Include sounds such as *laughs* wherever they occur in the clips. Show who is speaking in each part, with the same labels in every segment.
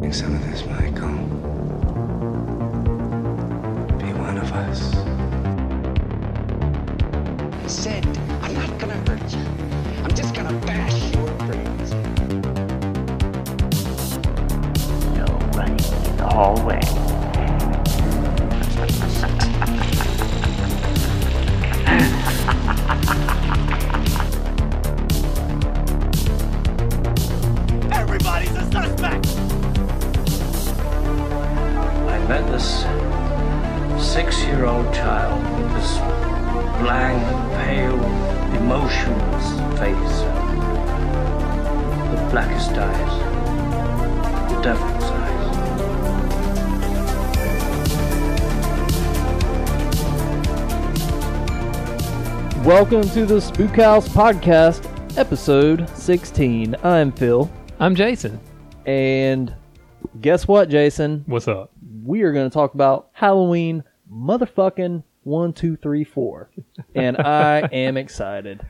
Speaker 1: Drink some of this, Michael. Be one of us.
Speaker 2: I said, I'm not gonna hurt you. I'm just gonna bash your brains.
Speaker 3: No running in the hallway.
Speaker 4: Everybody's a suspect!
Speaker 5: I met this six year old child with this blank, pale, emotionless face, the blackest eyes, the devil's eyes.
Speaker 6: Welcome to the Spook House Podcast, episode 16. I'm Phil.
Speaker 7: I'm Jason.
Speaker 6: And guess what, Jason?
Speaker 7: What's up?
Speaker 6: We are going to talk about Halloween motherfucking 1, 2, 3, 4. And *laughs* I am excited.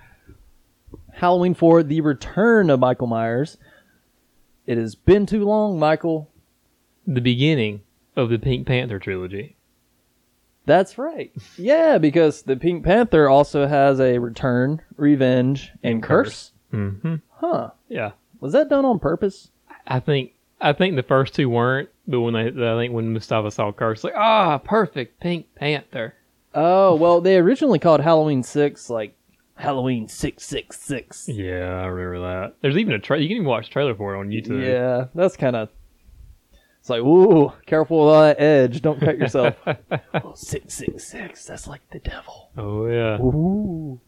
Speaker 6: Halloween 4, the return of Michael Myers. It has been too long, Michael.
Speaker 7: The beginning of the Pink Panther trilogy.
Speaker 6: That's right. Yeah, because the Pink Panther also has a return, revenge, and curse.
Speaker 7: Mm-hmm.
Speaker 6: Huh.
Speaker 7: Yeah,
Speaker 6: Was that done on purpose?
Speaker 7: I think I think the first two weren't, but when I, I think when Mustafa saw Curse, like ah, perfect Pink Panther.
Speaker 6: Oh well, they originally called Halloween six like Halloween six six six.
Speaker 7: Yeah, I remember that. There's even a tra- you can even watch a trailer for it on YouTube.
Speaker 6: Yeah, that's kind of. It's like, ooh, careful with all that edge. Don't cut
Speaker 7: *laughs*
Speaker 6: yourself. oh, six six six. That's like the devil.
Speaker 7: Oh yeah.
Speaker 6: Ooh.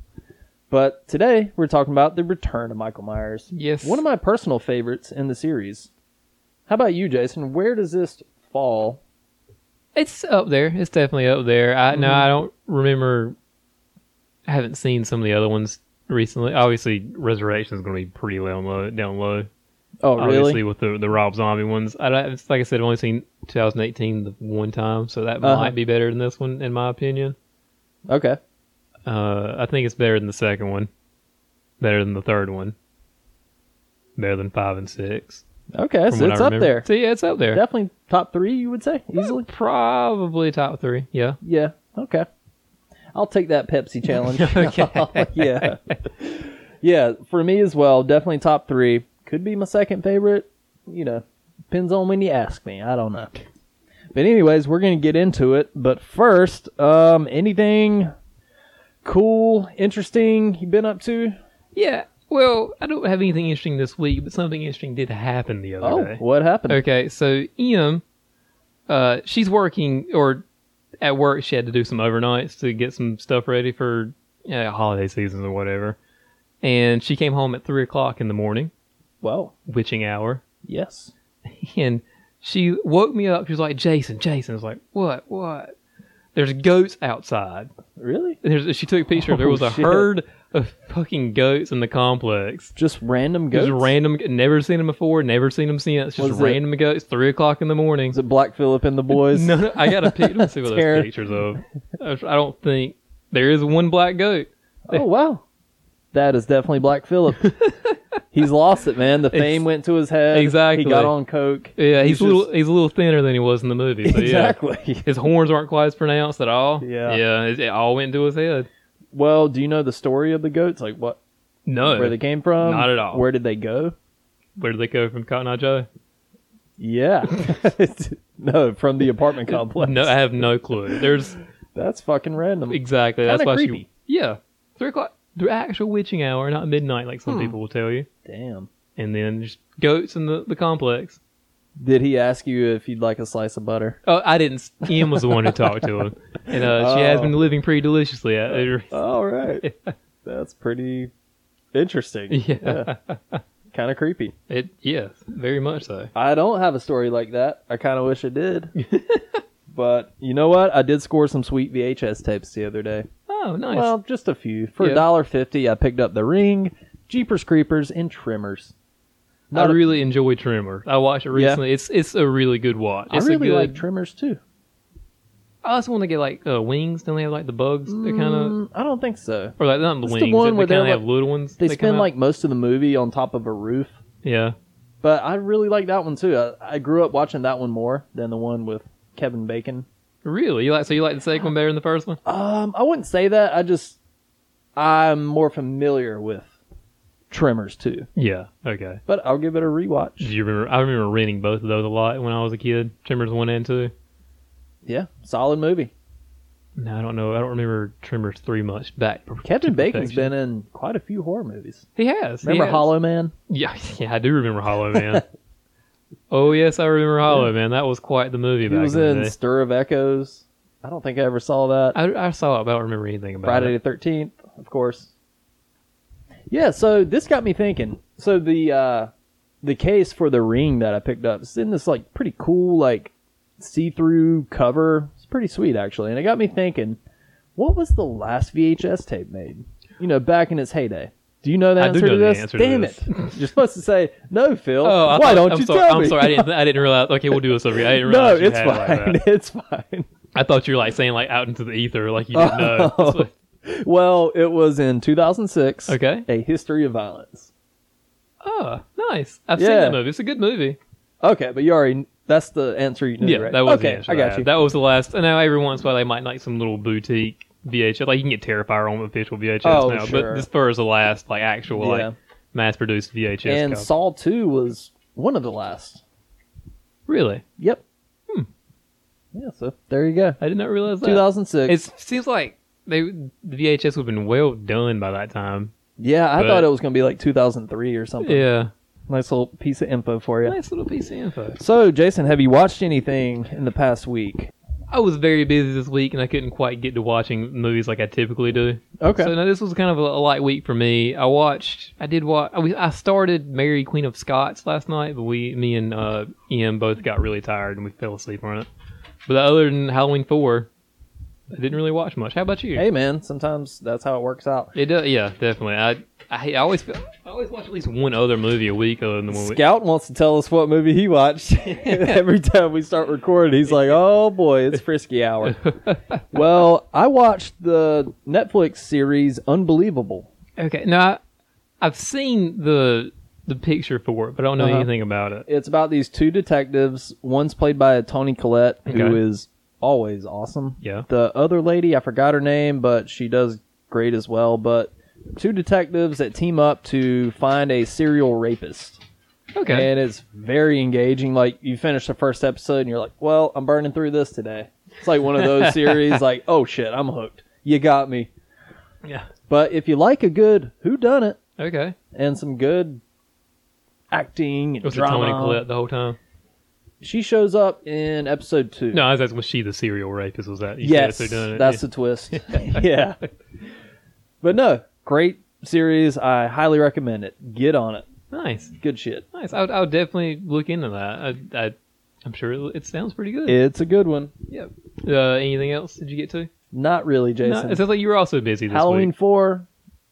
Speaker 6: But today we're talking about the return of Michael Myers.
Speaker 7: Yes.
Speaker 6: One of my personal favorites in the series. How about you, Jason? Where does this fall?
Speaker 7: It's up there. It's definitely up there. I
Speaker 6: Mm-hmm.
Speaker 7: no, I don't remember. I haven't seen some of the other ones recently. Obviously, Resurrection is going to be pretty low low down low.
Speaker 6: Oh,
Speaker 7: obviously
Speaker 6: really?
Speaker 7: with the the Rob Zombie ones. I don't, it's like I said, I've only seen 2018 the one time, so that
Speaker 6: Uh-huh.
Speaker 7: might be better than this one in my opinion.
Speaker 6: Okay.
Speaker 7: Uh, I think it's better than the second one, better than the third one, better than five and six.
Speaker 6: Okay,
Speaker 7: from
Speaker 6: so
Speaker 7: what
Speaker 6: it's
Speaker 7: I
Speaker 6: up
Speaker 7: remember.
Speaker 6: there.
Speaker 7: So yeah, it's up there.
Speaker 6: Definitely top three, you would say easily.
Speaker 7: Probably top three. Yeah.
Speaker 6: Yeah. Okay. I'll take that
Speaker 7: *laughs*
Speaker 6: Pepsi challenge. *laughs* yeah. Yeah. For me as well. Definitely top three. Could be my second favorite. You know, depends on when you ask me. I don't know. But anyways, we're gonna get into it. But first, um, anything cool, interesting you've been up to?
Speaker 7: Yeah. Well, I don't have anything interesting this week, but something interesting did happen the other
Speaker 6: Oh,
Speaker 7: day.
Speaker 6: what happened?
Speaker 7: Okay, so Em, uh, she's working or at work. She had to do some overnights to get some stuff ready for uh, holiday season or whatever. And she came home at three o'clock in the morning,
Speaker 6: Well,
Speaker 7: witching hour. *laughs*
Speaker 6: yes.
Speaker 7: And she woke me up. She was like, "Jason, Jason." I was like, "What? What?" There's goats outside.
Speaker 6: Really?
Speaker 7: There's, she took a picture. there
Speaker 6: Oh,
Speaker 7: was a
Speaker 6: shit.
Speaker 7: herd of fucking goats in the complex.
Speaker 6: Just random goats.
Speaker 7: Just random. Never seen them before. Never seen them since. Just
Speaker 6: Was it-
Speaker 7: random goats. Three o'clock in the morning.
Speaker 6: Is it Black Phillip and the boys?
Speaker 7: *laughs* No, no, I got a picture. Let's see what
Speaker 6: Tear.
Speaker 7: those pictures of. I don't think there is one black goat.
Speaker 6: Oh wow, that is definitely Black
Speaker 7: *laughs*
Speaker 6: Phillip. he's lost it, man. The fame
Speaker 7: Ex-
Speaker 6: went to his head.
Speaker 7: exactly.
Speaker 6: He got on coke.
Speaker 7: Yeah, he's, a
Speaker 6: just-
Speaker 7: little he's a little thinner than he was in the movie. So
Speaker 6: exactly. *laughs*
Speaker 7: Yeah. His horns aren't quite as pronounced at all.
Speaker 6: Yeah.
Speaker 7: yeah, it, it all went to his head.
Speaker 6: Well, do you know the story of the goats? Like what?
Speaker 7: No,
Speaker 6: where they came from?
Speaker 7: not at all.
Speaker 6: Where did they go?
Speaker 7: where did they go from Cotton Eye Joe? *laughs*
Speaker 6: Yeah. *laughs* no, from the apartment complex.
Speaker 7: No, I have no clue. There's
Speaker 6: that's fucking random.
Speaker 7: exactly that's
Speaker 6: Kinda
Speaker 7: why
Speaker 6: creepy.
Speaker 7: she. Yeah, three o'clock, the actual witching hour, not midnight like
Speaker 6: Hmm.
Speaker 7: some people will tell you.
Speaker 6: Damn.
Speaker 7: And then just goats in the, the complex.
Speaker 6: Did he ask you if you'd like a slice of
Speaker 7: *laughs*
Speaker 6: butter?
Speaker 7: Oh, I didn't. Em was the one who talked to him, and uh, she has
Speaker 6: Oh. Uh,
Speaker 7: been living pretty deliciously. At,
Speaker 6: All right. that's pretty interesting.
Speaker 7: *laughs* *laughs* yeah,
Speaker 6: Kind of creepy.
Speaker 7: it yes, very much so.
Speaker 6: I don't have a story like that. I kind of wish I did. *laughs* but you know what? I did score some sweet VHS tapes the other day.
Speaker 7: Oh, nice.
Speaker 6: Well, just a few. For
Speaker 7: Yeah.
Speaker 6: $1.50, I picked up The Ring, Jeepers Creepers, and Trimmers.
Speaker 7: I
Speaker 6: not a-
Speaker 7: really enjoy Trimmer. I watched it
Speaker 6: Yeah.
Speaker 7: recently. It's it's a really good watch. It's
Speaker 6: I really
Speaker 7: a good,
Speaker 6: like Trimmers too.
Speaker 7: I also want to get like uh, wings. Don't they have like the bugs? They're kind of
Speaker 6: Mm, I don't think so.
Speaker 7: or like not the
Speaker 6: it's the
Speaker 7: wings.
Speaker 6: one
Speaker 7: they
Speaker 6: where
Speaker 7: kind
Speaker 6: they're
Speaker 7: of have
Speaker 6: like-
Speaker 7: little ones.
Speaker 6: They
Speaker 7: that come
Speaker 6: spend
Speaker 7: out.
Speaker 6: like most of the movie on top of a roof,
Speaker 7: yeah.
Speaker 6: But I really like that one too. I, I grew up watching that one more than the one with Kevin Bacon.
Speaker 7: Really? You like so you like the second one better than the first one?
Speaker 6: Um, I wouldn't say that. I just I'm more familiar with Tremors too.
Speaker 7: Yeah. Okay.
Speaker 6: But I'll give it a
Speaker 7: Do
Speaker 6: rewatch.
Speaker 7: you remember? I remember renting both of those a lot when I was a kid. Tremors one and two.
Speaker 6: Yeah, solid movie.
Speaker 7: No, I don't know. I don't remember Tremors three much back. per-
Speaker 6: Kevin
Speaker 7: to
Speaker 6: Bacon's
Speaker 7: perfection.
Speaker 6: been in quite a few horror movies.
Speaker 7: He has. he
Speaker 6: Remember
Speaker 7: has.
Speaker 6: Hollow Man?
Speaker 7: Yeah, *laughs* yeah, I do remember
Speaker 6: *laughs*
Speaker 7: Hollow Man. oh yes, I remember Hollow Man. That was quite the movie
Speaker 6: He
Speaker 7: back
Speaker 6: was
Speaker 7: in,
Speaker 6: in
Speaker 7: the day.
Speaker 6: Stir of Echoes. I don't think I ever saw that.
Speaker 7: I, I saw it, but I don't remember anything about
Speaker 6: Friday the
Speaker 7: it.
Speaker 6: Thirteenth, of course. Yeah, so this got me thinking. So the uh, the case for the ring that I picked up is in this like pretty cool like see through cover. It's pretty sweet actually, and it got me thinking. What was the last VHS tape made? You know, back in its heyday. Do you know the
Speaker 7: I do
Speaker 6: answer
Speaker 7: know
Speaker 6: to
Speaker 7: the
Speaker 6: this?
Speaker 7: answer to
Speaker 6: Damn
Speaker 7: this.
Speaker 6: it! You're supposed to say no, Phil.
Speaker 7: Oh, I
Speaker 6: Why
Speaker 7: thought-
Speaker 6: don't
Speaker 7: I'm
Speaker 6: you
Speaker 7: sorry,
Speaker 6: tell
Speaker 7: I'm
Speaker 6: me?
Speaker 7: sorry. I
Speaker 6: *laughs*
Speaker 7: didn't. I didn't realize. Okay, we'll do this over. here. I didn't
Speaker 6: no,
Speaker 7: realize. you
Speaker 6: it's
Speaker 7: had it like
Speaker 6: fine.
Speaker 7: that.
Speaker 6: *laughs* it's fine.
Speaker 7: I thought you were like saying like out into the ether, like you didn't know.
Speaker 6: *laughs*
Speaker 7: That's
Speaker 6: Oh.
Speaker 7: what-
Speaker 6: Well, it was in 2006.
Speaker 7: *laughs* Okay.
Speaker 6: A History of Violence.
Speaker 7: Oh, nice. I've seen
Speaker 6: Yeah.
Speaker 7: that movie. It's a good movie.
Speaker 6: Okay, but you already that's the answer you knew,
Speaker 7: Yeah,
Speaker 6: right?
Speaker 7: that was
Speaker 6: okay,
Speaker 7: the answer
Speaker 6: I
Speaker 7: to
Speaker 6: got
Speaker 7: that.
Speaker 6: you.
Speaker 7: That was the last. I know every once in a while they might like some little boutique VHS. Like you can get Terrifier on official VHS
Speaker 6: Oh,
Speaker 7: now,
Speaker 6: sure.
Speaker 7: but this fur is the last like actual
Speaker 6: Yeah.
Speaker 7: like mass produced VHS.
Speaker 6: and
Speaker 7: copy.
Speaker 6: Saw 2 was one of the last.
Speaker 7: really,
Speaker 6: Yep. Yeah, so there you go.
Speaker 7: Hmm. I did not realize that.
Speaker 6: 2006.
Speaker 7: It seems like they the VHS would have been well done by that time.
Speaker 6: yeah, I
Speaker 7: but-
Speaker 6: thought it was going to be like 2003 or something.
Speaker 7: Yeah,
Speaker 6: Nice little piece of info for you.
Speaker 7: nice little piece of info.
Speaker 6: So, Jason, have you watched anything in the past week?
Speaker 7: I was very busy this week and I couldn't quite get to watching movies like I typically do.
Speaker 6: Okay.
Speaker 7: So now this was kind of a, a light week for me. I watched. I did watch. I, we- I started Mary Queen of Scots last night, but we, me and uh, Ian both got really tired and we fell asleep on it. But other than Halloween four, I didn't really watch much. How about you?
Speaker 6: Hey, man, sometimes that's how it works out.
Speaker 7: It does. Yeah, definitely. I I, I always feel, I always watch at least one other movie a week other than the one. we-
Speaker 6: Scout wants to tell us what movie he watched. *laughs* Every time we start recording, he's like, "Oh boy, it's frisky
Speaker 7: *laughs*
Speaker 6: hour." well, I watched the Netflix series Unbelievable.
Speaker 7: Okay. Now I, I've seen the the picture for it, but I don't know
Speaker 6: Uh-huh.
Speaker 7: anything about it.
Speaker 6: It's about these two detectives. One's played by Tony Collette,
Speaker 7: Okay.
Speaker 6: who is always awesome.
Speaker 7: Yeah.
Speaker 6: The other lady, I forgot her name, but she does great as well. But two detectives that team up to find a serial rapist.
Speaker 7: Okay.
Speaker 6: and it's very engaging. Like you finish the first episode and you're like, "Well, I'm burning through this today." It's like one of those
Speaker 7: *laughs*
Speaker 6: series, like, "Oh shit, I'm hooked. You got me."
Speaker 7: yeah.
Speaker 6: But if you like a good who done it
Speaker 7: Okay.
Speaker 6: and some good acting and
Speaker 7: Was it
Speaker 6: drama,
Speaker 7: Tony Collette the whole time?
Speaker 6: she shows up in episode two.
Speaker 7: No, I was asking, was she the serial rapist? Was that? You said
Speaker 6: yes,
Speaker 7: they're doing it.
Speaker 6: that's the twist.
Speaker 7: *laughs*
Speaker 6: *laughs* yeah, but no, great series. I highly recommend it. Get on it.
Speaker 7: Yeah. nice,
Speaker 6: Good shit.
Speaker 7: nice. I would, I would definitely look into that. I, I, I'm sure it, it sounds pretty good.
Speaker 6: It's a good one.
Speaker 7: yep. Uh, anything else? Did you get to?
Speaker 6: Not really,
Speaker 7: No,
Speaker 6: Jason.
Speaker 7: it sounds like you were also busy this
Speaker 6: Halloween
Speaker 7: week.
Speaker 6: four.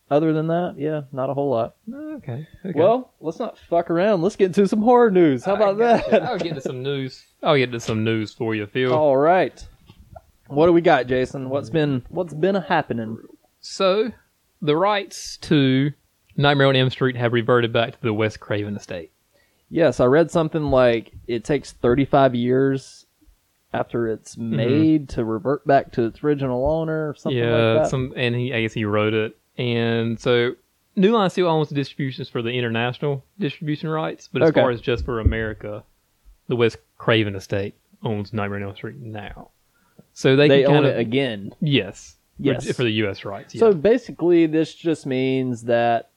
Speaker 6: Other than that, yeah, not a whole lot.
Speaker 7: No, Oh, Okay. okay.
Speaker 6: Well, let's not fuck around. Let's get into some horror news. How
Speaker 7: I
Speaker 6: about
Speaker 7: gotcha.
Speaker 6: that?
Speaker 7: I'll get to some news. I'll get to some news for you, Phil.
Speaker 6: All right. What do we got, Jason? What's been what's been a happening?
Speaker 7: So, the rights to Nightmare on Elm Street have reverted back to the West Craven estate.
Speaker 6: Yes, I read something like it takes 35 years after it's
Speaker 7: Mm-hmm.
Speaker 6: made to revert back to its original owner or something
Speaker 7: yeah,
Speaker 6: like that.
Speaker 7: some and he I guess he wrote it, and so New Line still owns the distributions for the international distribution rights, but as
Speaker 6: Okay.
Speaker 7: far as just for America, the West Craven estate owns Nightmare on Elm Street now. So they,
Speaker 6: they
Speaker 7: can
Speaker 6: own
Speaker 7: kind
Speaker 6: it
Speaker 7: of
Speaker 6: again.
Speaker 7: yes for-
Speaker 6: Yes.
Speaker 7: for the U.S. rights.
Speaker 6: So
Speaker 7: yeah.
Speaker 6: basically this just means that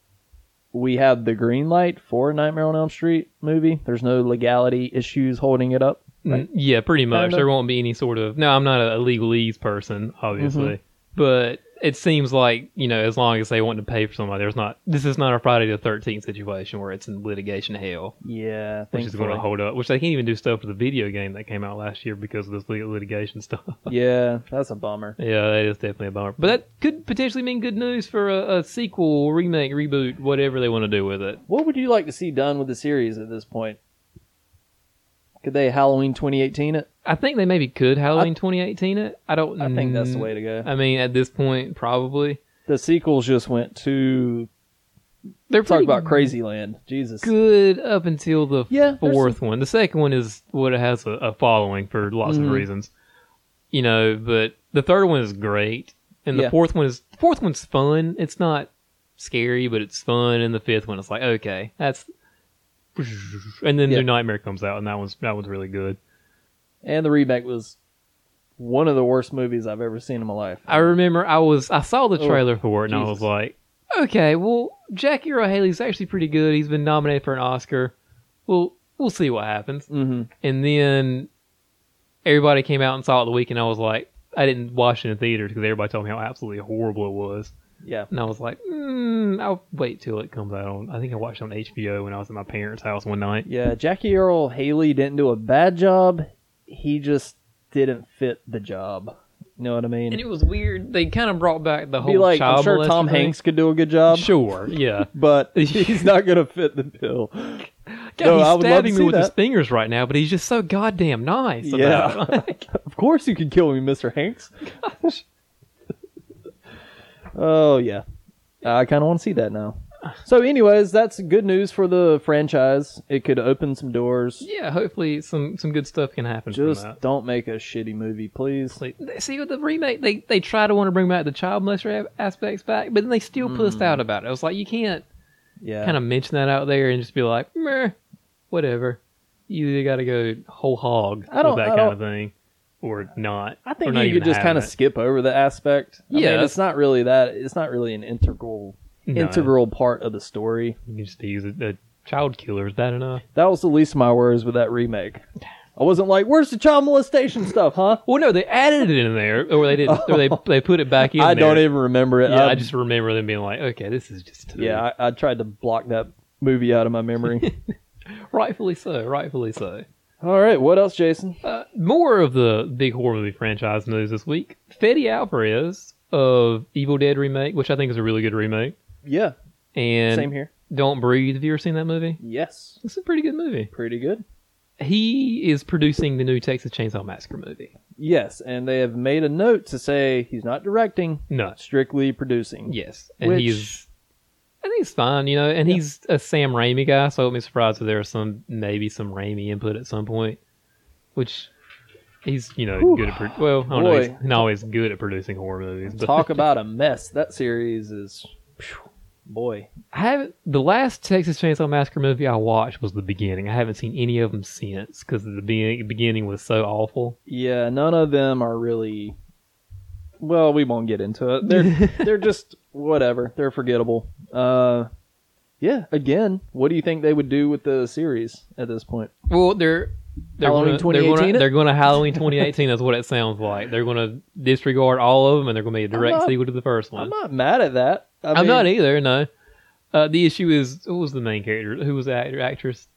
Speaker 6: we have the green light for Nightmare on Elm Street movie. There's no legality issues holding it up.
Speaker 7: Mm, Yeah, pretty much.
Speaker 6: Kinda.
Speaker 7: There won't be any sort of. No, I'm not a legalese person, obviously,
Speaker 6: Mm-hmm.
Speaker 7: but it seems like you know, as long as they want to pay for somebody, there's not. This is not a Friday the Thirteenth situation where it's in litigation hell,
Speaker 6: Yeah,
Speaker 7: which is going to
Speaker 6: thankfully.
Speaker 7: hold up. Which they can't even do stuff with the video game that came out last year because of this lit- litigation *laughs* stuff.
Speaker 6: Yeah, that's a bummer.
Speaker 7: yeah, that is definitely a bummer. But that could potentially mean good news for a, a sequel, remake, reboot, whatever they want to do with it.
Speaker 6: What would you like to see done with the series at this point? Could they Halloween 2018 it?
Speaker 7: I think they maybe could Halloween 2018 it. I don't.
Speaker 6: I think
Speaker 7: Mm.
Speaker 6: that's the way to go.
Speaker 7: I mean, at this point, probably.
Speaker 6: The sequels just went too
Speaker 7: they're
Speaker 6: Talk
Speaker 7: pretty
Speaker 6: about Crazy Land. Jesus.
Speaker 7: good up until the
Speaker 6: Yeah, there's
Speaker 7: fourth one. The second one is what it has a, a following for lots
Speaker 6: Mhm.
Speaker 7: of reasons, you know. But the third one is great, and the
Speaker 6: Yeah.
Speaker 7: fourth one is the fourth one's fun. It's not scary, but it's fun. And the fifth one, it's like okay, that's. And then
Speaker 6: Yeah.
Speaker 7: New Nightmare comes out, and that one's that one's really good.
Speaker 6: And the remake was one of the worst movies I've ever seen in my life.
Speaker 7: I remember I was I saw the
Speaker 6: Mm-hmm. Oh,
Speaker 7: trailer for it and I was
Speaker 6: Jesus.
Speaker 7: like, okay, well Jackie Earl Haley's actually pretty good. He's been nominated for an Oscar. Well, we'll see what happens.
Speaker 6: Mm-hmm.
Speaker 7: And then everybody came out and saw it the week, and I was like, I didn't watch it in theaters because everybody told me how absolutely horrible it was.
Speaker 6: Yeah.
Speaker 7: And I was like, mm, I'll wait till it comes out. on I think I watched it on HBO when I was at my parents' house one night.
Speaker 6: Yeah. Jackie Earl Haley didn't do a bad job. He just didn't fit the job. You know what I mean?
Speaker 7: And it was weird. They kind of brought back the whole
Speaker 6: Be like,
Speaker 7: child
Speaker 6: I'm sure
Speaker 7: molester
Speaker 6: Tom
Speaker 7: thing.
Speaker 6: Hanks could do a good job,
Speaker 7: Sure,
Speaker 6: *laughs*
Speaker 7: yeah.
Speaker 6: but
Speaker 7: *laughs*
Speaker 6: he's not going to fit the bill.
Speaker 7: God,
Speaker 6: No,
Speaker 7: he's
Speaker 6: I would love
Speaker 7: stabbing
Speaker 6: to
Speaker 7: me
Speaker 6: see
Speaker 7: with his
Speaker 6: that.
Speaker 7: fingers right now, but he's just so goddamn nice.
Speaker 6: Yeah.
Speaker 7: About it. *laughs*
Speaker 6: *laughs* Of course you can kill me, Mr. Hanks. *laughs* oh yeah. I kind of want to see that now. So anyways, that's good news for the franchise. It could open some doors.
Speaker 7: yeah. Hopefully, some some good stuff can happen
Speaker 6: Just
Speaker 7: from that.
Speaker 6: don't make a shitty movie, please.
Speaker 7: Like, they- See with the remake, they they try to want to bring back the child molester a- aspects back, but then they still pussed out about it. I was like, you can't
Speaker 6: Mm. Yeah.
Speaker 7: kind of mention that out there and just be like, meh, whatever. You either got to go whole hog
Speaker 6: I don't-
Speaker 7: with that
Speaker 6: I
Speaker 7: kind
Speaker 6: don't-
Speaker 7: of thing, or not.
Speaker 6: I
Speaker 7: or
Speaker 6: think
Speaker 7: not
Speaker 6: you
Speaker 7: even
Speaker 6: could just
Speaker 7: have
Speaker 6: kind of
Speaker 7: it.
Speaker 6: skip over the aspect. I
Speaker 7: Yeah.
Speaker 6: mean, it's not really that. It's not really an integral
Speaker 7: No.
Speaker 6: integral part of the story.
Speaker 7: You can just use a, a child killer. Is that enough?
Speaker 6: That was the least of my worries with that remake. I wasn't like, "Where's the child molestation stuff, huh?"
Speaker 7: Well, no, they added it in there, or they didn't, *laughs* or they they put it back in.
Speaker 6: I
Speaker 7: there.
Speaker 6: don't even remember it.
Speaker 7: Yeah, I
Speaker 6: I'm-
Speaker 7: just remember them being like, okay, this is just too-
Speaker 6: Yeah, I, I tried to block that movie out of my
Speaker 7: *laughs*
Speaker 6: memory.
Speaker 7: rightfully so, rightfully so.
Speaker 6: All right, what else, Jason?
Speaker 7: Uh, more of the big horror movie franchise news this week. Fede Alvarez of Evil Dead remake, which I think is a really good remake,
Speaker 6: Yeah,
Speaker 7: and
Speaker 6: same here.
Speaker 7: Don't Breathe. Have you ever seen that movie?
Speaker 6: Yes,
Speaker 7: It's a pretty good movie.
Speaker 6: pretty good.
Speaker 7: He is producing the new Texas Chainsaw Massacre movie.
Speaker 6: Yes, and they have made a note to say he's not directing,
Speaker 7: No,
Speaker 6: strictly producing.
Speaker 7: yes, and
Speaker 6: Which-
Speaker 7: he's. I think he's fine, you know, and he's a Sam Raimi guy, so I wouldn't be surprised if there's some maybe some Raimi input at some point, which he's you know good at. Pro- well, I don't know,
Speaker 6: Boy.
Speaker 7: he's not always good at producing horror movies. But *laughs*
Speaker 6: Talk about a mess. That series is, phew, boy.
Speaker 7: I haven't. The last Texas Chainsaw Massacre movie I watched was the beginning. I haven't seen any of them since because the be- beginning was so awful.
Speaker 6: Yeah, none of them are really. Well, we won't get into it.
Speaker 7: *laughs*
Speaker 6: They're they're just whatever. They're forgettable. Uh, yeah. Again, what do you think they would do with the series at this point?
Speaker 7: Well, they're. They're
Speaker 6: Halloween
Speaker 7: gonna, they're
Speaker 6: 2018
Speaker 7: gonna-
Speaker 6: it?
Speaker 7: They're going to Halloween 2018. that's what it sounds like. They're going to disregard all of them, and they're going to be a direct
Speaker 6: not-
Speaker 7: sequel to the first one.
Speaker 6: I'm not mad at that. I
Speaker 7: I'm
Speaker 6: mean,
Speaker 7: not either. No. Uh, the issue is who was the main character? Who was the actor, actress?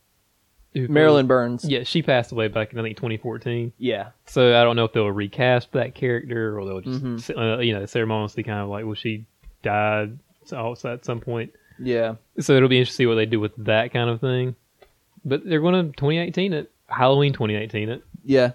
Speaker 7: Who
Speaker 6: Marilyn Burns.
Speaker 7: Yeah, she passed away back in I think 2014.
Speaker 6: Yeah.
Speaker 7: So I don't know if they'll recast that character or they'll just
Speaker 6: Mhm.
Speaker 7: uh, you know ceremoniously kind of like well she died so- also at some point.
Speaker 6: Yeah.
Speaker 7: So it'll be interesting what they do with that kind of thing. But they're going to 2018 it Halloween 2018 it.
Speaker 6: Yeah.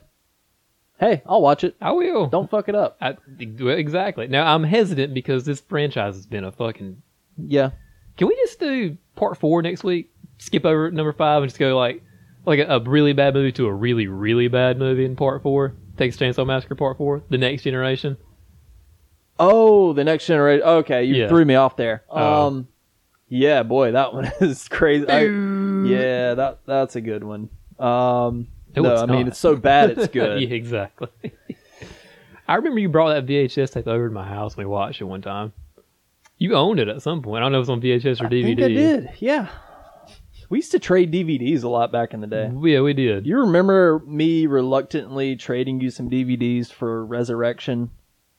Speaker 6: Hey, I'll watch it.
Speaker 7: I will.
Speaker 6: Don't fuck it up.
Speaker 7: I, well, exactly. Now I'm hesitant because this franchise has been a fucking.
Speaker 6: Yeah.
Speaker 7: Can we just do part four next week? Skip over number five and just go like like a, a really bad movie to a really really bad movie in part four. Takes Chainsaw Massacre part four, The Next Generation.
Speaker 6: Oh, the next generation. Okay, you
Speaker 7: Yeah.
Speaker 6: threw me off there.
Speaker 7: Oh.
Speaker 6: Um, yeah, boy, that *laughs* one is crazy. I- yeah, that that's a good one. Um,
Speaker 7: No,
Speaker 6: no,
Speaker 7: it's
Speaker 6: I mean
Speaker 7: not.
Speaker 6: it's so bad
Speaker 7: *laughs*
Speaker 6: it's good.
Speaker 7: yeah, exactly. *laughs* I remember you brought that VHS tape over to my house and we watched it one time. You owned it at some point. I don't know if it's on VHS or
Speaker 6: I
Speaker 7: DVD.
Speaker 6: think I did. Yeah. We used to trade DVDs a lot back in the day.
Speaker 7: Yeah, we did.
Speaker 6: You remember me reluctantly trading you some DVDs for Resurrection,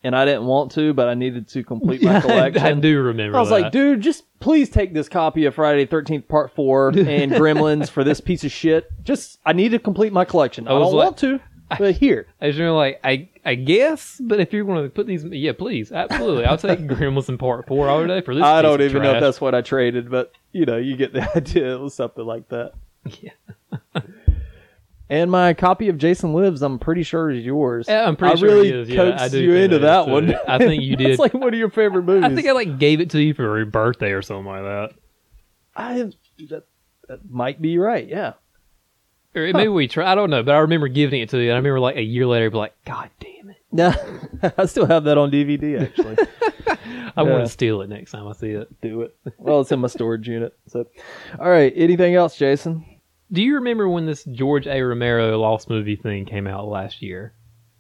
Speaker 6: and I didn't want to, but I needed to complete my
Speaker 7: *laughs* Yeah, I,
Speaker 6: collection.
Speaker 7: I do remember.
Speaker 6: I was
Speaker 7: that.
Speaker 6: like, dude, just please take this copy of Friday Thirteenth Part Four
Speaker 7: *laughs*
Speaker 6: and Gremlins for this piece of shit. Just I need to complete my collection. I,
Speaker 7: was
Speaker 6: don't
Speaker 7: like-
Speaker 6: want to, but here.
Speaker 7: I was really like, I, I guess, but if you're going to put these, yeah, please, absolutely, I'll take Gremlins in Part Four all day for *laughs* this.
Speaker 6: I
Speaker 7: piece
Speaker 6: don't
Speaker 7: of
Speaker 6: even know if
Speaker 7: trash.
Speaker 6: that's what I traded, but you know, you get the *laughs* idea. It was something like that.
Speaker 7: Yeah.
Speaker 6: and my copy of Jason Lives, I'm pretty sure is yours.
Speaker 7: Yeah, I'm pretty
Speaker 6: I
Speaker 7: sure
Speaker 6: really
Speaker 7: it is. Yeah,
Speaker 6: coaxed
Speaker 7: I do
Speaker 6: you
Speaker 7: think
Speaker 6: into
Speaker 7: it is,
Speaker 6: that
Speaker 7: too.
Speaker 6: one. *laughs*
Speaker 7: I think you did. *laughs*
Speaker 6: it's like one of your favorite movies.
Speaker 7: I think I like gave it to you for your birthday or something like that.
Speaker 6: I that, that might be right.
Speaker 7: *laughs*
Speaker 6: Yeah. *laughs*
Speaker 7: Or maybe we try. I don't know, but I remember giving it to you. And I remember like a year later, be like, God damn it!
Speaker 6: No, I still have that on DVD.
Speaker 7: *laughs*
Speaker 6: Actually,
Speaker 7: I want
Speaker 6: Yeah.
Speaker 7: to steal it next time I see it.
Speaker 6: do it. Well, it's in my storage unit. So, all right. Anything else, Jason?
Speaker 7: Do you remember when this George A. Romero Lost movie thing came out last year?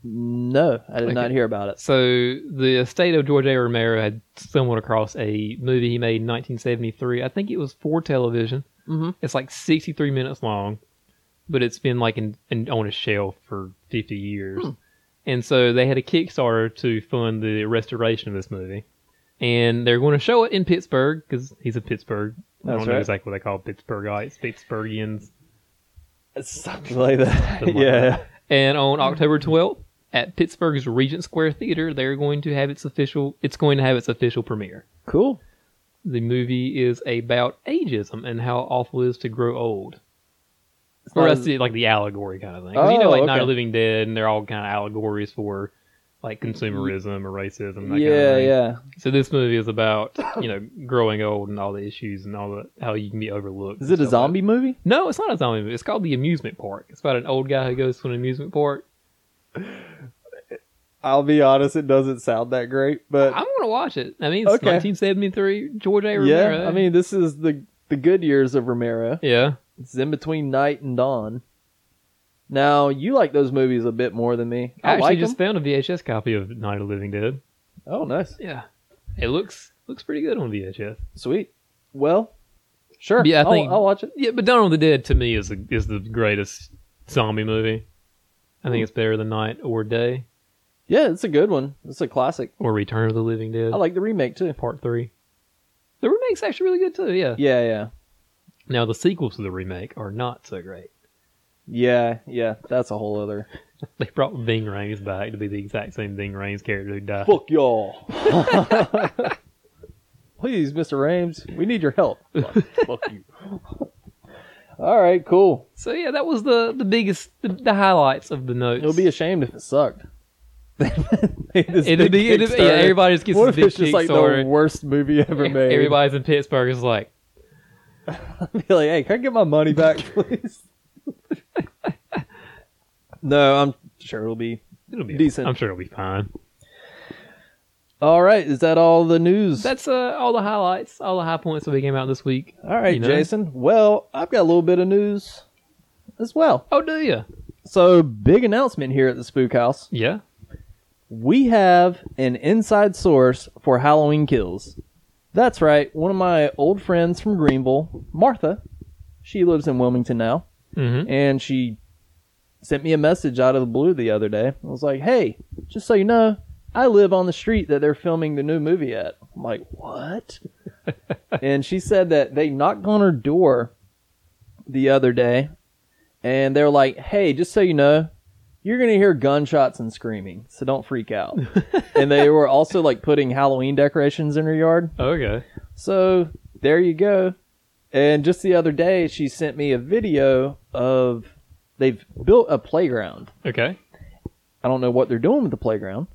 Speaker 6: No, I did not
Speaker 7: Okay.
Speaker 6: hear about it.
Speaker 7: So the estate of George A. Romero had stumbled across a movie he made in 1973. I think it was for television.
Speaker 6: Mhm.
Speaker 7: It's like 63 minutes long, but it's been like in, in, on a shelf for 50 years.
Speaker 6: Hmm.
Speaker 7: And so they had a Kickstarter to fund the restoration of this movie, and they're going to show it in Pittsburgh because he's a Pittsburgh. I
Speaker 6: That's
Speaker 7: don't know
Speaker 6: right.
Speaker 7: exactly what they call Pittsburghites, Pittsburghians.
Speaker 6: It's *laughs* something like that.
Speaker 7: Something like
Speaker 6: yeah.
Speaker 7: And on
Speaker 6: Mm-hmm.
Speaker 7: October 12th at Pittsburgh's Regent Square Theater, they're going to have its official. It's going to have its official premiere.
Speaker 6: Cool.
Speaker 7: The movie is about ageism and how awful it is to grow old.
Speaker 6: It's
Speaker 7: Or
Speaker 6: not
Speaker 7: that's
Speaker 6: as-
Speaker 7: the, like the allegory kind of thing. 'Cause you know,
Speaker 6: Oh,
Speaker 7: like Night
Speaker 6: okay.
Speaker 7: of the Living Dead, and they're all kind of allegories for like consumerism or racism. That kind
Speaker 6: yeah,
Speaker 7: of thing.
Speaker 6: yeah.
Speaker 7: So this movie is about you know growing old and all the issues and all the how you can be overlooked.
Speaker 6: Is
Speaker 7: and
Speaker 6: it a
Speaker 7: stuff like
Speaker 6: zombie movie?
Speaker 7: no, it's not a zombie movie. It's called The Amusement Park. It's about an old guy who goes to an amusement park.
Speaker 6: I'll be honest, it doesn't sound that great, but
Speaker 7: I'm gonna watch it. I mean, it's
Speaker 6: Okay.
Speaker 7: 1973. George A.
Speaker 6: yeah,
Speaker 7: Romero.
Speaker 6: I mean, this is the the good years of Romero.
Speaker 7: yeah.
Speaker 6: It's in between night and dawn. Now you like those movies a bit more than me.
Speaker 7: I
Speaker 6: I,
Speaker 7: actually
Speaker 6: like
Speaker 7: just
Speaker 6: them.
Speaker 7: found a VHS copy of Night of the Living Dead.
Speaker 6: Oh, nice,
Speaker 7: Yeah, it looks looks pretty good on VHS.
Speaker 6: sweet. Well, sure.
Speaker 7: Yeah, I
Speaker 6: I'll-
Speaker 7: think-
Speaker 6: I'll, watch it.
Speaker 7: Yeah, but Dawn of the Dead to me is the, is the greatest zombie movie. I
Speaker 6: Hmm.
Speaker 7: think it's better than Night or Day
Speaker 6: Yeah, it's a good one. It's a classic.
Speaker 7: or Return of the Living Dead
Speaker 6: I like the remake too.
Speaker 7: Part Three. The remake's actually really good too. Yeah.
Speaker 6: Yeah, yeah,
Speaker 7: Now the sequels to the remake are not so great.
Speaker 6: yeah, yeah. That's a whole other.
Speaker 7: They brought Ving Rhames back to be the exact same Ving Rhames character who died.
Speaker 6: *laughs* Fuck y'all. *laughs* Please, Mr. Rames, we need your help. Fuck, fuck you. *laughs* All right, cool.
Speaker 7: So yeah, that was the the biggest the, the highlights of the notes.
Speaker 6: It'll be ashamed if it
Speaker 7: *laughs*
Speaker 6: sucked.
Speaker 7: It'll be, it'll be- yeah, everybody just gets
Speaker 6: What
Speaker 7: this
Speaker 6: if
Speaker 7: big
Speaker 6: it's just like the
Speaker 7: Kickstarter.
Speaker 6: worst movie
Speaker 7: *laughs*
Speaker 6: ever made?
Speaker 7: Everybody's in Pittsburgh is like,
Speaker 6: *laughs* be like, "Hey, can I get my money
Speaker 7: *laughs*
Speaker 6: back, please?" *laughs* no, I'm sure it'll be
Speaker 7: it'll be
Speaker 6: Decent.
Speaker 7: I'm sure it'll be fine.
Speaker 6: all right. Is that all the news?
Speaker 7: That's uh, all the highlights, all the high points that we came out this week.
Speaker 6: all right,
Speaker 7: you know?
Speaker 6: Jason. Well, I've got a little bit of news as well.
Speaker 7: Oh, do you?
Speaker 6: So, big announcement here at the Spook House.
Speaker 7: Yeah.
Speaker 6: We have an inside source for Halloween kills. That's right. One of my old friends from Greenville, Martha, she lives in Wilmington now.
Speaker 7: Mm-hmm.
Speaker 6: and she sent me a message out of the blue the other day. I was like, "Hey, just so you know, I live on the street that they're filming the new movie at." I'm like, "What?" and she said that they knocked on her door the other day, and they're like, "Hey, just so you know, you're gonna hear gunshots and screaming, so don't freak out." and they were also like putting Halloween decorations in her yard.
Speaker 7: Oh, Okay.
Speaker 6: So there you go. And just the other day, she sent me a video of they've built a playground.
Speaker 7: Okay.
Speaker 6: I don't know what they're doing with the playground,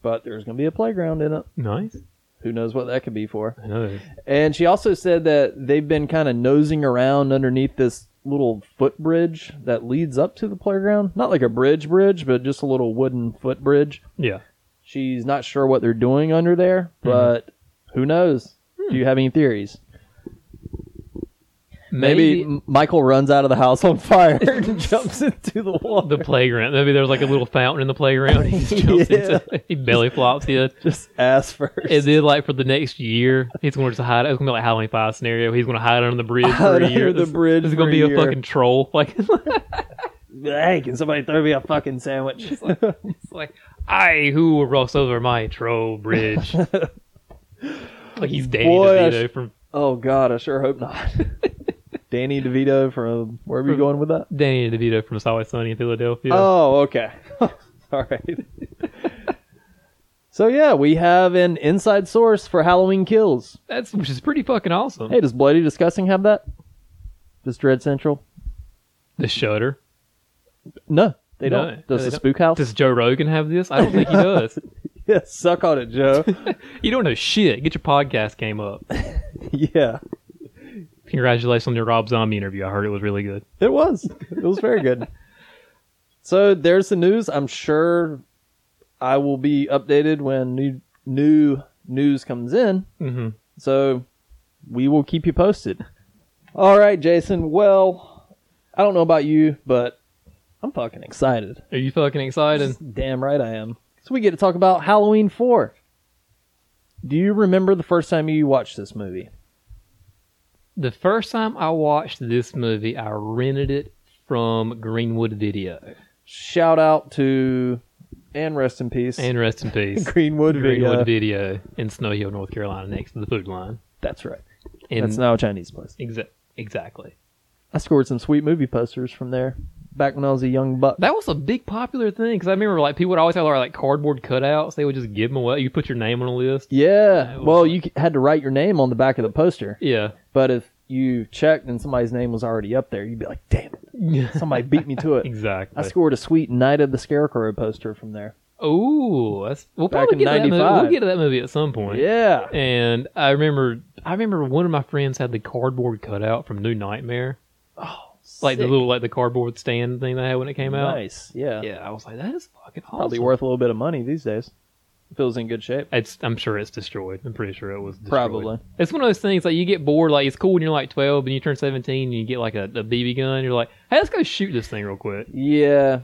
Speaker 6: but there's going to be a playground in it.
Speaker 7: Nice.
Speaker 6: Who knows what that could be for?
Speaker 7: I know.
Speaker 6: And she also said that they've been kind of nosing around underneath this little footbridge that leads up to the playground. Not like a bridge bridge, but just a little wooden footbridge.
Speaker 7: Yeah.
Speaker 6: She's not sure what they're doing under there, but who knows? Do you have any theories? Maybe,
Speaker 7: *laughs*
Speaker 6: M- Michael runs out of the house on fire and jumps into the water.
Speaker 7: the playground. Maybe there's like a little fountain in the playground. He just jumps
Speaker 6: Yeah.
Speaker 7: into it. He belly flops in.
Speaker 6: *laughs* Just ass first.
Speaker 7: And
Speaker 6: *laughs*
Speaker 7: then, like for the next year, he's going to just hide. It's going to be like Halloween Five scenario. He's going to hide under the bridge
Speaker 6: Hide
Speaker 7: for a
Speaker 6: under
Speaker 7: year.
Speaker 6: the bridge
Speaker 7: There's going
Speaker 6: for
Speaker 7: to be
Speaker 6: a
Speaker 7: a
Speaker 6: year.
Speaker 7: fucking troll. *laughs* Like,
Speaker 6: hey, can somebody throw me a fucking sandwich? *laughs*
Speaker 7: It's like, I who will cross over my troll
Speaker 6: *laughs*
Speaker 7: bridge. like he's Danny
Speaker 6: Boy, I
Speaker 7: DeVito from
Speaker 6: oh god, I sure hope not.
Speaker 7: *laughs*
Speaker 6: Danny DeVito from where were you going with that?
Speaker 7: Danny DeVito from It's Always Sunny in Philadelphia.
Speaker 6: Oh, okay. *laughs* All right. so yeah, we have an inside source for Halloween kills.
Speaker 7: That's which is pretty fucking awesome.
Speaker 6: Hey, does Bloody Disgusting have that? Does Dread Central?
Speaker 7: The Shutter.
Speaker 6: No, they
Speaker 7: No,
Speaker 6: don't.
Speaker 7: no,
Speaker 6: Does
Speaker 7: they
Speaker 6: the
Speaker 7: don't.
Speaker 6: Spook House?
Speaker 7: Does Joe Rogan have this? I don't think he does.
Speaker 6: *laughs* yeah, suck on
Speaker 7: *laughs*
Speaker 6: it, Joe.
Speaker 7: you don't know shit. Get your podcast game up.
Speaker 6: yeah.
Speaker 7: Congratulations on your Rob Zombie interview. I heard it was really good.
Speaker 6: It was. It was very good. *laughs* so there's the news. I'm sure I will be updated when new new news comes in.
Speaker 7: Mhm.
Speaker 6: So we will keep you posted. All right, Jason. Well, I don't know about you, but I'm fucking excited.
Speaker 7: Are you fucking excited?
Speaker 6: Damn right I am. So we get to talk about Halloween 4. Do you remember the first time you watched this movie?
Speaker 7: The first time I watched this movie, I rented it from Greenwood Video.
Speaker 6: Shout out to and rest in peace
Speaker 7: And rest in peace.
Speaker 6: *laughs* Greenwood,
Speaker 7: Greenwood
Speaker 6: Video.
Speaker 7: Video in Snow Hill, North Carolina, next to the food line.
Speaker 6: That's right.
Speaker 7: And
Speaker 6: That's now a Chinese place.
Speaker 7: exa- exactly.
Speaker 6: I scored some sweet movie posters from there back when I was a young buck.
Speaker 7: That was a big popular thing because I remember like people would always have like cardboard cutouts. They would just give them away. You put your name on a list.
Speaker 6: yeah.
Speaker 7: That was
Speaker 6: Well,
Speaker 7: fun.
Speaker 6: you c- had to write your name on the back of the poster,
Speaker 7: Yeah. *laughs*
Speaker 6: but if you checked and somebody's name was already up there, you'd be like, "Damn it, somebody beat me to it."
Speaker 7: *laughs* exactly.
Speaker 6: I scored a sweet Night of the Scarecrow poster from there.
Speaker 7: Oh, that's we'll
Speaker 6: Back in
Speaker 7: probably get to that movie.
Speaker 6: 95.
Speaker 7: We'll get to that movie at some point.
Speaker 6: Yeah.
Speaker 7: And I remember, I remember one of my friends had the cardboard cutout from New Nightmare, like the
Speaker 6: Sick.
Speaker 7: little like the cardboard stand thing they had when it came out.
Speaker 6: Nice. Yeah.
Speaker 7: Yeah, I was like, that is fucking awesome.
Speaker 6: Probably worth a little bit of money these days. If it was in good shape.
Speaker 7: It's, I'm sure it's destroyed. I'm pretty sure it was destroyed.
Speaker 6: Probably.
Speaker 7: It's one of those things like you get bored. Like it's cool when you're like 12 and you turn 17 and you get like a, a BB gun. You're like, hey, let's go shoot this thing real quick.
Speaker 6: Yeah.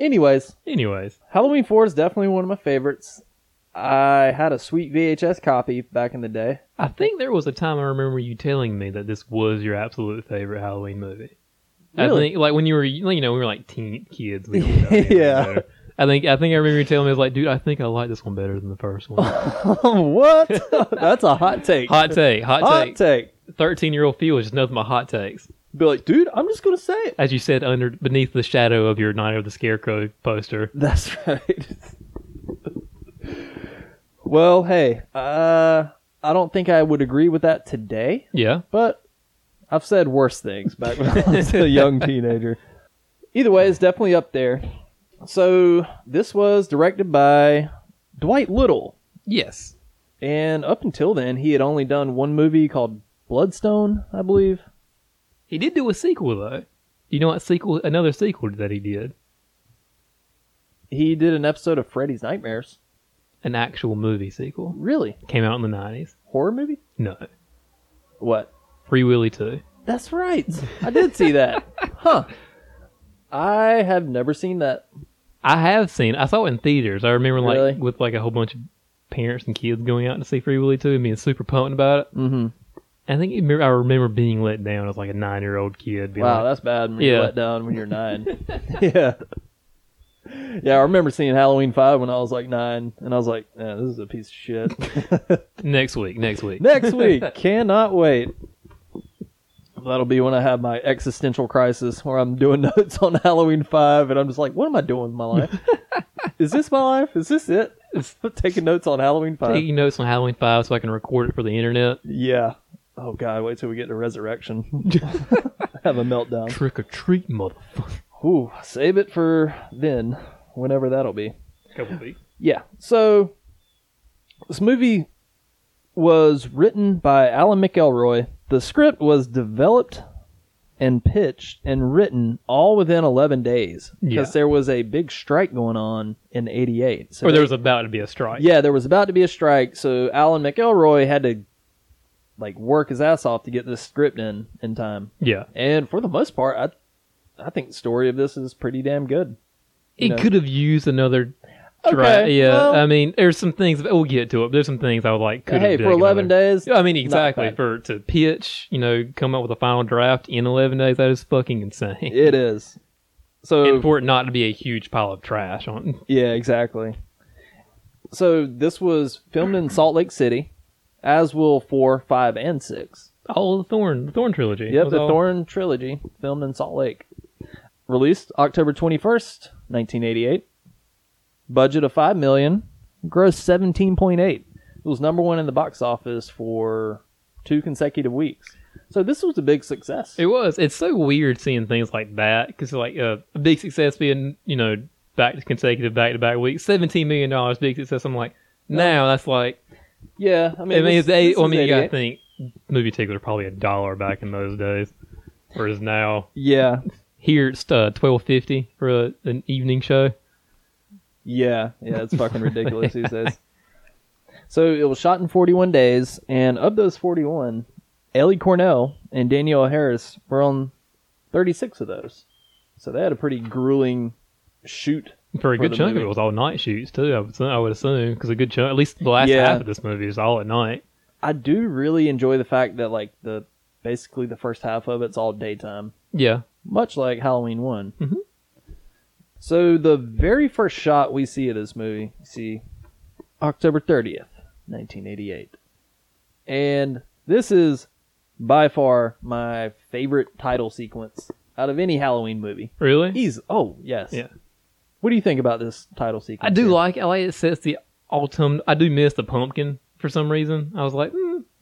Speaker 6: Anyways,
Speaker 7: Anyways,
Speaker 6: Halloween 4 is definitely one of my favorites. I had a sweet VHS copy back in the day.
Speaker 7: I think there was a time I remember you telling me that this was your absolute favorite Halloween movie. I
Speaker 6: Really?
Speaker 7: think like when you were you know we were like teen
Speaker 6: *laughs*
Speaker 7: kids. We don't know any
Speaker 6: Yeah.
Speaker 7: better. I think I think I remember you telling me I was like, dude, I think I like this one better than the
Speaker 6: *laughs*
Speaker 7: first one.
Speaker 6: what? That's a hot take.
Speaker 7: hot take, hot,
Speaker 6: Hot
Speaker 7: take. Thirteen year old Phil is just nothing but hot takes.
Speaker 6: Be like, dude, I'm just going to say it. *laughs*
Speaker 7: As you said, under beneath the shadow of your Night of the Scarecrow poster.
Speaker 6: That's right. *laughs* well, hey, uh, I don't think I would agree with that today.
Speaker 7: Yeah.
Speaker 6: but I've said worse things back when I was *laughs* a young teenager. Either way, it's definitely up there. So this was directed by Dwight Little,
Speaker 7: Yes.
Speaker 6: and up until then, he had only done one movie called Bloodstone, I believe.
Speaker 7: He did do a sequel though. You know what sequel? Another sequel that he did,
Speaker 6: He did an episode of Freddy's Nightmares.
Speaker 7: an actual movie sequel,
Speaker 6: Really,
Speaker 7: came out in the nineties.
Speaker 6: horror movie?
Speaker 7: No,
Speaker 6: What?
Speaker 7: Free Willy two.
Speaker 6: That's right. I did see *laughs* that, huh? I have never seen that.
Speaker 7: I have seen. I saw it in theaters. I remember like
Speaker 6: Really?
Speaker 7: with like a whole bunch of parents and kids going out to see Free Willy two and being super pumped about it.
Speaker 6: Mm-hmm.
Speaker 7: I think it, I remember being let down as like a nine year old kid. Being
Speaker 6: Wow,
Speaker 7: like,
Speaker 6: that's bad when you're
Speaker 7: Yeah.
Speaker 6: let down when you're nine. *laughs* yeah. Yeah, I remember seeing Halloween 5 when I was like nine, and I was like, yeah, this is a piece of shit. *laughs*
Speaker 7: next week, next week.
Speaker 6: Next week, cannot wait. That'll be when I have my existential crisis where I'm doing *laughs* notes on Halloween 5, and I'm just like, what am I doing with my life? is this my life? Is this it? Is *laughs* taking notes on Halloween 5?
Speaker 7: Taking notes on Halloween five so I can record it for the internet.
Speaker 6: Yeah. Oh, God, wait till we get to Resurrection. *laughs* have a meltdown.
Speaker 7: Trick or treat, motherfucker.
Speaker 6: Ooh, save it for then, whenever that'll be.
Speaker 7: Couple weeks.
Speaker 6: Yeah. So this movie was written by Alan McElroy. The script was developed and pitched and written all within 11 days because
Speaker 7: Yeah.
Speaker 6: there was a big strike going on in 88. So
Speaker 7: Or Oh, there was about to be a strike.
Speaker 6: yeah, there was about to be a strike, so Alan McElroy had to like work his ass off to get this script in in time.
Speaker 7: Yeah.
Speaker 6: And for the most part, I I think the story of this is pretty damn good.
Speaker 7: It
Speaker 6: know.
Speaker 7: could have used another. Try.
Speaker 6: Okay,
Speaker 7: Yeah.
Speaker 6: well-
Speaker 7: I mean, there's some things we'll get to it. but There's some things I would like. Could
Speaker 6: hey,
Speaker 7: have
Speaker 6: for
Speaker 7: done
Speaker 6: 11
Speaker 7: another-
Speaker 6: days,
Speaker 7: Yeah, I mean, exactly.
Speaker 6: bad.
Speaker 7: For to pitch, you know, come up with a final draft in 11 days, that is fucking insane.
Speaker 6: it is. So
Speaker 7: and for it not to be a huge pile of trash on.
Speaker 6: Yeah, exactly. So this was filmed in Salt Lake City, as will four, five, and six.
Speaker 7: Oh, the Thorn, the Thorn trilogy.
Speaker 6: Yep,
Speaker 7: was
Speaker 6: the
Speaker 7: all-
Speaker 6: Thorn trilogy filmed in Salt Lake. Released October twenty first, nineteen eighty eight. Budget of five million, gross seventeen point eight. It was number one in the box office for two consecutive weeks. So this was a big success.
Speaker 7: It was. It's so weird seeing things like that because like uh, a big success being you know back to consecutive back to back weeks, 17 million dollars big success. I'm like, now that's like.
Speaker 6: yeah, I
Speaker 7: I
Speaker 6: mean,
Speaker 7: mean,
Speaker 6: this-
Speaker 7: it's eight,
Speaker 6: this
Speaker 7: well, I
Speaker 6: is
Speaker 7: mean you
Speaker 6: 88.
Speaker 7: gotta think movie tickets were probably a dollar back in those days, whereas now
Speaker 6: Yeah.
Speaker 7: here it's uh, twelve fifty for a, an evening show.
Speaker 6: Yeah, yeah, it's fucking ridiculous these days. So it was shot in 41 days, and of those 41, Ellie Cornell and Danielle Harris were on 36 of those. So they had a pretty grueling shoot.
Speaker 7: For a
Speaker 6: For
Speaker 7: good
Speaker 6: the
Speaker 7: chunk of
Speaker 6: movie.
Speaker 7: it was all night shoots too. I would, assume- I would assume because a good chunk, at least the last
Speaker 6: Yeah.
Speaker 7: half of this movie is all at night.
Speaker 6: I do really enjoy the fact that like the basically the first half of it's all daytime,
Speaker 7: Yeah,
Speaker 6: much like Halloween one.
Speaker 7: Mhm.
Speaker 6: So the very first shot we see of this movie, you see October thirtieth, nineteen eighty eight, and this is by far my favorite title sequence out of any Halloween movie.
Speaker 7: really.
Speaker 6: He's oh yes,
Speaker 7: Yeah.
Speaker 6: What do you think about this title sequence?
Speaker 7: I do
Speaker 6: here?
Speaker 7: like. I like it sets the autumn. I do miss the pumpkin for some reason. I was like,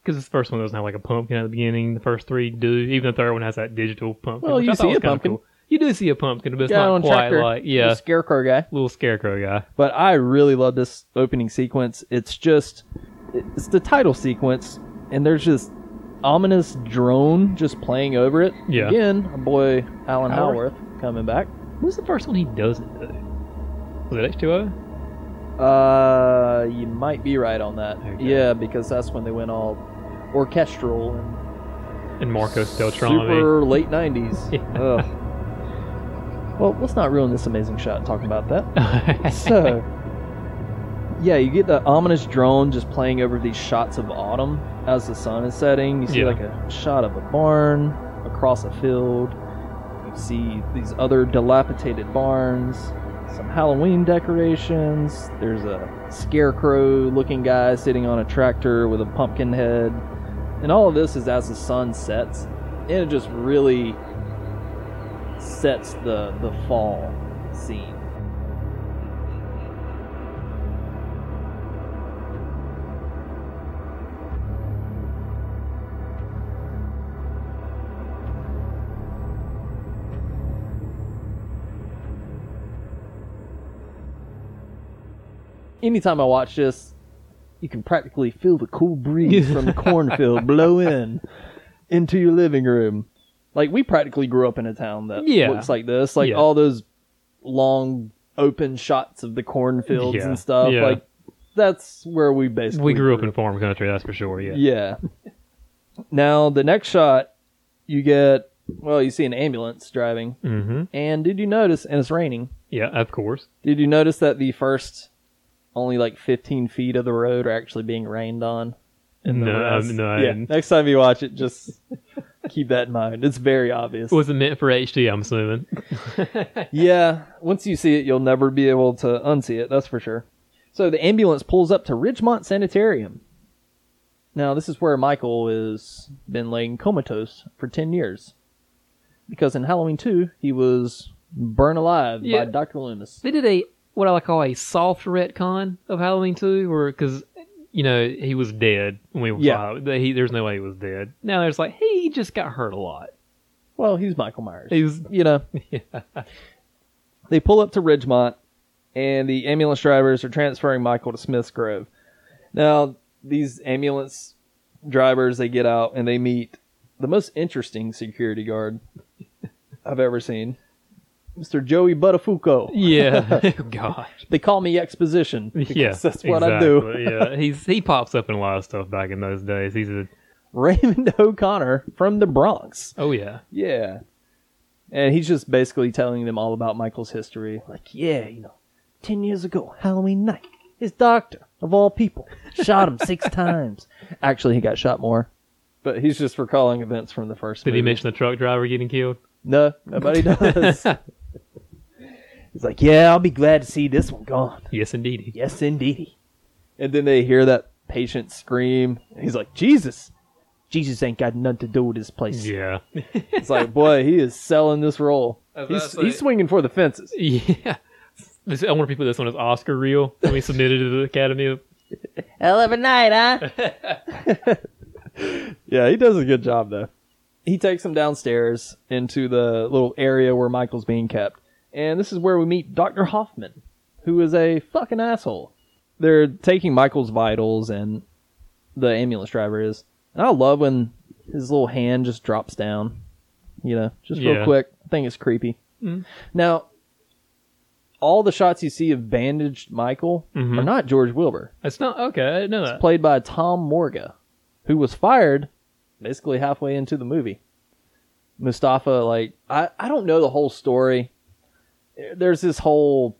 Speaker 7: because this first one doesn't have like a pumpkin at the beginning. The first three do. Even the third one has that digital pumpkin.
Speaker 6: Well,
Speaker 7: which
Speaker 6: you
Speaker 7: I thought
Speaker 6: see
Speaker 7: was
Speaker 6: a
Speaker 7: kinda
Speaker 6: pumpkin.
Speaker 7: cool. You do see a pumpkin, but it's
Speaker 6: guy
Speaker 7: not
Speaker 6: on
Speaker 7: quite
Speaker 6: tractor,
Speaker 7: like
Speaker 6: the
Speaker 7: yeah,
Speaker 6: scarecrow guy.
Speaker 7: little scarecrow guy.
Speaker 6: but I really love this opening sequence. It's just, it's the title sequence, and there's this ominous drone just playing over it.
Speaker 7: Yeah.
Speaker 6: Again, our boy Alan
Speaker 7: Howard.
Speaker 6: Howarth coming back.
Speaker 7: What's the first one he doesn't do? Was it H two O?
Speaker 6: Uh, you might be right on that.
Speaker 7: Okay.
Speaker 6: Yeah, because that's when they went all orchestral and
Speaker 7: And Marcos Del Tronte.
Speaker 6: super late '90s.
Speaker 7: *laughs* Yeah.
Speaker 6: Ugh. Well, let's not ruin this amazing shot talking about that. so yeah you get the ominous drone just playing over these shots of autumn as the sun is setting you see
Speaker 7: Yeah.
Speaker 6: like a shot of a barn across a field you see these other dilapidated barns some halloween decorations there's a scarecrow looking guy sitting on a tractor with a pumpkin head and all of this is as the sun sets and it just really sets the the fall scene anytime I watch this, you can practically feel the cool
Speaker 7: *laughs*
Speaker 6: breeze from the cornfield blow in into your living room. Like we practically grew up in a town that
Speaker 7: Yeah.
Speaker 6: looks like this. Like
Speaker 7: Yeah.
Speaker 6: all those long open shots of the cornfields
Speaker 7: Yeah.
Speaker 6: and stuff.
Speaker 7: Yeah.
Speaker 6: Like that's where we basically
Speaker 7: *laughs* we grew up in farm country, that's for sure. Yeah.
Speaker 6: yeah. now the next shot, you get well, you see an ambulance driving,
Speaker 7: Mm-hmm.
Speaker 6: and did you notice? And it's raining.
Speaker 7: Yeah, of course.
Speaker 6: Did you notice that the first only like 15 feet of the road are actually being rained on? And the
Speaker 7: No, I-
Speaker 6: rest-
Speaker 7: no, I
Speaker 6: yeah.
Speaker 7: didn't.
Speaker 6: Next time you watch it, just *laughs* keep that in mind. It's very obvious.
Speaker 7: Was it meant for HD? I'm assuming.
Speaker 6: yeah. Once you see it, you'll never be able to unsee it. That's for sure. So the ambulance pulls up to Ridgemont Sanitarium. Now this is where Michael has been laying comatose for 10 years. Because in Halloween 2, he was burned alive
Speaker 7: Yeah.
Speaker 6: by Dr. Loomis.
Speaker 7: They did a what I like call a soft retcon of Halloween Two, where because you know he was dead when we
Speaker 6: Yeah.
Speaker 7: saw it. They- he- there's no way he was dead. Now there's like he just got hurt a lot.
Speaker 6: Well, he's Michael Myers.
Speaker 7: He was
Speaker 6: you *laughs* know. They pull up to Ridgemont, and the ambulance drivers are transferring Michael to Smith's Grove. Now, these ambulance drivers they get out and they meet the most interesting security *laughs* guard I've ever seen, Mr. Joey Buttafuoco.
Speaker 7: yeah. *laughs* oh gosh.
Speaker 6: They call me Exposition because
Speaker 7: Yeah,
Speaker 6: that's what I do.
Speaker 7: exactly, yeah, *laughs* he's he pops up in a lot of stuff back in those days. He's a
Speaker 6: *laughs* Raymond O'Connor from the Bronx.
Speaker 7: oh yeah.
Speaker 6: Yeah. And he's just basically telling them all about Michael's history. Like, yeah, you know, 10 years ago, Halloween night, his doctor, of all people, shot him *laughs* six times. Actually, he got shot more. But he's just recalling events from the first
Speaker 7: Did
Speaker 6: movie.
Speaker 7: he mention the truck driver getting killed?
Speaker 6: No,
Speaker 7: *laughs*
Speaker 6: nobody does. he's like, yeah, I'll be glad to see this one gone.
Speaker 7: Yes, indeed.
Speaker 6: Yes, indeedy. And then they hear that patient scream. and He's like, Jesus. Jesus ain't got nothing to do with this place.
Speaker 7: Yeah.
Speaker 6: It's like, boy, he is selling this role.
Speaker 7: was
Speaker 6: He's,
Speaker 7: about to say-
Speaker 6: he's swinging for the fences.
Speaker 7: *laughs* Yeah. This, I wonder if people this one is Oscar real when we submitted to the Academy.
Speaker 6: Hell of a night, huh? yeah, he does a good job, though. He takes him downstairs into the little area where Michael's being kept. And this is where we meet Dr. Hoffman, who is a fucking asshole. They're taking Michael's vitals, and the ambulance driver is. I love when his little hand just drops down, you know, just real
Speaker 7: Yeah.
Speaker 6: quick. I think it's creepy.
Speaker 7: Mm.
Speaker 6: Now, all the shots you see of bandaged Michael
Speaker 7: Mhm.
Speaker 6: are not George Wilbur.
Speaker 7: It's not okay. I didn't know
Speaker 6: It's *laughs*
Speaker 7: that.
Speaker 6: played by Tom Morga, who was fired basically halfway into the movie. Mustafa, like I, I don't know the whole story. There's this whole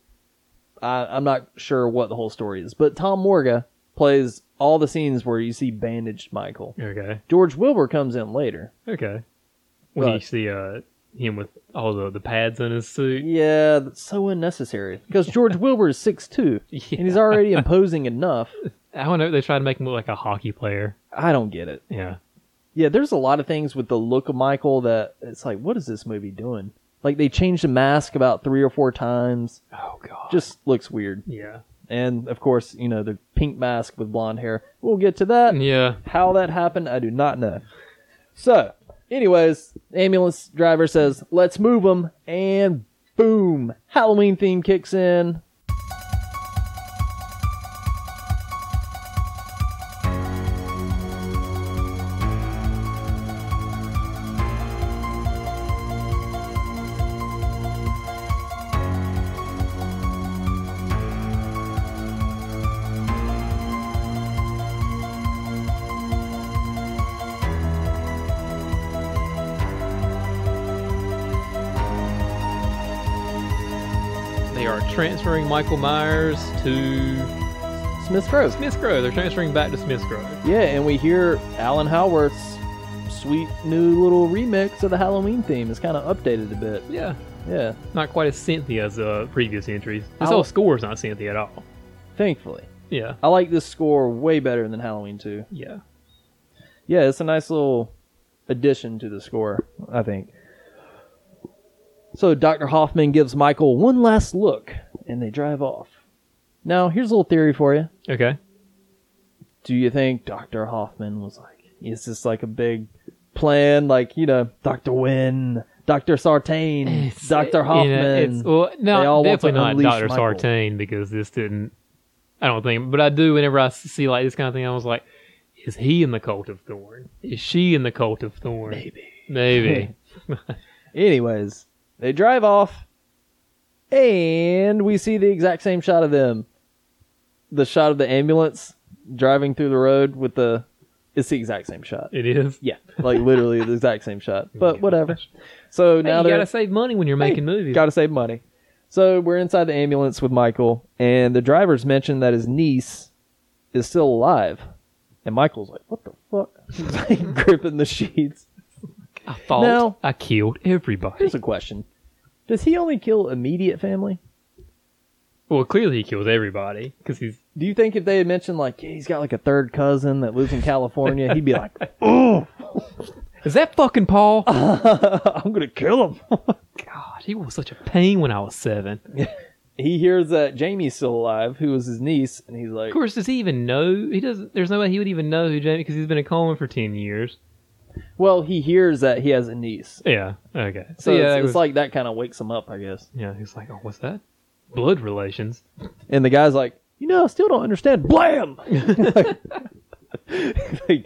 Speaker 6: I, I'm not sure what the whole story is, but Tom Morga plays all the scenes where you see bandaged Michael.
Speaker 7: okay.
Speaker 6: George Wilbur comes in later.
Speaker 7: Okay. When you
Speaker 6: Right.
Speaker 7: see uh him with all the the pads on his suit.
Speaker 6: Yeah, that's so unnecessary because George Wilbur is six two and he's already imposing enough.
Speaker 7: I don't know. They try to make him look like a hockey player.
Speaker 6: I don't get it.
Speaker 7: Yeah.
Speaker 6: Yeah, there's a lot of things with the look of Michael that it's like, what is this movie doing? Like they changed the mask about three or four times.
Speaker 7: Oh god.
Speaker 6: Just looks weird.
Speaker 7: yeah.
Speaker 6: And of course, you know, the pink mask with blonde hair. We'll get to that.
Speaker 7: Yeah.
Speaker 6: How that happened, I do not know. So, anyways, ambulance driver says, let's move him. And boom, Halloween theme kicks in.
Speaker 7: They are transferring Michael Myers to
Speaker 6: Smith Crows.
Speaker 7: Smith's Grove. They're transferring back to Smith's Grove.
Speaker 6: Yeah, and we hear Alan Howarth's sweet new little remix of the Halloween theme. It's kind of updated a bit.
Speaker 7: Yeah.
Speaker 6: Yeah,
Speaker 7: Not quite as Cynthia as uh, previous entries. This
Speaker 6: I'll-
Speaker 7: whole score is not Cynthia at all.
Speaker 6: thankfully.
Speaker 7: Yeah.
Speaker 6: I like this score way better than Halloween 2.
Speaker 7: Yeah.
Speaker 6: Yeah, it's a nice little addition to the score, I think. So Dr. Hoffman gives Michael one last look, and they drive off. Now, here's a little theory for you.
Speaker 7: Okay.
Speaker 6: do you think Dr. Hoffman was like, is this like a big plan? Like, you know, Dr. Wynn, Dr. Sartain, Dr. Hoffman.
Speaker 7: it's, well, no,
Speaker 6: They all want
Speaker 7: definitely
Speaker 6: to
Speaker 7: not
Speaker 6: unleash
Speaker 7: Doctor
Speaker 6: Michael.
Speaker 7: Sartain because this didn't. I don't think, but I do. Whenever I see like this kind of thing, I was like, "Is he in the cult of Thorn? Is she in the cult of Thorn? Maybe, *laughs* maybe."
Speaker 6: Anyways, they drive off and we see the exact same shot of them. The shot of the ambulance driving through the road with the. It's the exact same shot.
Speaker 7: it is.
Speaker 6: Yeah, like literally the exact same
Speaker 7: *laughs*
Speaker 6: shot. But whatever. So
Speaker 7: Hey,
Speaker 6: now
Speaker 7: you
Speaker 6: they're
Speaker 7: gotta save money when you're making movies.
Speaker 6: Got to save money. So we're inside the ambulance with Michael, and the driver's mentioned that his niece is still alive. And Michael's like, what the fuck? *laughs* He's like gripping the sheets.
Speaker 7: I thought
Speaker 6: Now-
Speaker 7: I killed everybody.
Speaker 6: *laughs* Here's a question Does he only kill immediate family?
Speaker 7: Well, clearly he kills everybody because he's
Speaker 6: Do you think if they had mentioned, like, yeah, he's got like a third cousin that lives in California, he'd be
Speaker 7: *laughs*
Speaker 6: like,
Speaker 7: is that fucking Paul?
Speaker 6: Uh-huh. I'm going to kill him? *laughs*
Speaker 7: God, he was such a pain when I was seven.
Speaker 6: he hears that Jamie's still alive, who was his niece, and he's like,
Speaker 7: Of course, does he even know? He doesn't. There's no way he would even know who Jamie because he's been in coma for ten years.
Speaker 6: well, he hears that he has a niece.
Speaker 7: Yeah. Okay.
Speaker 6: So
Speaker 7: yeah,
Speaker 6: it's,
Speaker 7: it
Speaker 6: it's
Speaker 7: was-
Speaker 6: like that kind of wakes him up, I guess.
Speaker 7: Yeah, he's like, oh, what's that? Blood relations.
Speaker 6: And the guy's like, you know, I still don't understand. Blam! *laughs* like,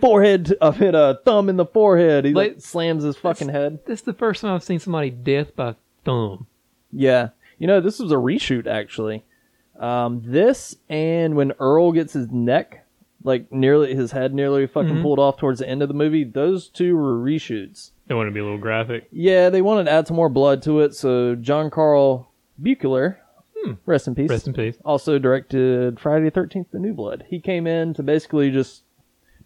Speaker 6: forehead, I hit a thumb in the forehead. He like,
Speaker 7: Like-
Speaker 6: slams his fucking head.
Speaker 7: This is the first time I've seen somebody death by thumb.
Speaker 6: Yeah. You know, this was a reshoot, actually. Um, this and when Earl gets his neck, like nearly his head nearly fucking
Speaker 7: Mm-hmm.
Speaker 6: pulled off towards the end of the movie, those two were reshoots.
Speaker 7: They want to be a little graphic.
Speaker 6: Yeah, they wanted to add some more blood to it, so John Carl Buechler, rest in peace.
Speaker 7: Hmm. Rest in peace.
Speaker 6: also directed Friday the 13th, The New Blood. He came in to basically just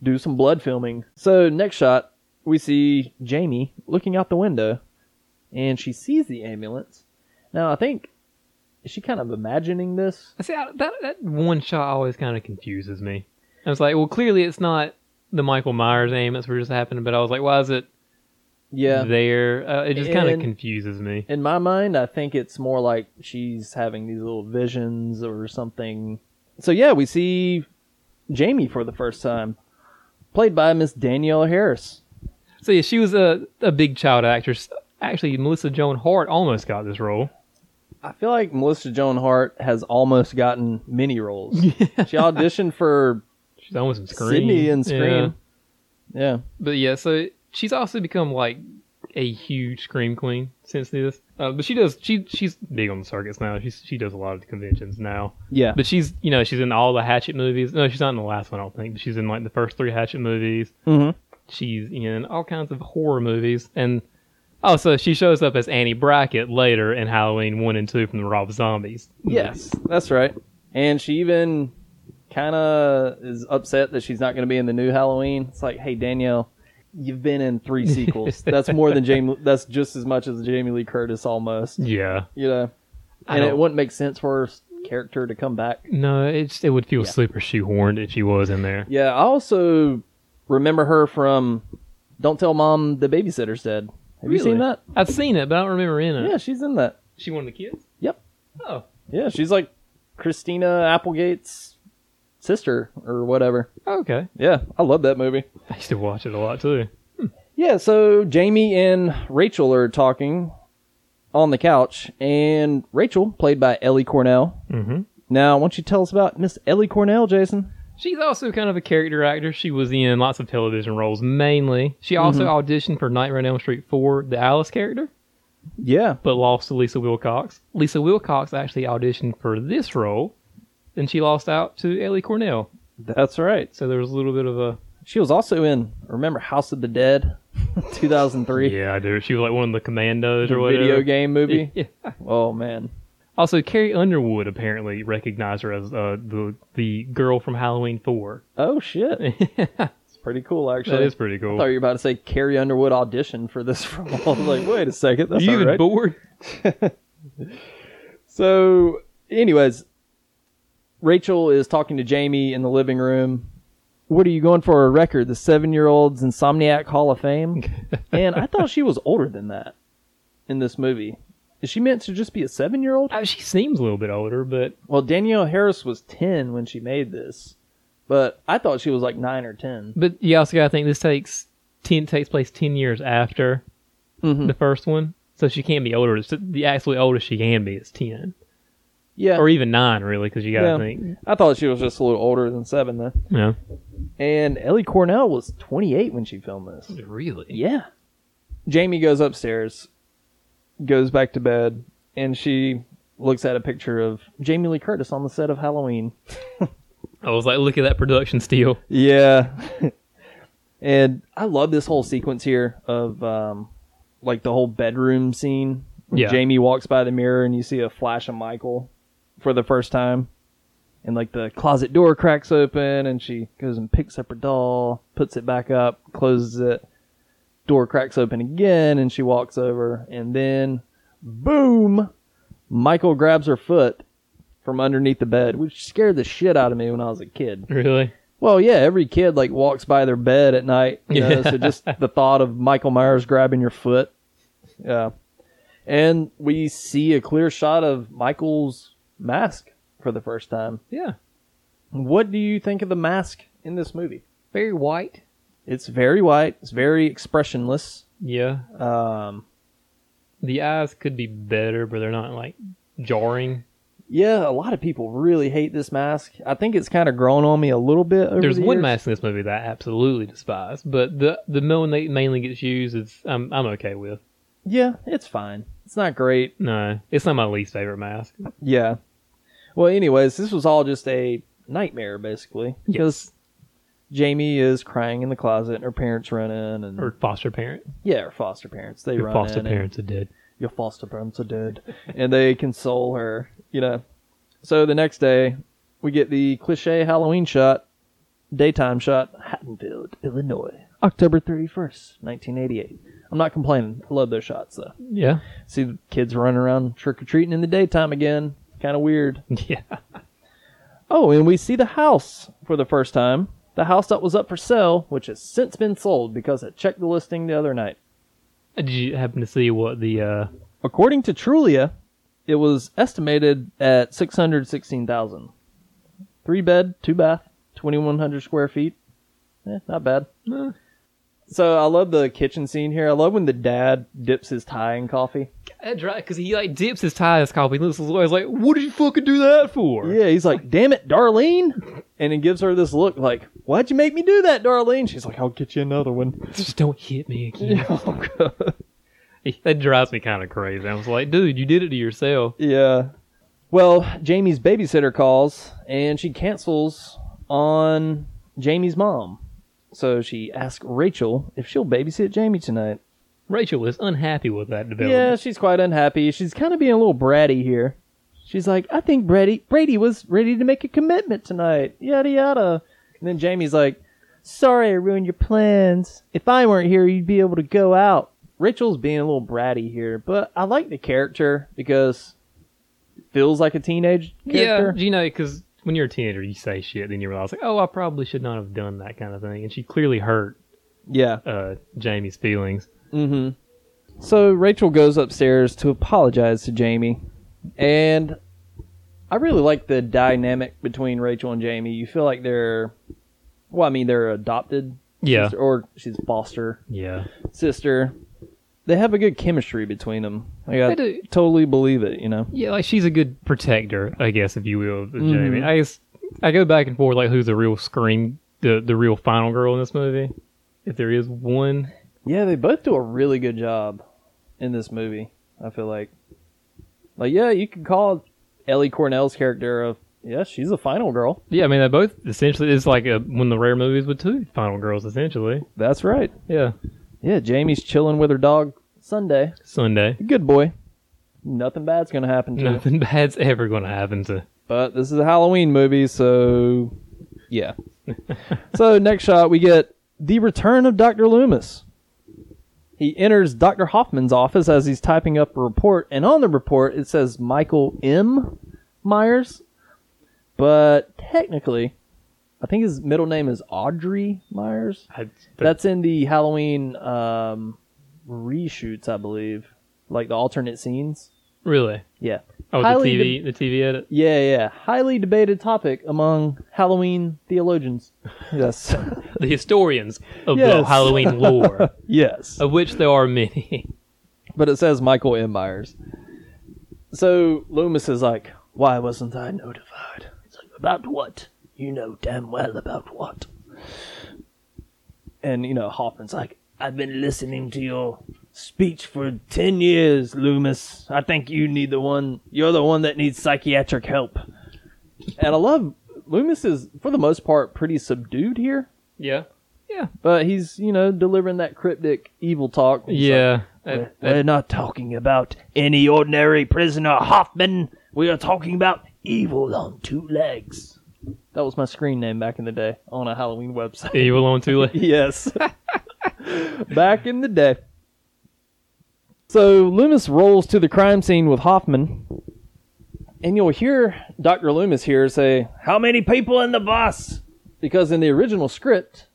Speaker 6: do some blood filming. So, next shot, we see Jamie looking out the window and she sees the ambulance. Now, I think, is she kind of imagining this?
Speaker 7: I see I, that that one shot always kind of confuses me. I was like, well, clearly it's not the Michael Myers aim that's just happening, but I was like, why is it
Speaker 6: Yeah.
Speaker 7: there? Uh, it just kind of
Speaker 6: And-
Speaker 7: confuses me.
Speaker 6: In my mind, I think it's more like she's having these little visions or something. So, yeah, we see Jamie for the first time, played by Miss Danielle Harris.
Speaker 7: So yeah, she was a a big child actress. Actually, Melissa Joan Hart almost got this role.
Speaker 6: I feel like Melissa Joan Hart has almost
Speaker 7: *laughs*
Speaker 6: gotten mini roles. She auditioned for
Speaker 7: She's almost in Scream.
Speaker 6: Sydney in Scream.
Speaker 7: Yeah.
Speaker 6: Yeah.
Speaker 7: But yeah, so she's also become like a huge scream queen since this. Uh, but she does she she's big on the circuits now. She's she does a lot of the conventions now.
Speaker 6: Yeah.
Speaker 7: But she's you know she's in all the Hatchet movies. No, she's not in the last one. I don't think. But she's in like the first three Hatchet movies.
Speaker 6: Mhm.
Speaker 7: She's in all kinds of horror movies and. Oh, so she shows up as Annie Brackett later in Halloween one and two from the Rob Zombies.
Speaker 6: Yes, that's right. And she even kind of is upset that she's not going to be in the new Halloween. It's like, hey Danielle, you've been in three
Speaker 7: *laughs*
Speaker 6: sequels. that's more than Jamie. That's just as much as Jamie Lee Curtis almost.
Speaker 7: Yeah.
Speaker 6: You know,
Speaker 7: I
Speaker 6: and it
Speaker 7: don't-
Speaker 6: wouldn't make sense for her s- character to come back.
Speaker 7: No, it's it would feel super shoehorned if she was in there.
Speaker 6: Yeah, I also remember her from "Don't Tell Mom the Babysitter's Dead." Have you seen that?
Speaker 7: I've seen it, but I don't remember in it.
Speaker 6: Yeah, she's in that.
Speaker 7: She one of the kids?
Speaker 6: Yep.
Speaker 7: Oh.
Speaker 6: Yeah, she's like Christina Applegate's sister or whatever.
Speaker 7: Okay.
Speaker 6: Yeah, I love that movie.
Speaker 7: I used to watch it a lot too.
Speaker 6: Yeah, so Jamie and Rachel are talking on the couch, and Rachel, played by Ellie Cornell.
Speaker 7: Mhm.
Speaker 6: Now, why don't you tell us about Miss Ellie Cornell, Jason?
Speaker 7: She's also kind of a character actor. She was in lots of television roles mainly. She also auditioned for Nightmare on Elm Street 4, the Alice character,
Speaker 6: Yeah.
Speaker 7: but lost to Lisa Wilcox. Lisa Wilcox actually auditioned for this role, and she lost out to Ellie Cornell.
Speaker 6: That's right.
Speaker 7: So there was a little bit of a
Speaker 6: She was also in, remember, House of the *laughs* Dead, 2003,
Speaker 7: Yeah, I do. She was like one of the commandos or whatever.
Speaker 6: video game movie?
Speaker 7: *laughs* Yeah.
Speaker 6: Oh, man.
Speaker 7: Also, Carrie Underwood apparently recognized her as uh, the the girl from Halloween Four.
Speaker 6: Oh,
Speaker 7: *laughs*
Speaker 6: shit.
Speaker 7: that
Speaker 6: It's pretty cool, actually.
Speaker 7: is pretty
Speaker 6: I
Speaker 7: cool.
Speaker 6: thought you were about to say Carrie Underwood auditioned for this *laughs* role. I was like, wait a second, that's
Speaker 7: you
Speaker 6: not
Speaker 7: even
Speaker 6: right.
Speaker 7: bored?
Speaker 6: So, anyways, Rachel is talking to Jamie in the living room. What are you going for a record? The seven year old's Insomniac Hall of
Speaker 7: *laughs*
Speaker 6: Fame? and I thought she was older than that in this movie. Is she meant to just be a seven year old?
Speaker 7: Uh, she seems a little bit older, but
Speaker 6: Well, Danielle Harris was 10 when she made this, but I thought she was like nine or 10.
Speaker 7: but you also got to think this takes ten takes place ten years after
Speaker 6: Mhm.
Speaker 7: the first one, so she can't be older. It's the actually oldest she can be is ten
Speaker 6: Yeah.
Speaker 7: or even nine, really, because you got to
Speaker 6: Yeah.
Speaker 7: think.
Speaker 6: I thought she was just a little older than seven, though.
Speaker 7: Yeah,
Speaker 6: And Ellie Cornell was 28 when she filmed this.
Speaker 7: really.
Speaker 6: Yeah. Jamie goes upstairs, goes back to bed, and she looks at a picture of Jamie Lee Curtis on the set of Halloween.
Speaker 7: I was like, look at that production steal.
Speaker 6: Yeah. *laughs* and I love this whole sequence here of um like the whole bedroom scene. when
Speaker 7: Yeah.
Speaker 6: Jamie walks by the mirror and you see a flash of Michael for the first time. And like the closet door cracks open and she goes and picks up her doll, puts it back up, closes it. Door cracks open again and she walks over and then boom, Michael grabs her foot from underneath the bed, which scared the shit out of me when I was a kid.
Speaker 7: *laughs* Really?
Speaker 6: Well, yeah, every kid like walks by their bed at night. You know, so just the thought of Michael Myers grabbing your foot. Yeah. And we see a clear shot of Michael's mask for the first time.
Speaker 7: Yeah.
Speaker 6: What do you think of the mask in this movie?
Speaker 7: Very white.
Speaker 6: It's very white, it's very expressionless.
Speaker 7: Yeah.
Speaker 6: Um
Speaker 7: The eyes could be better, but they're not like jarring.
Speaker 6: yeah, a lot of people really hate this mask. I think it's kind of grown on me a little bit over
Speaker 7: There's
Speaker 6: the
Speaker 7: one
Speaker 6: years.
Speaker 7: mask in this movie that I absolutely despise, but the the one that mainly gets used is I'm I'm okay with.
Speaker 6: Yeah, it's fine. It's not great.
Speaker 7: No, it's not my least favorite mask.
Speaker 6: Yeah. Well, anyways, this was all just a nightmare, basically. Because Jamie is crying in the closet, and her parents run in, and
Speaker 7: Or foster parent.
Speaker 6: yeah, her foster parents they
Speaker 7: Your
Speaker 6: run
Speaker 7: foster
Speaker 6: in, and
Speaker 7: parents are dead.
Speaker 6: your foster parents are dead, and they console her. You know. So the next day, we get the cliche Halloween shot, daytime shot, Haddonfield, Illinois, October thirty first, nineteen eighty eight. I'm not complaining. I love those shots though.
Speaker 7: Yeah.
Speaker 6: See the kids running around trick or treating in the daytime again. Kind of weird.
Speaker 7: *laughs* Yeah.
Speaker 6: Oh, and we see the house for the first time. The house that was up for sale, which has since been sold because I checked the listing the other night.
Speaker 7: Did you happen to see what the uh
Speaker 6: According to Trulia, it was estimated at 616,000. 3 bed, 2 bath, 2100 square feet. Eh, not bad.
Speaker 7: eh,
Speaker 6: So I love the kitchen scene here. I love when the dad dips his tie in coffee.
Speaker 7: that's right, because he like dips his tie in his coffee and looks at his lawyer, he's like, What did you fucking do that for?
Speaker 6: Yeah, he's like, "Damn it, Darlene." and it gives her this look like, "Why'd you make me do that, Darlene?" She's like, "I'll get you another one."
Speaker 7: Just don't hit me *laughs* again.
Speaker 6: oh god.
Speaker 7: That drives me kind of crazy. I was like, dude, you did it to yourself.
Speaker 6: Yeah. Well, Jamie's babysitter calls and she cancels on Jamie's mom. So she asks Rachel if she'll babysit Jamie tonight.
Speaker 7: Rachel is unhappy with that
Speaker 6: Yeah,
Speaker 7: development.
Speaker 6: she's quite unhappy. She's kind of being a little bratty here. She's like, I think Brady Brady was ready to make a commitment tonight. Yada yada. And then Jamie's like, Sorry, I ruined your plans. If I weren't here, you'd be able to go out. Rachel's being a little bratty here, but I like the character because it feels like a teenage character.
Speaker 7: you know, because when you're a teenager, you say shit, then you realize, like, oh, I probably should not have done that kind of thing. And she clearly hurt
Speaker 6: Yeah.
Speaker 7: uh, Jamie's feelings.
Speaker 6: Mm-hmm. So Rachel goes upstairs to apologize to Jamie, and I really like the dynamic between Rachel and Jamie. You feel like they're, well, I mean, they're adopted,
Speaker 7: Yeah.
Speaker 6: sister- or she's foster
Speaker 7: Yeah.
Speaker 6: sister. They have a good chemistry between them. Like, I
Speaker 7: They do.
Speaker 6: totally believe it. You know.
Speaker 7: Yeah, like she's a good protector, I guess, if you will, of
Speaker 6: Mm-hmm.
Speaker 7: Jamie. I guess I go back and forth like who's the real scream the the real final girl in this movie. If there is one.
Speaker 6: Yeah, they both do a really good job in this movie. I feel like, like yeah, you could call Ellie Cornell's character of yeah, she's a final girl.
Speaker 7: Yeah, I mean they both essentially it's like a, one of the rare movies with two final girls essentially.
Speaker 6: That's right.
Speaker 7: Yeah.
Speaker 6: Yeah, Jamie's chilling with her dog Sunday.
Speaker 7: Sunday.
Speaker 6: Good boy. Nothing bad's gonna happen to him.
Speaker 7: Nothing *laughs* bad's ever gonna happen to
Speaker 6: But this is a Halloween movie, so yeah. *laughs* so next shot we get the return of Dr. Loomis. He enters Dr. Hoffman's office as he's typing up a report, and on the report it says Michael M. Myers. But technically, I think his middle name is Audrey Myers.
Speaker 7: I,
Speaker 6: That's in the Halloween um, reshoots, I believe, like the alternate scenes.
Speaker 7: really.
Speaker 6: Yeah,
Speaker 7: Oh,
Speaker 6: Highly
Speaker 7: the TV, the TV edit.
Speaker 6: yeah, yeah. Highly debated topic among Halloween
Speaker 7: *laughs*
Speaker 6: theologians. Yes,
Speaker 7: The historians of the
Speaker 6: Yes.
Speaker 7: Halloween lore,
Speaker 6: *laughs* yes.
Speaker 7: of which there are many.
Speaker 6: But it says Michael M. Myers. So Loomis is like, "Why wasn't I notified?" It's like, "About what? You know damn well about what." And you know Hoffman's like,
Speaker 5: I've been listening to your speech for 10 years, Loomis. I think you need the one, you're the one that needs psychiatric help.
Speaker 6: and I love Loomis is for the most part pretty subdued here.
Speaker 7: Yeah.
Speaker 6: But he's, you know, delivering that cryptic evil talk. He's like,
Speaker 7: Yeah. That- that-
Speaker 5: We're not talking about any ordinary prisoner, Hoffman. We are talking about evil on two legs.
Speaker 6: that was my screen name back in the day on a Halloween website. *laughs*
Speaker 7: evil on too late.
Speaker 6: yes. *laughs* back in the day. So Loomis rolls to the crime scene with Hoffman. And you'll hear Dr. Loomis here say,
Speaker 5: How many people in the bus?
Speaker 6: because in the original script,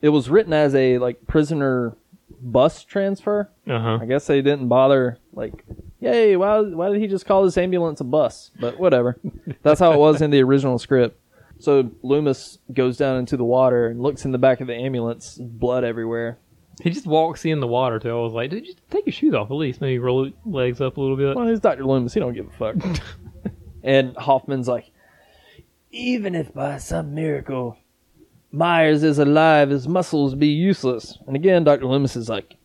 Speaker 6: it was written as a, like, prisoner bus transfer.
Speaker 7: Uh huh.
Speaker 6: I guess they didn't bother like, yay, why why did he just call this ambulance a bus? But whatever. That's how it was in the original script. So Loomis goes down into the water and looks in the back of the ambulance, blood everywhere.
Speaker 7: He just walks in the water too. I was like, dude, just take your shoes off at least. Maybe roll your legs up a little bit.
Speaker 6: Well, he's Dr. Loomis, he don't give a fuck.
Speaker 5: *laughs*
Speaker 6: and Hoffman's like, even if by some miracle Myers is alive, his muscles be useless. And again, Dr. Loomis is like,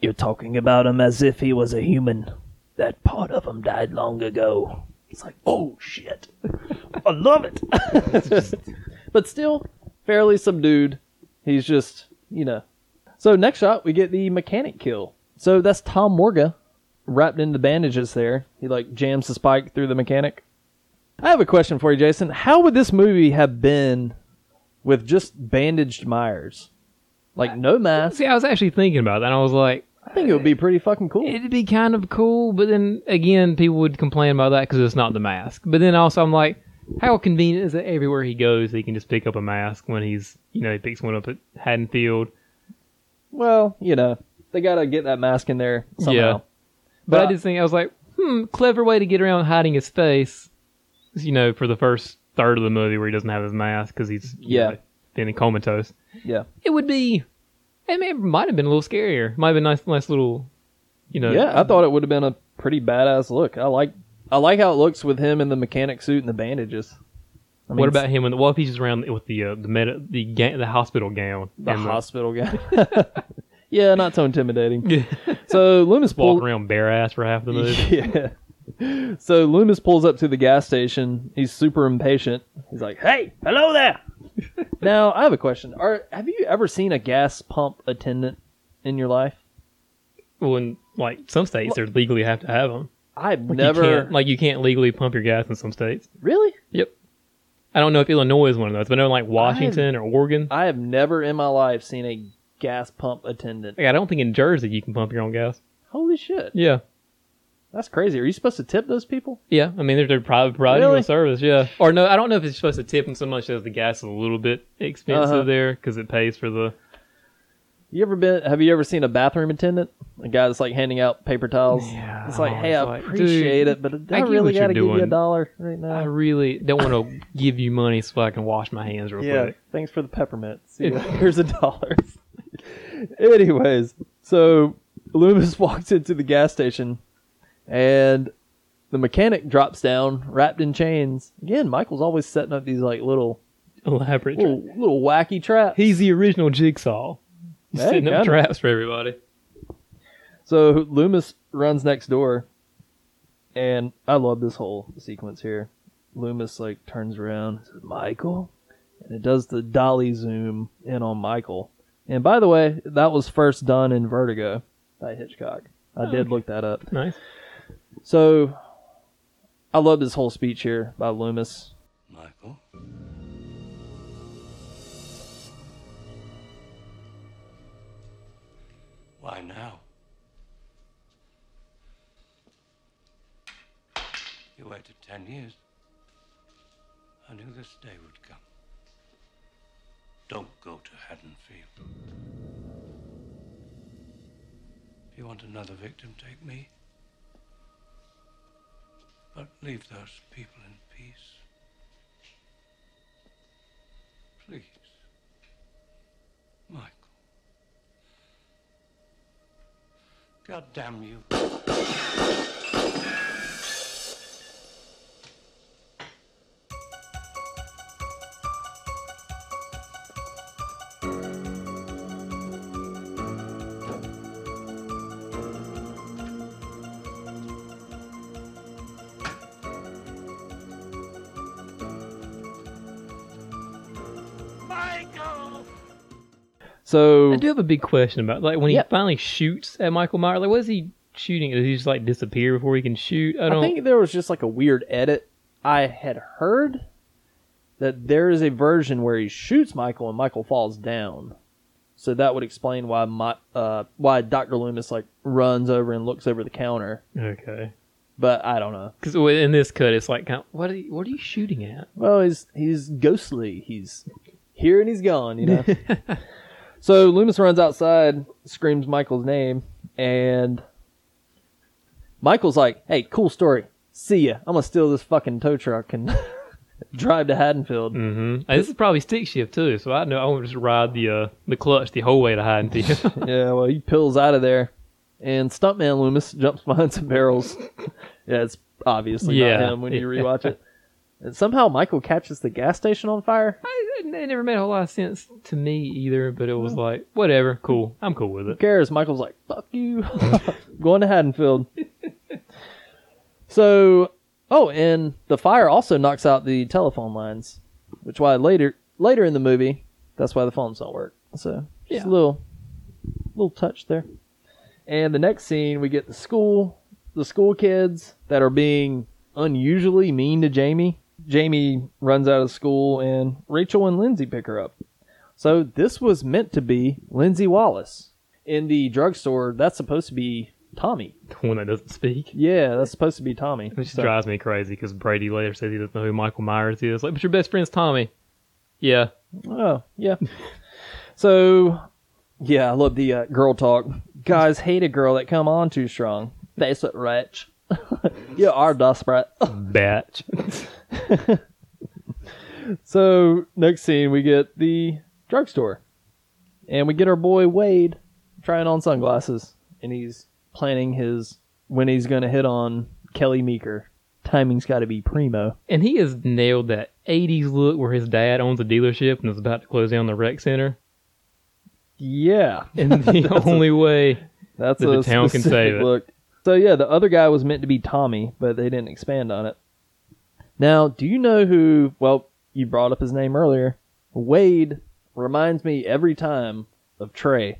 Speaker 5: You're talking about him as if he was a human. That part of him died long ago. It's like, oh shit. I love it.
Speaker 6: *laughs* but still fairly subdued. He's just, you know. So next shot, we get the mechanic kill. So that's Tom Morga wrapped in the bandages there. He like jams the spike through the mechanic. I have a question for you, Jason. How would this movie have been with just bandaged Myers? Like no mask.
Speaker 7: See, I was actually thinking about that. And I was like,
Speaker 6: I think it would be pretty fucking cool.
Speaker 7: it'd be kind of cool, but then again, people would complain about that because it's not the mask. But then also, I'm like, how convenient is it? Everywhere he goes, he can just pick up a mask when he's, you know, he picks one up at Haddonfield.
Speaker 6: Well, you know, they gotta get that mask in there somehow.
Speaker 7: Yeah. But
Speaker 6: But
Speaker 7: I just think I was like, hmm, clever way to get around hiding his face. You know, for the first third of the movie where he doesn't have his mask because he's you
Speaker 6: Yeah.
Speaker 7: know, been in comatose.
Speaker 6: Yeah.
Speaker 7: it would be. I mean, it might have been a little scarier. Might have been nice, nice little. You know,
Speaker 6: Yeah, I thought it would have been a pretty badass look. I like I like how it looks with him in the mechanic suit and the bandages. I mean,
Speaker 7: what about him? When what if he's just around with the uh, the meta, the ga- the hospital gown?
Speaker 6: the
Speaker 7: and
Speaker 6: hospital
Speaker 7: *laughs*
Speaker 6: guy? *laughs* yeah, not so intimidating.
Speaker 7: Yeah.
Speaker 6: So
Speaker 7: *laughs*
Speaker 6: Loomis
Speaker 7: walking
Speaker 6: pulled.
Speaker 7: around bare ass for half the movie.
Speaker 6: *laughs*
Speaker 7: *laughs*
Speaker 6: Yeah. So Loomis pulls up to the gas station. He's super impatient. He's like, "Hey, hello
Speaker 7: *laughs*
Speaker 6: there." now I have a question. Are have you ever seen a gas pump attendant in your life?
Speaker 7: When like some states, they legally have to have them.
Speaker 6: I've
Speaker 7: Like, you
Speaker 6: never.
Speaker 7: can't- like you can't legally pump your gas in some states.
Speaker 6: really?
Speaker 7: Yep. I don't know if Illinois is one of those, but I know like Washington or Oregon.
Speaker 6: I have never in my life seen a gas pump attendant.
Speaker 7: Like, I don't think in Jersey you can pump your own gas.
Speaker 6: Holy shit,
Speaker 7: Yeah.
Speaker 6: that's crazy. Are you supposed to tip those people?
Speaker 7: Yeah, I mean they're, they're private providing
Speaker 6: Really?
Speaker 7: a service. Yeah, or no, I don't know if it's supposed to tip them so much as the gas is a little bit expensive
Speaker 6: Uh-huh.
Speaker 7: there because it pays for the.
Speaker 6: You ever been? Have you ever seen a bathroom attendant? A guy that's like handing out paper towels.
Speaker 7: Yeah,
Speaker 6: It's like,
Speaker 7: I
Speaker 6: hey, I
Speaker 7: was like,
Speaker 6: appreciate
Speaker 7: dude,
Speaker 6: it, but I,
Speaker 7: I get
Speaker 6: really
Speaker 7: what you're
Speaker 6: got to give you a
Speaker 7: doing.
Speaker 6: dollar right now.
Speaker 7: I really don't want to give you money so I can wash my hands real
Speaker 6: yeah,
Speaker 7: quick.
Speaker 6: thanks for the *laughs* peppermint. See
Speaker 7: Yeah.
Speaker 6: ya. Here's a dollar. *laughs* Anyways, so Loomis *laughs* walks into the gas station, and the mechanic drops down, wrapped in chains. Again, Michael's always setting up these like little,
Speaker 7: Elaborate.
Speaker 6: little, little wacky traps.
Speaker 7: He's the original jigsaw. He's
Speaker 6: Hey,
Speaker 7: setting
Speaker 6: kinda.
Speaker 7: up traps for everybody.
Speaker 6: So Loomis runs next door, and I love this whole sequence here. Loomis like turns around, says, "Michael," and it does the dolly zoom in on Michael. And by the way, that was first done in Vertigo by Hitchcock. I did look that up.
Speaker 7: Nice.
Speaker 6: So I love this whole speech here by Loomis.
Speaker 1: Michael? Why now? You waited ten years. I knew this day would come. Don't go to Haddonfield. If you want another victim, take me. But leave those people in peace. Please. Michael. God damn you.
Speaker 4: Michael!
Speaker 6: So
Speaker 7: I do have a big question about like when he
Speaker 6: Yeah.
Speaker 7: finally shoots at Michael Myers. Like, what is he shooting? at? Does he just like disappear before he can shoot? I
Speaker 6: I
Speaker 7: don't.
Speaker 6: think there was just like a weird edit. I had heard that there is a version where he shoots Michael and Michael falls down. So that would explain why my, uh, why Doctor Loomis like runs over and looks over the counter.
Speaker 7: Okay.
Speaker 6: But I don't know.
Speaker 7: Because in this cut, it's like, kind of, what are you, what are you shooting at?
Speaker 6: Well, he's he's ghostly. He's here and he's gone. You
Speaker 7: *laughs*
Speaker 6: know. so Loomis runs outside, screams Michael's name, and Michael's like, "Hey, cool story. See ya. I'm gonna steal this fucking tow truck and *laughs* drive to Haddonfield."
Speaker 7: Mm-hmm. And this is probably stick shift too, so I know I want to just ride the uh, the clutch the whole way to hide you. *laughs*
Speaker 6: Yeah, well, he pills out of there, and Stuntman Loomis jumps behind some barrels. *laughs* yeah, it's obviously
Speaker 7: Yeah.
Speaker 6: not him when you
Speaker 7: Yeah.
Speaker 6: rewatch it. And somehow Michael catches the gas station on fire.
Speaker 7: it never made a whole lot of sense to me either, but it was like whatever, cool, I'm cool with
Speaker 6: Who
Speaker 7: it.
Speaker 6: cares? Michael's like, fuck you. *laughs* Going to Haddonfield. so, oh, and the fire also knocks out the telephone lines, which why later later in the movie, that's why the phones don't work. So, just
Speaker 7: Yeah.
Speaker 6: a little little touch there. And the next scene, we get the school, the school kids that are being unusually mean to Jamie. Jamie runs out of school, and Rachel and Lindsay pick her up. So this was meant to be Lindsay Wallace in the drugstore. That's supposed to be Tommy.
Speaker 7: The one that doesn't speak,
Speaker 6: Yeah, that's supposed to be Tommy.
Speaker 7: which
Speaker 6: So-
Speaker 7: drives me crazy because Brady later says he doesn't know who Michael Myers is. Like, but your best friend's Tommy. Yeah,
Speaker 6: Oh yeah. So yeah, I love the uh, girl talk. Guys hate a girl that come on too strong. That's it, wretch. *laughs* you are desperate.
Speaker 7: batch.
Speaker 6: *laughs*
Speaker 7: *laughs*
Speaker 6: So next scene, we get the drugstore, and we get our boy Wade trying on sunglasses, and he's planning his when he's going to hit on Kelly Meeker. Timing's got to be primo.
Speaker 7: and he has nailed that '80s look where his dad owns a dealership and is about to close down the
Speaker 6: *laughs*
Speaker 7: rec center.
Speaker 6: Yeah,
Speaker 7: And the only way
Speaker 6: that's
Speaker 7: That
Speaker 6: a
Speaker 7: the town can
Speaker 6: specific
Speaker 7: save it.
Speaker 6: look. So yeah, the other guy was meant to be Tommy, but they didn't expand on it. Now, do you know who? Well, you brought up his name earlier. Wade reminds me every time of Trey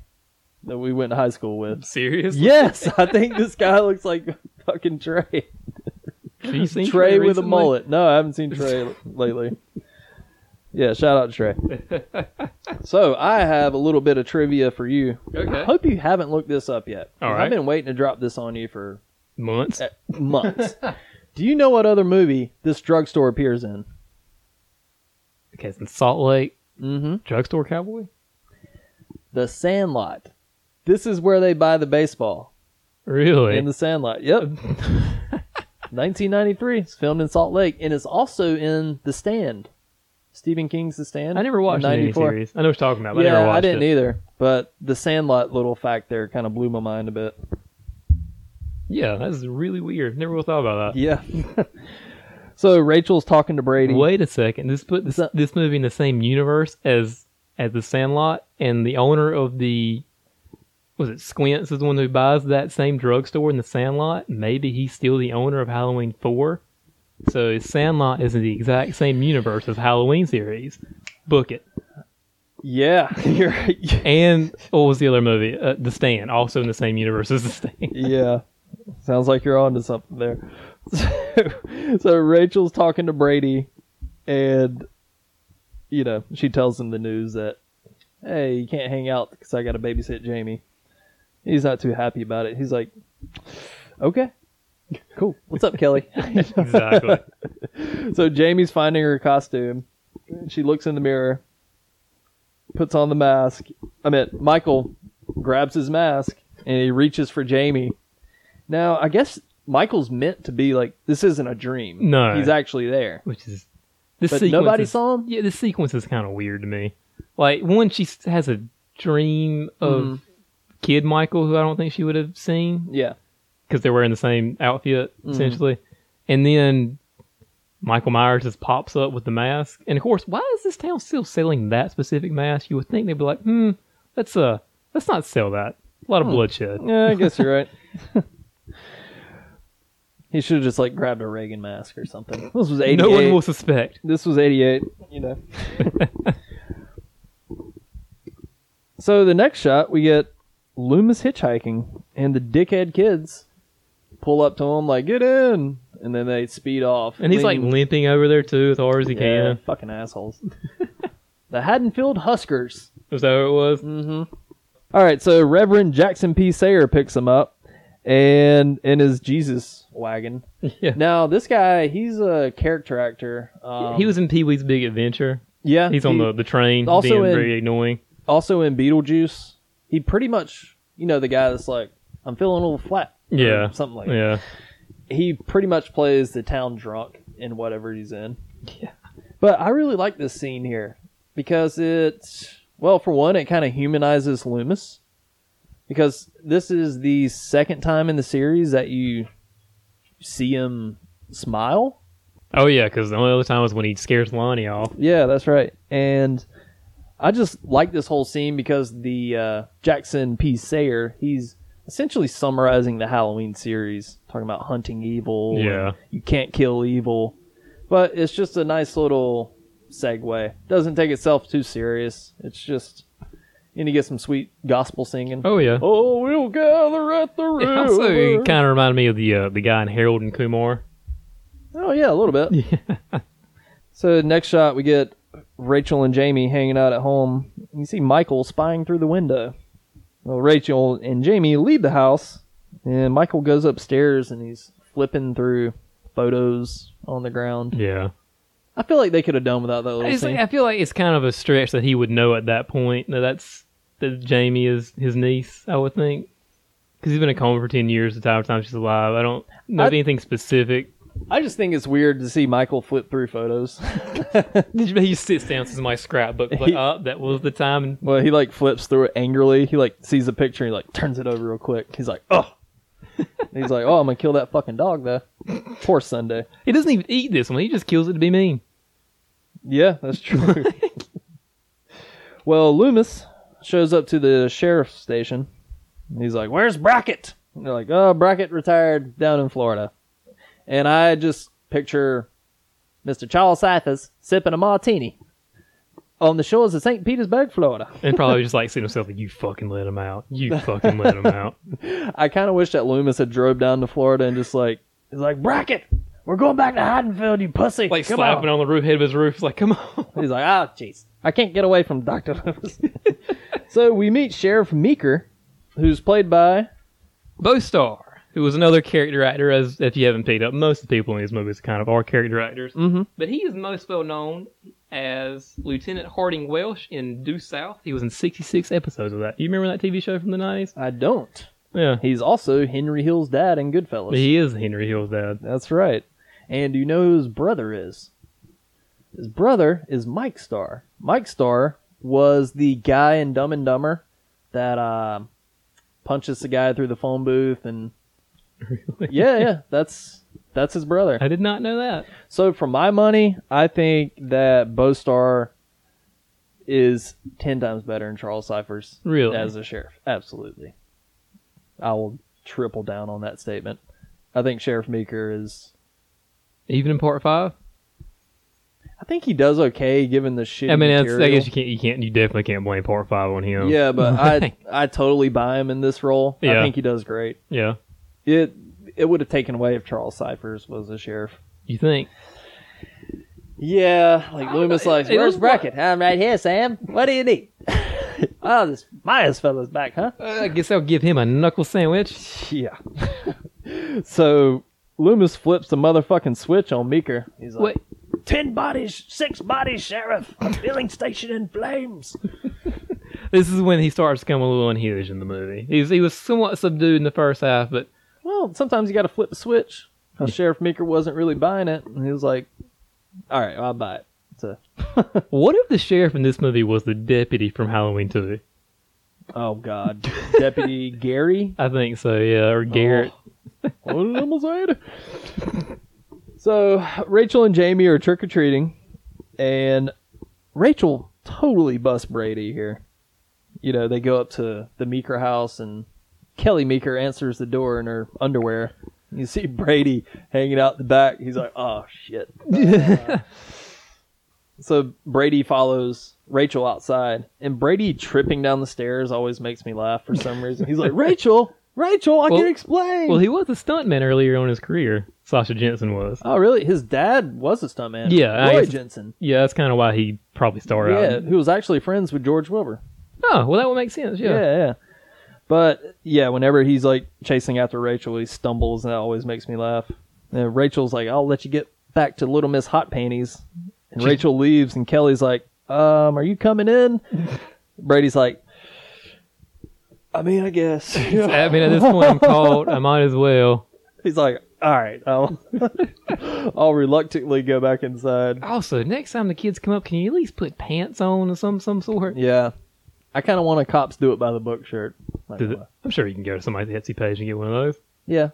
Speaker 6: that we went to high school with.
Speaker 7: *laughs* seriously,
Speaker 6: Yes, I think this guy looks like fucking Trey.
Speaker 7: Have you seen
Speaker 6: Trey with a
Speaker 7: recently?
Speaker 6: mullet. No, I haven't seen Trey l- lately. Yeah, shout out to Trey.
Speaker 7: *laughs*
Speaker 6: so I have a little bit of trivia for you. I
Speaker 7: Okay.
Speaker 6: hope you haven't looked this up yet. 'cause
Speaker 7: All right.
Speaker 6: I've been waiting to drop this on you for
Speaker 7: Months.
Speaker 6: eh,
Speaker 7: *laughs*
Speaker 6: months. Do you know what other movie this drugstore appears in?
Speaker 7: Okay, it's in Salt Lake
Speaker 6: Mm-hmm.
Speaker 7: drugstore cowboy.
Speaker 6: The Sandlot. This is where they buy the baseball
Speaker 7: Really?
Speaker 6: in the Sandlot. Yep.
Speaker 7: *laughs*
Speaker 6: 1993. It's filmed in Salt Lake, and it's also in The Stand. Stephen King's The Stand.
Speaker 7: I never watched
Speaker 6: in
Speaker 7: any
Speaker 6: 94.
Speaker 7: series. I know what you're talking about. But
Speaker 6: yeah,
Speaker 7: I never watched
Speaker 6: didn't
Speaker 7: it.
Speaker 6: either. But the Sandlot little fact there kind of blew my mind a bit.
Speaker 7: Yeah, that's really weird. Never would have thought about that.
Speaker 6: Yeah. *laughs* so Rachel's talking to Brady.
Speaker 7: Wait a second. This put this,
Speaker 6: So-
Speaker 7: this movie in the same universe as as the Sandlot, and the owner of the was it Squints is the one who buys that same drugstore in the Sandlot. Maybe he's still the owner of Halloween Four. So his Sandlot is in the exact same universe as Halloween series. Book it.
Speaker 6: Yeah, *laughs* you're right.
Speaker 7: And what was the other movie? Uh, the Stand, also in the same universe as
Speaker 6: *laughs*
Speaker 7: The Stand.
Speaker 6: yeah. Sounds like you're onto something there. *laughs* So, so Rachel's talking to Brady, and you know she tells him the news that hey, you can't hang out because I got to babysit Jamie. He's not too happy about it. He's like, okay, cool. What's up, Kelly? *laughs*
Speaker 7: exactly.
Speaker 6: So Jamie's finding her costume. She looks in the mirror, puts on the mask. I mean, Michael grabs his mask and he reaches for Jamie. Now, I guess Michael's meant to be like, this isn't a dream.
Speaker 7: No.
Speaker 6: He's actually there.
Speaker 7: Which is this
Speaker 6: But
Speaker 7: sequence
Speaker 6: nobody
Speaker 7: is-
Speaker 6: saw him?
Speaker 7: Yeah, this sequence is kind of weird to me. Like one, she s- has a dream of
Speaker 6: Mhm.
Speaker 7: kid Michael, who I don't think she would have seen
Speaker 6: Yeah.
Speaker 7: because they're wearing the same outfit
Speaker 6: Mm-hmm.
Speaker 7: essentially. And then Michael Myers just pops up with the mask, and of course, why is this town still selling that specific mask? You would think they'd be like, hmm, let's uh, let's not sell that. A
Speaker 6: Hmm.
Speaker 7: lot of bloodshed.
Speaker 6: Yeah, I guess you're
Speaker 7: *laughs*
Speaker 6: right. he should have just like grabbed a Reagan mask or something. This was 88.
Speaker 7: *laughs* No one will suspect.
Speaker 6: this was 88 you
Speaker 7: *laughs*
Speaker 6: know so the next shot we get loomis hitchhiking and the dickhead kids pull up to him like get in and then they speed off
Speaker 7: And he's like
Speaker 6: leaning-
Speaker 7: limping over there too, as hard as he
Speaker 6: yeah,
Speaker 7: can.
Speaker 6: fucking assholes *laughs* the haddonfield huskers
Speaker 7: Is that what it was?
Speaker 6: all right so reverend jackson p sayer picks him up and in his jesus wagon
Speaker 7: Yeah.
Speaker 6: now this guy he's a character actor um,
Speaker 7: he was in Pee Wee's Big Adventure.
Speaker 6: yeah
Speaker 7: He's on
Speaker 6: he-
Speaker 7: the, the train,
Speaker 6: also
Speaker 7: being
Speaker 6: in-
Speaker 7: very annoying.
Speaker 6: also in Beetlejuice, he pretty much, you know, the guy that's like, I'm feeling a little flat. or
Speaker 7: Yeah,
Speaker 6: Something like that.
Speaker 7: Yeah,
Speaker 6: He pretty much plays the town drunk in whatever he's in. Yeah. But I really like this scene here because it, well, for one, it kind of humanizes Loomis because this is the second time in the series that you see him smile.
Speaker 7: oh yeah, because the only other time was when he scares Lonnie off.
Speaker 6: Yeah, that's right. And I just like this whole scene because the uh, Jackson P. Sayer, he's essentially summarizing the Halloween series, talking about hunting evil. and
Speaker 7: Yeah.
Speaker 6: You can't kill evil. But it's just a nice little segue. Doesn't take itself too serious. It's just. And you get some sweet gospel singing.
Speaker 7: Oh yeah,
Speaker 6: Oh, we'll gather at the
Speaker 7: it
Speaker 6: river.
Speaker 7: also kind of reminded me of the uh, the guy in Harold and Kumar.
Speaker 6: Oh yeah, a little bit.
Speaker 7: *laughs*
Speaker 6: so next shot we get Rachel and Jamie hanging out at home. You see Michael spying through the window. Well, Rachel and Jamie leave the house, and Michael goes upstairs and he's flipping through photos on the ground.
Speaker 7: Yeah,
Speaker 6: I feel like they could have done without that little
Speaker 7: it's
Speaker 6: scene.
Speaker 7: like, I feel like it's kind of a stretch that he would know at that point. That that's that Jamie is his niece, I would think, because he's been a coma for ten years. The entire time she's alive, I don't know
Speaker 6: I-
Speaker 7: of anything specific.
Speaker 6: I just think it's weird to see Michael flip through photos. *laughs*
Speaker 7: He sits down, says my scrapbook, like, oh, that was the time. And
Speaker 6: well, he like flips through it angrily. He like sees a picture and he like turns it over real quick. He's like,
Speaker 7: *laughs*
Speaker 6: oh. he's like, oh, I'm gonna kill that fucking dog though. Poor Sunday.
Speaker 7: He doesn't even eat this one. He just kills it to be mean.
Speaker 6: Yeah, that's true. well, Loomis shows up to the sheriff's station. And he's like, "Where's Brackett?" And they're like, "Oh, Brackett retired down in Florida." And I just picture Mr. Charles Cyphers sipping a martini on the shores of St. Petersburg, Florida.
Speaker 7: and probably just like seeing himself like you fucking let him out. You fucking let him out.
Speaker 6: I kind of wish that Loomis had drove down to Florida and just like,
Speaker 5: He's like, Bracket, we're going back to Haddonfield, you pussy.
Speaker 7: *laughs* Like
Speaker 5: Come on.
Speaker 7: slapping on. the roof head of his roof. Like come on.
Speaker 6: he's like, "Ah, jeez, I can't get away from Doctor Loomis." *laughs* so we meet Sheriff Meeker, who's played by
Speaker 7: Bo Star, who was another character actor, as if you haven't picked up, most of the people in these movies kind of are character actors.
Speaker 6: Mhm.
Speaker 7: But he is most well known as Lieutenant Harding Welsh in Due South. He was in 66 episodes of that. You remember that TV show from the 90s?
Speaker 6: I don't.
Speaker 7: Yeah.
Speaker 6: He's also Henry Hill's dad in Goodfellas.
Speaker 7: But he is Henry Hill's dad.
Speaker 6: That's right. And do you know who his brother is? His brother is Mike Starr. Mike Starr was the guy in Dumb and Dumber that uh, punches the guy through the phone booth, and yeah, yeah, that's that's his brother.
Speaker 7: I did not know that.
Speaker 6: So for my money, I think that Bo Starr is ten times better than Charles Cyphers
Speaker 7: Really?
Speaker 6: as a sheriff. Absolutely. I will triple down on that statement. I think Sheriff Meeker is
Speaker 7: Even in part five?
Speaker 6: I think he does okay given the shit.
Speaker 7: I mean, that's, I guess you can't, you can't, you definitely can't blame part five on him.
Speaker 6: Yeah, but
Speaker 7: *laughs*
Speaker 6: I I totally buy him in this role. I
Speaker 7: Yeah.
Speaker 6: think he does great.
Speaker 7: Yeah.
Speaker 6: It it would have taken away if Charles Cyphers was a sheriff.
Speaker 7: You think?
Speaker 6: Yeah, like Loomis,
Speaker 7: know.
Speaker 6: like
Speaker 7: It- it
Speaker 6: where's
Speaker 7: was-
Speaker 6: Brackett? I'm right here, Sam. What do you
Speaker 5: *laughs*
Speaker 6: need? oh, this Myers fella's back, huh?
Speaker 7: Uh, I guess I'll give him a knuckle sandwich.
Speaker 6: Yeah. *laughs* so Loomis flips the motherfucking switch on Meeker. He's like,
Speaker 7: Wait,
Speaker 5: Ten bodies, six bodies, Sheriff. Filling station in flames.
Speaker 7: this is when he starts to become a little unhinged in the movie. He's, he was somewhat subdued in the first half, but
Speaker 6: well, sometimes you got to flip the switch. Now, Sheriff Meeker wasn't really buying it, and he was like, all right, I'll buy it. So,
Speaker 7: what if the sheriff in this movie was the deputy from Halloween 2?
Speaker 5: *laughs*
Speaker 6: oh God, Deputy Gary.
Speaker 7: I think so, yeah, or Garrett.
Speaker 6: *laughs* Oh. What did I almost say? So Rachel and Jamie are trick or treating, and Rachel totally busts Brady here. You know, they go up to the Meeker house, and Kelly Meeker answers the door in her underwear. You see Brady hanging out the back. He's like, "Oh
Speaker 7: *laughs*
Speaker 6: shit." so Brady follows Rachel outside, and Brady tripping down the stairs always makes me laugh for some reason. He's
Speaker 7: *laughs*
Speaker 6: like, "Rachel, Rachel, I
Speaker 7: Well-
Speaker 6: can explain."
Speaker 7: Well, he was a stuntman earlier on in his career. Sasha Jensen was.
Speaker 6: Oh, really? His dad was a stuntman.
Speaker 7: Yeah, I
Speaker 6: Roy
Speaker 7: guess-
Speaker 6: Jensen.
Speaker 7: Yeah, that's kind of why he probably started
Speaker 6: Yeah,
Speaker 7: out.
Speaker 6: who was actually friends with George Wilbur.
Speaker 7: Oh, well, that would make sense,
Speaker 6: Yeah.
Speaker 7: yeah.
Speaker 6: yeah, But yeah, whenever he's like chasing after Rachel, he stumbles, and that always makes me laugh. And Rachel's like, "I'll let you get back to Little Miss Hot Panties," and Rachel leaves, and Kelly's like, "Um, are you coming
Speaker 7: *laughs*
Speaker 6: in?" Brady's like, "I mean, I guess."
Speaker 7: I mean, at this point, I'm called. I might as well.
Speaker 6: *laughs* he's like, "All right, I'll, *laughs* I'll reluctantly go back inside."
Speaker 7: Also, next time the kids come up, can you at least put pants on or some some sort?
Speaker 6: Yeah. I kind of want a cops do it by the book shirt. Like,
Speaker 7: Does it-
Speaker 6: uh,
Speaker 7: I'm sure you can go to somebody's Etsy page and get one of those.
Speaker 6: yeah.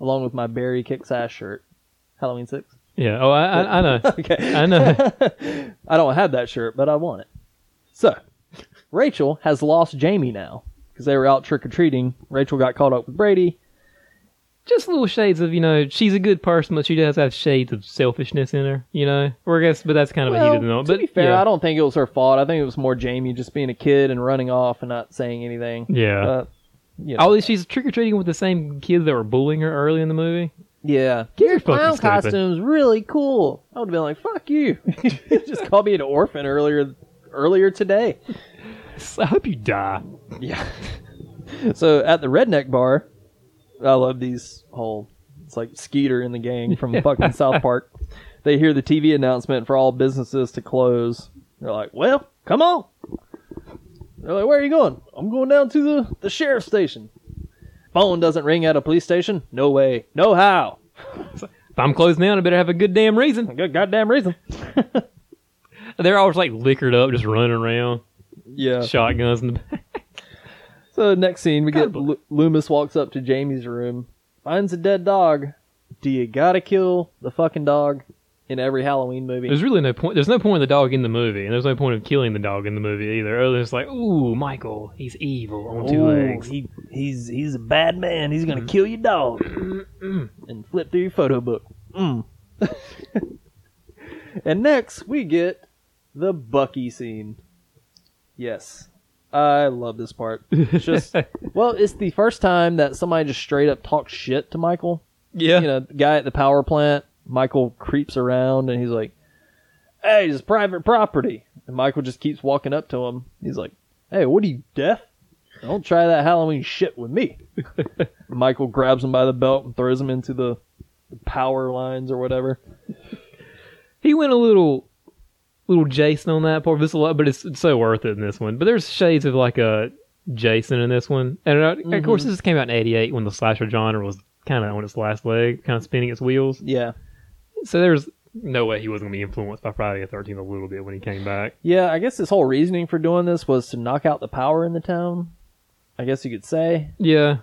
Speaker 6: Along with my Barry kicks ass shirt. Halloween 6.
Speaker 7: Yeah. Oh, I, I, I know.
Speaker 6: *laughs* Okay.
Speaker 7: *laughs* I know.
Speaker 6: I don't have that shirt, but I want it. So, Rachel has lost Jamie now because they were out trick or treating. Rachel got caught up with Brady.
Speaker 7: Just little shades of you know. She's a good person, but she does have shades of selfishness in her. You know. Or I guess, but that's kind of a
Speaker 6: Well,
Speaker 7: heated note.
Speaker 6: to
Speaker 7: But
Speaker 6: be fair,
Speaker 7: yeah.
Speaker 6: I don't think it was her fault. I think it was more Jamie just being a kid and running off and not saying anything.
Speaker 7: Yeah.
Speaker 6: But, you know.
Speaker 7: Although she's trick or treating with the same kids that were bullying her early in the movie.
Speaker 6: Yeah.
Speaker 7: Kids
Speaker 6: Your
Speaker 7: are fucking
Speaker 6: clown
Speaker 7: stupid.
Speaker 6: costume's really cool. I would have been like, fuck you. *laughs* you just called me an orphan earlier earlier today.
Speaker 7: *laughs* I hope you die.
Speaker 6: Yeah. *laughs* so at the redneck bar, I love these whole it's like Skeeter in the gang *laughs* from fucking South Park. They hear the TV announcement for all businesses to close. They're like, Well, come on. They're like, Where are you going? I'm going down to the, the sheriff's station. Phone doesn't ring at a police station? No way. No how.
Speaker 7: If I'm closed down, I better have a good damn reason.
Speaker 6: Good goddamn reason.
Speaker 7: They're always like liquored up, just running around,
Speaker 6: Yeah.
Speaker 7: shotguns in the back.
Speaker 6: So next scene, we
Speaker 7: God
Speaker 6: get
Speaker 7: bless.
Speaker 6: Lo- Loomis walks up to Jamie's room, finds a dead dog. Do you gotta kill the fucking dog? in every Halloween movie.
Speaker 7: There's really no point. There's no point of the dog in the movie, and there's no point of killing the dog in the movie either. Other than it's like, ooh, Michael, he's evil on two
Speaker 5: Ooh,
Speaker 7: legs.
Speaker 5: He, he's he's a bad man. He's gonna kill your
Speaker 7: *clears throat*
Speaker 5: dog.
Speaker 6: and flip through your photo book. Mm. *laughs* and next, we get the Bucky scene. Yes, I love this
Speaker 7: *laughs*
Speaker 6: part. It's just well, it's the first time that somebody just straight up talks shit to Michael.
Speaker 7: Yeah,
Speaker 6: You know, the guy at the power plant. Michael creeps around and he's like, "Hey, it's private property." And Michael just keeps walking up to him. He's like, "Hey, what are you deaf? Don't try that Halloween shit with *laughs* me." Michael grabs him by the belt and throws him into the, the power lines or whatever.
Speaker 7: he went a little, little Jason on that part. This a lot, but it's, it's so worth it in this one. But there's shades of like a Jason in this one, and uh, of course this came out in '88 when the slasher genre was kind of on its last leg, kind of spinning its wheels.
Speaker 6: Yeah,
Speaker 7: So there's no way he wasn't gonna be influenced by Friday the Thirteenth a little bit when he came back.
Speaker 6: yeah. I guess his whole reasoning for doing this was to knock out the power in the town. I guess you could say.
Speaker 7: Yeah,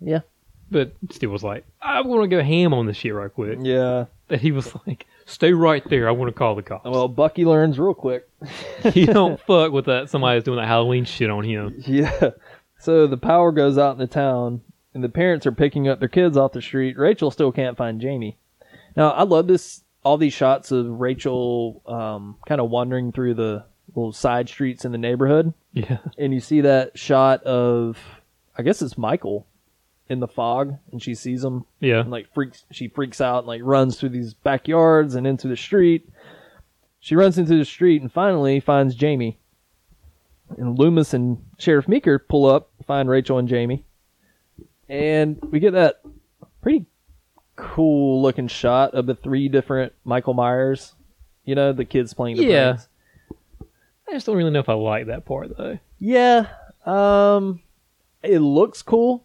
Speaker 6: Yeah.
Speaker 7: but still was like, I want to go ham on this shit right quick.
Speaker 6: Yeah.
Speaker 7: that he was like, "Stay right there. I want to call the cops."
Speaker 6: Well, Bucky learns real quick.
Speaker 7: *laughs* you don't fuck with that. Somebody's doing that Halloween shit on him.
Speaker 6: *laughs* Yeah. So the power goes out in the town, and the parents are picking up their kids off the street. Rachel still can't find Jamie. Now I love this. All these shots of Rachel um, kind of wandering through the little side streets in the neighborhood,
Speaker 7: Yeah,
Speaker 6: and you see that shot of, I guess it's Michael, in the fog, and she sees him
Speaker 7: yeah.
Speaker 6: and like freaks she freaks out and like runs through these backyards and into the street she runs into the street and finally finds jamie and loomis and sheriff meeker pull up find rachel and jamie and we get that pretty cool looking shot of the three different michael myers you know the kids playing the
Speaker 7: Yeah.
Speaker 6: pranks.
Speaker 7: I just don't really know if I like that part though.
Speaker 6: yeah um it looks cool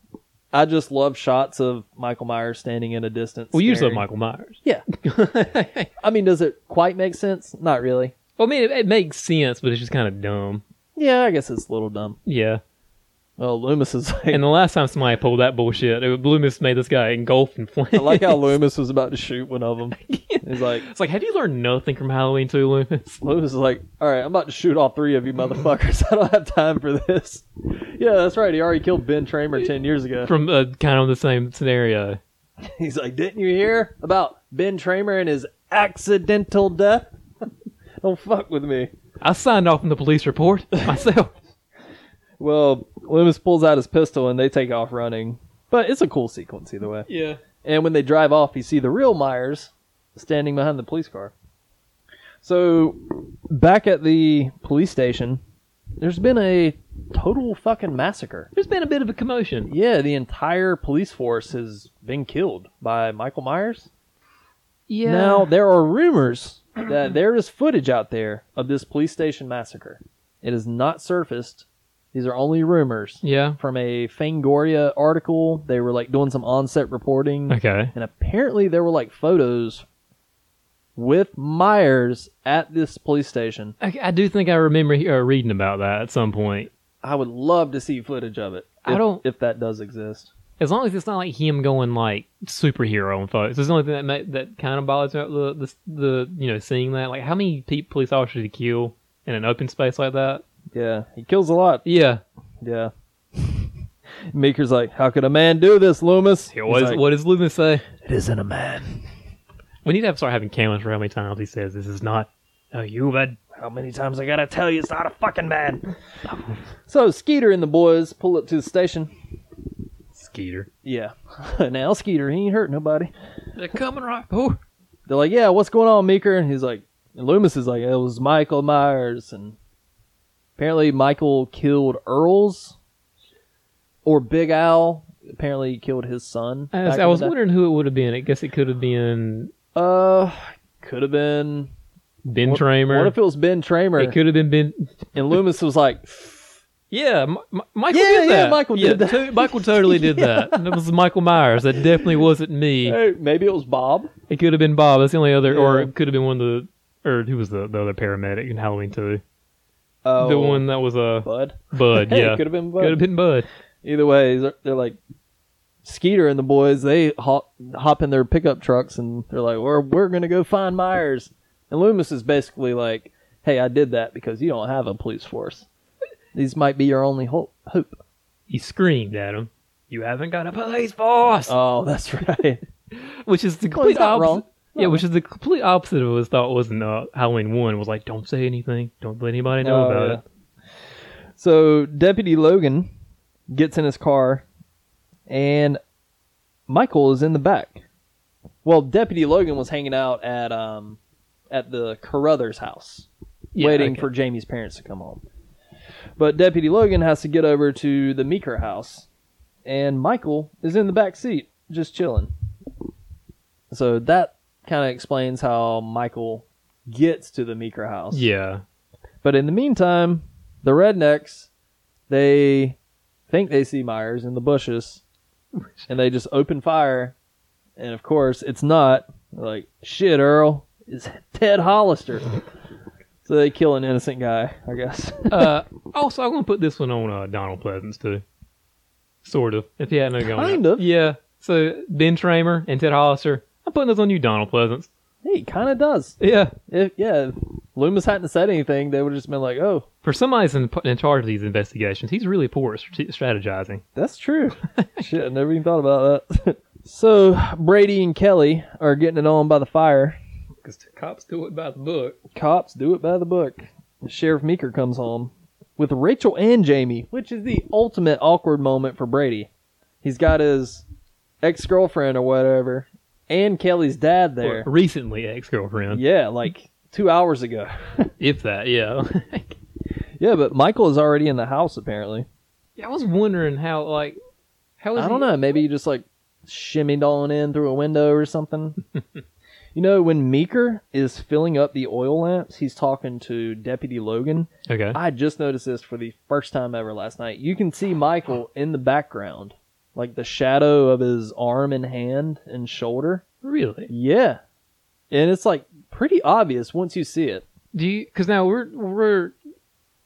Speaker 6: i just love shots of michael myers standing in a distance
Speaker 7: Well, you just love
Speaker 6: staring.
Speaker 7: Michael Myers.
Speaker 6: Yeah. *laughs* I mean, does it quite make sense? Not really.
Speaker 7: Well, I mean, it, it makes sense, but it's just kind of dumb.
Speaker 6: Yeah, I guess it's a little dumb.
Speaker 7: Yeah.
Speaker 6: Well, Loomis is like,
Speaker 7: And the last time somebody pulled that bullshit, it, Loomis made this guy engulfed in flames.
Speaker 6: I like how Loomis was about to shoot one of them. He's like,
Speaker 7: *laughs* It's like, have you learned nothing from Halloween 2, Loomis?
Speaker 6: Loomis is like, all right, I'm about to shoot all three of you motherfuckers. *laughs* I don't have time for this. Yeah, that's right. He already killed Ben Tramer 10 years
Speaker 7: *laughs*
Speaker 6: ago.
Speaker 7: *laughs* From uh, kind of the same scenario.
Speaker 6: He's like, didn't you hear about Ben Tramer and his accidental death? *laughs* don't fuck with me.
Speaker 7: I signed off on the police report *laughs* myself.
Speaker 6: Well, Loomis pulls out his pistol and they take off running. But it's a cool sequence either way.
Speaker 7: yeah.
Speaker 6: And when they drive off, you see the real Myers standing behind the police car. So, back at the police station, there's been a total fucking massacre.
Speaker 7: There's been a bit of a commotion.
Speaker 6: Yeah, the entire police force has been killed by Michael Myers.
Speaker 7: Yeah.
Speaker 6: Now, there are rumors that there is footage out there of this police station massacre. It is not surfaced. These are only rumors
Speaker 7: yeah.
Speaker 6: from a Fangoria article. They were like doing some on-set reporting.
Speaker 7: Okay.
Speaker 6: And apparently there were like photos with Myers at this police station.
Speaker 7: I, I do think I remember he- uh, reading about that at some point.
Speaker 6: I would love to see footage of it.
Speaker 7: I
Speaker 6: if-
Speaker 7: don't-
Speaker 6: if that does exist.
Speaker 7: As long as it's not like him going like superhero and folks, it's the only thing that ma- that kind of bothers me. about The, the the you know seeing that like how many pe- police officers did he kill in an open space like that?
Speaker 6: Yeah, he kills a lot.
Speaker 7: Yeah. *laughs*
Speaker 6: Yeah. Meeker's like, how could a man do this, Loomis? He's
Speaker 7: What is,
Speaker 6: like,
Speaker 7: what does Loomis say?
Speaker 5: It isn't a man.
Speaker 7: We need to have start having counts for how many times he says this is not a human.
Speaker 5: How many times I gotta tell you, it's not a fucking man.
Speaker 6: So Skeeter and the boys pull up to the station.
Speaker 7: Skeeter.
Speaker 6: Yeah. *laughs* now Skeeter, he ain't hurt nobody.
Speaker 7: They're coming right. Oh.
Speaker 6: They're like, yeah, what's going on, Meeker? And he's like, and Loomis is like, it was Michael Myers. And apparently, Michael killed Earls or Big Al. Apparently, he killed his son.
Speaker 7: I was,
Speaker 6: back
Speaker 7: I
Speaker 6: in
Speaker 7: was
Speaker 6: the day.
Speaker 7: wondering who it would have been. I guess it could have been
Speaker 6: Uh, could have been.
Speaker 7: Ben
Speaker 6: What-
Speaker 7: Tramer.
Speaker 6: What if it was Ben Tramer?
Speaker 7: it could have been Ben
Speaker 6: and Loomis was like,
Speaker 7: Yeah, M- M- Michael
Speaker 6: Yeah,
Speaker 7: did
Speaker 6: yeah,
Speaker 7: that.
Speaker 6: Michael did that.
Speaker 7: to- Michael totally did *laughs* that. That was Michael Myers. That definitely wasn't me.
Speaker 6: hey, maybe it was Bob.
Speaker 7: It could have been Bob. That's the only other, or
Speaker 6: Yeah.
Speaker 7: it could have been one of the, or who was the, the other paramedic in Halloween 2?
Speaker 6: Oh,
Speaker 7: the one that was uh,
Speaker 6: Bud. *laughs*
Speaker 7: Bud.
Speaker 6: Hey,
Speaker 7: yeah,
Speaker 6: it could have been Bud.
Speaker 7: Could have been Bud.
Speaker 6: Either way, they're they're like, Skeeter and the boys they hop, hop in their pickup trucks and they're like, "We're we're gonna go find Myers." And Loomis is basically like, "Hey, I did that because you don't have a police force. These might be your only hope." hope.
Speaker 7: He screamed at him, "You haven't got a police force,"
Speaker 6: Oh, that's right.
Speaker 7: which is the
Speaker 6: Well, he's
Speaker 7: complete
Speaker 6: not
Speaker 7: opposite.
Speaker 6: wrong.
Speaker 7: Yeah, which is the complete opposite of what his thought was in uh, Halloween One. Was like, don't say anything, don't let anybody know
Speaker 6: Oh,
Speaker 7: about
Speaker 6: yeah.
Speaker 7: it.
Speaker 6: *laughs* So Deputy Logan gets in his car, and Michael is in the back. Well, Deputy Logan was hanging out at um at the Carruthers house,
Speaker 7: Yeah,
Speaker 6: waiting
Speaker 7: okay.
Speaker 6: for Jamie's parents to come home. But Deputy Logan has to get over to the Meeker house, and Michael is in the back seat just chilling. So that kind of explains how Michael gets to the Meeker house. *laughs*
Speaker 7: Yeah,
Speaker 6: But in the meantime, the rednecks, they think they see Myers in the bushes, and they just open fire. And of course, it's not They're like shit. Earl it's Ted Hollister, so they kill an innocent guy, I guess.
Speaker 7: uh, also, I'm gonna put this one on uh, Donald Pleasance too. Sort of, if he hadn't gone.
Speaker 6: Kind of.
Speaker 7: Yeah. So Ben Tramer and Ted Hollister. I'm putting this on you, Donald Pleasance.
Speaker 6: hey, kind of does.
Speaker 7: Yeah.
Speaker 6: If yeah, if Loomis hadn't said anything, they would have just been like, "Oh,
Speaker 7: For somebody's in, in charge of these investigations, he's really poor at strate- strategizing.
Speaker 6: That's true. Shit, I never even thought about that. *laughs* so Brady and Kelly are getting it on by the fire.
Speaker 7: Because cops do it by the book.
Speaker 6: Cops do it by the book. Sheriff Meeker comes home with Rachel and Jamie, which is the ultimate awkward moment for Brady. He's got his ex girlfriend or whatever, and Kelly's dad there.
Speaker 7: Recently, ex-girlfriend.
Speaker 6: Yeah, like two hours ago.
Speaker 7: If that, yeah. *laughs*
Speaker 6: Yeah, but Michael is already in the house apparently.
Speaker 7: yeah. I was wondering how, like, how is
Speaker 6: I don't
Speaker 7: he-
Speaker 6: know. Maybe he just like shimmied on in through a window or something. you know, when Meeker is filling up the oil lamps, he's talking to Deputy Logan.
Speaker 7: Okay.
Speaker 6: I just noticed this for the first time ever last night. You can see Michael in the background, like the shadow of his arm and hand and shoulder.
Speaker 7: really?
Speaker 6: Yeah. And it's like pretty obvious once you see it.
Speaker 7: Do you? Because now we're we're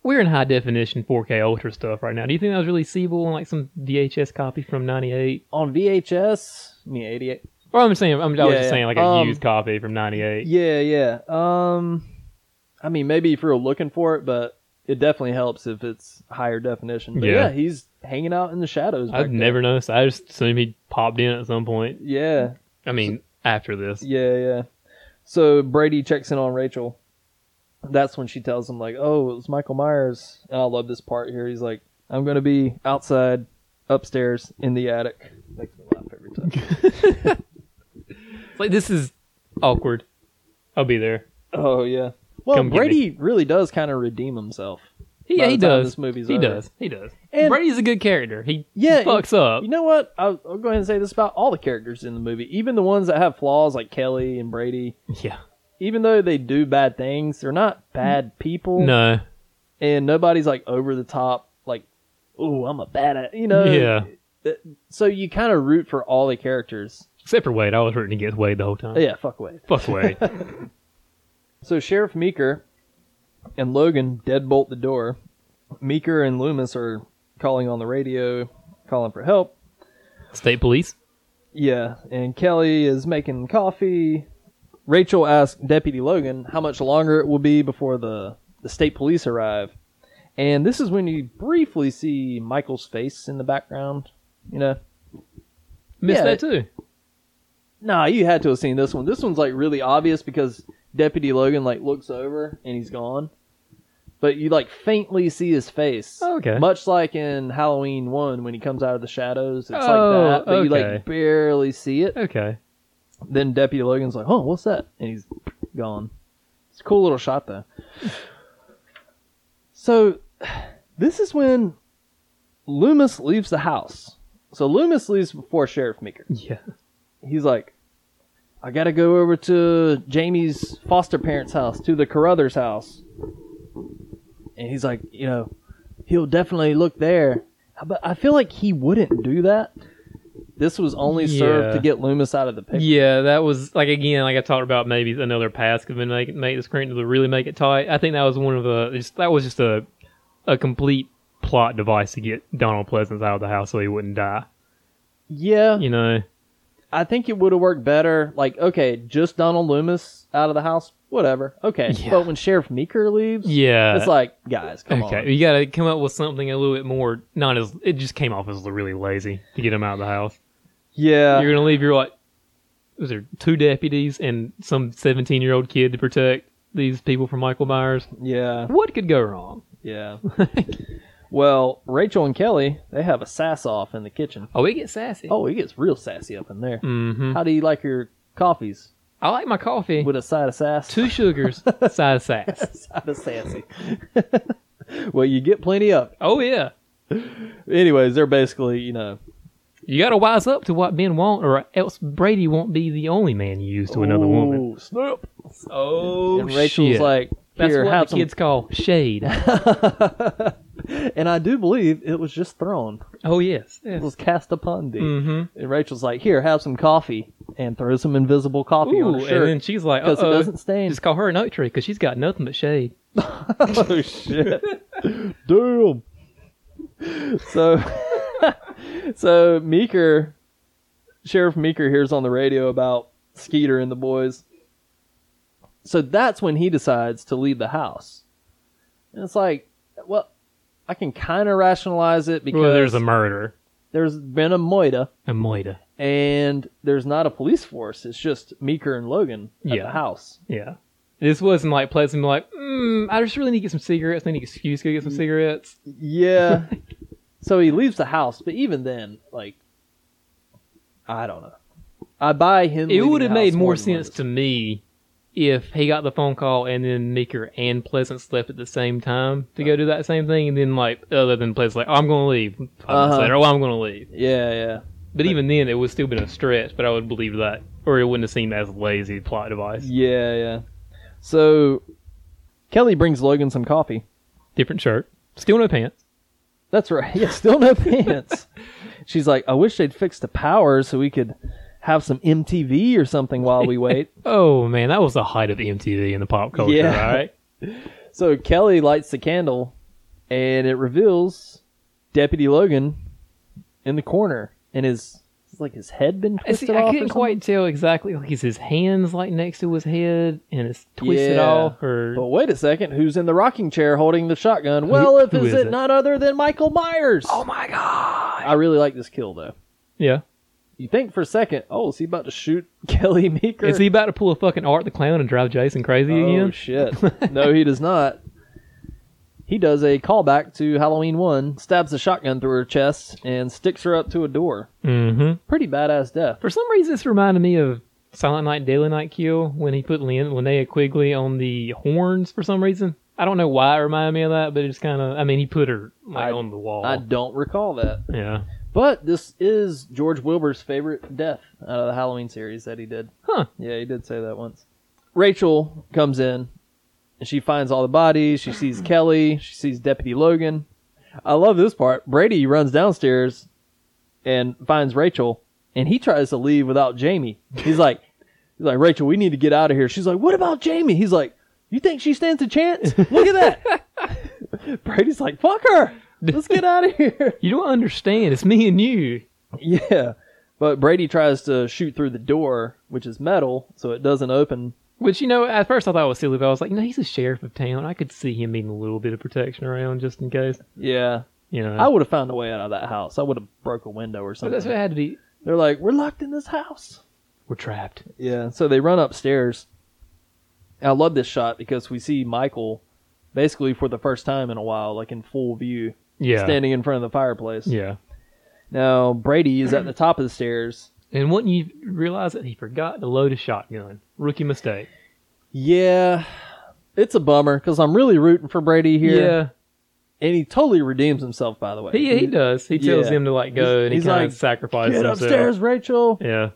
Speaker 7: we're in high definition 4K ultra stuff right now. Do you think that was really seeable on like some VHS copy from '98?
Speaker 6: On VHS, I mean, 88.
Speaker 7: Or I'm just saying, I'm, I was
Speaker 6: Yeah,
Speaker 7: just saying like a
Speaker 6: um,
Speaker 7: used copy from '98.
Speaker 6: Yeah, yeah. Um, I mean, maybe if you're looking for it, but it definitely helps if it's higher definition. But yeah,
Speaker 7: Yeah.
Speaker 6: he's hanging out in the shadows. back
Speaker 7: I've
Speaker 6: there.
Speaker 7: never noticed. I just assumed he popped in at some point.
Speaker 6: Yeah,
Speaker 7: I mean, after this.
Speaker 6: yeah, yeah. So Brady checks in on Rachel. That's when she tells him like, "Oh, it was Michael Myers." And I love this part here. He's like, "I'm gonna be outside, upstairs, in the attic." Makes me laugh every *laughs* time.
Speaker 7: It's like this is awkward. I'll be there.
Speaker 6: oh yeah. Well,
Speaker 7: Come get me.
Speaker 6: Brady really does kind of redeem himself.
Speaker 7: He,
Speaker 6: By
Speaker 7: he
Speaker 6: the time
Speaker 7: does.
Speaker 6: this movie's
Speaker 7: he
Speaker 6: over.
Speaker 7: does. He does.
Speaker 6: And-
Speaker 7: Brady's a good character. He
Speaker 6: Yeah,
Speaker 7: yeah, fucks up.
Speaker 6: You know what? I'll, I'll go ahead and say this about all the characters in the movie, even the ones that have flaws like Kelly and Brady.
Speaker 7: yeah.
Speaker 6: Even though they do bad things, they're not bad people.
Speaker 7: No.
Speaker 6: And nobody's like over the top, like, oh, I'm a bad, at-" you know?
Speaker 7: yeah.
Speaker 6: So you kind of root for all the characters. Oh,
Speaker 7: Except for Wade. I was rooting against Wade the whole time.
Speaker 6: Yeah, fuck Wade.
Speaker 7: Fuck *laughs* Wade.
Speaker 6: So Sheriff Meeker and Logan deadbolt the door. Meeker and Loomis are calling on the radio, calling for help.
Speaker 7: State police.
Speaker 6: Yeah, and Kelly is making coffee. Rachel asks Deputy Logan how much longer it will be before the, the state police arrive. And this is when you briefly see Michael's face in the background. You know?
Speaker 7: Missed
Speaker 6: Yeah.
Speaker 7: that too.
Speaker 6: Nah, you had to have seen this one. This one's like really obvious because Deputy Logan like looks over and he's gone. But you like faintly see his face.
Speaker 7: Oh, Okay.
Speaker 6: Much like in Halloween one when he comes out of the shadows. It's
Speaker 7: Oh,
Speaker 6: like that. But you
Speaker 7: okay.
Speaker 6: like barely see it.
Speaker 7: Okay.
Speaker 6: then Deputy Logan's like, "Oh, what's that?" And he's gone. It's a cool little shot
Speaker 7: *sighs*
Speaker 6: though. So, this is when Loomis leaves the house. So Loomis leaves before Sheriff Meeker.
Speaker 7: Yeah.
Speaker 6: He's like, "I gotta go over to Jamie's foster parents' house, to the Carruthers' house." And he's like, "You know, he'll definitely look there." Uh, But I feel like he wouldn't do that. This was only served
Speaker 7: Yeah.
Speaker 6: to get Loomis out of the picture.
Speaker 7: Yeah, that was like again, like I talked about, maybe another pass could have been make make this screen to really make it tight. I think that was one of the just, that was just a a complete plot device to get Donald Pleasance out of the house so he wouldn't die.
Speaker 6: Yeah,
Speaker 7: You know,
Speaker 6: I think it would have worked better. Like, okay, just Donald Loomis out of the house, whatever. Okay,
Speaker 7: *laughs* Yeah.
Speaker 6: but when Sheriff Meeker leaves,
Speaker 7: yeah.
Speaker 6: it's like, guys, come
Speaker 7: okay,
Speaker 6: on.
Speaker 7: you got to come up with something a little bit more. Not as it just came off as really lazy to get him out of the house.
Speaker 6: Yeah,
Speaker 7: You're gonna leave your like, was there two deputies and some 17 year old kid to protect these people from Michael Myers?
Speaker 6: yeah,
Speaker 7: What could go wrong? *laughs*
Speaker 6: yeah. well, Rachel and Kelly, they have a sass off in the kitchen.
Speaker 7: Oh, it gets sassy.
Speaker 6: Oh, he gets real sassy up in there.
Speaker 7: hmm
Speaker 6: How do you like your coffees
Speaker 7: I like my coffee
Speaker 6: with
Speaker 7: with
Speaker 6: a side of sass? *laughs*
Speaker 7: two sugars, side of sass.
Speaker 6: side of sassy. *laughs* well, you get plenty of. it.
Speaker 7: Oh yeah,
Speaker 6: Anyways, they're basically, you know,
Speaker 7: you got to wise up to what men want, or else Brady won't be the only man you use to another woman.
Speaker 6: "Ooh, Snap.
Speaker 7: Oh,
Speaker 6: And Rachel's like,
Speaker 7: That's
Speaker 6: here,
Speaker 7: what
Speaker 6: have
Speaker 7: the
Speaker 6: some
Speaker 7: kids call
Speaker 6: *laughs*
Speaker 7: shade.
Speaker 6: And I do believe it was just thrown.
Speaker 7: oh yes.
Speaker 6: It was cast upon thee.
Speaker 7: Mm-hmm.
Speaker 6: And Rachel's like, "Here, have some coffee," and throws some invisible coffee on
Speaker 7: Ooh,
Speaker 6: her
Speaker 7: and
Speaker 6: shirt
Speaker 7: then she's like,
Speaker 6: because it
Speaker 7: "Uh-oh,
Speaker 6: doesn't stain.
Speaker 7: Just call her an oak tree because she's got nothing but shade.
Speaker 6: oh shit! Damn. So, *laughs* so Meeker, Sheriff Meeker hears on the radio about Skeeter and the boys. So that's when he decides to leave the house, and it's like, well, I can kind of rationalize it because
Speaker 7: Well, there's a murder,
Speaker 6: there's been a moita.
Speaker 7: a moita.
Speaker 6: and there's not a police force. It's just Meeker and Logan at
Speaker 7: Yeah.
Speaker 6: the house.
Speaker 7: Yeah. This wasn't like pleasant. Like, mm, I just really need to get some cigarettes. I need an excuse to go get some cigarettes. *laughs*
Speaker 6: Yeah. so he leaves the house, but even then, like, I don't know. I buy him.
Speaker 7: It
Speaker 6: leaving
Speaker 7: would have
Speaker 6: the
Speaker 7: made
Speaker 6: house
Speaker 7: more
Speaker 6: than once.
Speaker 7: sense to me if he got the phone call and then Meeker and Pleasant slept at the same time to go do that same thing, and then like other than Pleasant, like oh, I'm gonna leave. Five minutes
Speaker 6: Uh-huh.
Speaker 7: later, oh, I'm gonna leave.
Speaker 6: Yeah, yeah,
Speaker 7: But even then, it would still been a stretch. But I would believe that, or it wouldn't have seemed as lazy plot device.
Speaker 6: yeah, yeah. So Kelly brings Logan some coffee.
Speaker 7: Different shirt, still no pants.
Speaker 6: That's right. *laughs* Yeah, still no
Speaker 7: *laughs*
Speaker 6: pants. She's like, I wish they'd fix the power so we could have some MTV or something while we wait.
Speaker 7: Oh man, that was the height of MTV in the pop culture.
Speaker 6: Yeah.
Speaker 7: All *laughs* right.
Speaker 6: So Kelly lights the candle, and it reveals Deputy Logan in the corner, and his it's like his head been twisted
Speaker 7: See,
Speaker 6: off.
Speaker 7: I
Speaker 6: or something.
Speaker 7: couldn't quite tell exactly. Like, is his hands like next to his head and it's twisted
Speaker 6: Yeah. Oh.
Speaker 7: off, or
Speaker 6: But wait a second, who's in the rocking chair holding the shotgun? Well, if
Speaker 7: who
Speaker 6: is
Speaker 7: is
Speaker 6: it
Speaker 7: it?
Speaker 6: not other than Michael Myers? Oh my god! I really like this kill though.
Speaker 7: yeah.
Speaker 6: You think for a second, oh, is he about to shoot *laughs* Kelly Meeker?
Speaker 7: Is he about to pull a fucking Art the Clown and drive Jason crazy
Speaker 6: Oh
Speaker 7: again? *laughs*
Speaker 6: shit! No, he does not. He does a callback to Halloween One, stabs a shotgun through her chest, and sticks her up to a door.
Speaker 7: mm-hmm.
Speaker 6: pretty badass death.
Speaker 7: For some reason, this reminded me of Silent Night, Daily Night Kill when he put Lin- Linnea Quigley on the horns for some reason. I don't know why it reminded me of that, but it's kind of. I mean, he put her like,
Speaker 6: I-
Speaker 7: on the wall.
Speaker 6: I don't recall that.
Speaker 7: yeah.
Speaker 6: But this is George Wilbur's favorite death out of the Halloween series that he did.
Speaker 7: Huh.
Speaker 6: Yeah, he did say that once. Rachel comes in and she finds all the bodies. She sees Kelly. She sees Deputy Logan. I love this part. Brady runs downstairs and finds Rachel and he tries to leave without Jamie. He's like, he's like, Rachel, we need to get out of here. She's like, what about Jamie? He's like, you think she stands a chance? Look at that. Brady's like, fuck her. Let's get out of here.
Speaker 7: You don't understand. It's me and you.
Speaker 6: *laughs* Yeah. But Brady tries to shoot through the door, which is metal, so it doesn't open.
Speaker 7: Which you know, at first I thought it was silly, but I was like, no, he's a sheriff of town. I could see him needing a little bit of protection around just in case.
Speaker 6: Yeah.
Speaker 7: You know,
Speaker 6: I would have found a way out of that house. I would have broke a window or
Speaker 7: but
Speaker 6: something.
Speaker 7: that's what it had to be.
Speaker 6: They're like, "We're locked in this house."
Speaker 7: We're trapped.
Speaker 6: Yeah. So they run upstairs. I love this shot because we see Michael basically for the first time in a while, like in full view,
Speaker 7: Yeah.
Speaker 6: standing in front of the fireplace.
Speaker 7: Yeah.
Speaker 6: Now, Brady is
Speaker 7: *clears throat*
Speaker 6: at the top of the stairs.
Speaker 7: And wouldn't you realize that he forgot to load a shotgun? Rookie mistake.
Speaker 6: Yeah. It's a bummer because I'm really rooting for Brady here.
Speaker 7: Yeah.
Speaker 6: And he totally redeems himself, by the way.
Speaker 7: He, he does. He tells
Speaker 6: Yeah.
Speaker 7: him to like go
Speaker 6: He's-
Speaker 7: and he
Speaker 6: he's
Speaker 7: kind
Speaker 6: like,
Speaker 7: of sacrifices
Speaker 6: Get
Speaker 7: himself.
Speaker 6: upstairs, Rachel.
Speaker 7: Yeah.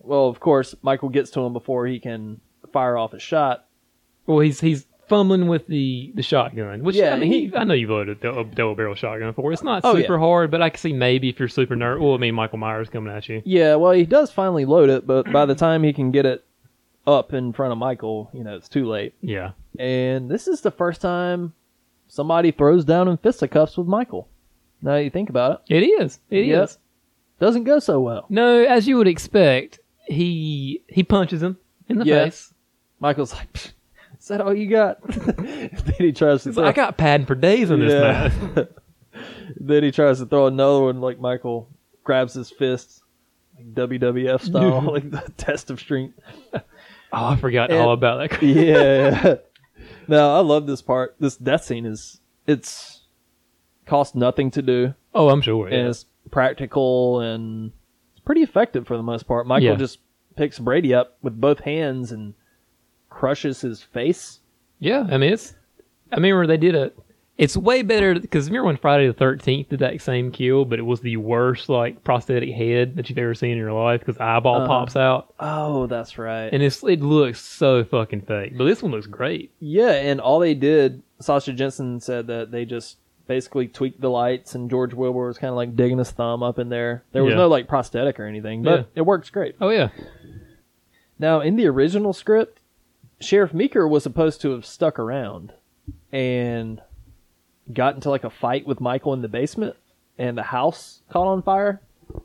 Speaker 6: Well, of course, Michael gets to him before he can fire off his shot.
Speaker 7: Well, he's he's fumbling with the the shotgun, which
Speaker 6: Yeah,
Speaker 7: I mean,
Speaker 6: he-
Speaker 7: he, I know you've loaded a dou- a double barrel shotgun for. It's not
Speaker 6: Oh,
Speaker 7: super
Speaker 6: yeah.
Speaker 7: hard, but I can see maybe if you're super nerd. Well, I mean, Michael Myers coming at you.
Speaker 6: Yeah, well, he does finally load it, but by the time he can get it up in front of Michael, you know, it's too late.
Speaker 7: Yeah.
Speaker 6: And this is the first time somebody throws down in fisticuffs with Michael. Now that you think about it.
Speaker 7: It is. It is.
Speaker 6: Yep. Doesn't go so well.
Speaker 7: No, as you would expect, he he punches him in the
Speaker 6: Yeah.
Speaker 7: face.
Speaker 6: Michael's like, "Pfft, is that all you got? *laughs* then he tries to.
Speaker 7: He's
Speaker 6: throw-
Speaker 7: like, I got padding for days on this
Speaker 6: Yeah.
Speaker 7: knife.
Speaker 6: then he tries to throw another one. Like Michael grabs his fists, like WWF style, like the test of strength.
Speaker 7: *laughs* Oh, I forgot
Speaker 6: And-
Speaker 7: all about that.
Speaker 6: yeah. *laughs* no, I love this part. This death scene is it's cost nothing to do,
Speaker 7: Oh, I'm sure.
Speaker 6: and
Speaker 7: Yeah.
Speaker 6: it's practical and it's pretty effective for the most part. Michael
Speaker 7: Yeah.
Speaker 6: just picks Brady up with both hands and crushes his face.
Speaker 7: yeah, I mean it's. I remember they did a. It's way better because remember when Friday the Thirteenth did that same kill, but it was the worst like prosthetic head that you've ever seen in your life because the eyeball
Speaker 6: Uh-huh.
Speaker 7: pops out
Speaker 6: Oh, that's right.
Speaker 7: and it's it looks so fucking fake. But this one looks great.
Speaker 6: yeah, and all they did, Sasha Jensen said that they just basically tweaked the lights, and George Wilbur was kind of like digging his thumb up in there. There was
Speaker 7: Yeah.
Speaker 6: no like prosthetic or anything, but it works great.
Speaker 7: Oh yeah,
Speaker 6: Now, in the original script, Sheriff Meeker was supposed to have stuck around and got into like a fight with Michael in the basement, and the house caught on fire,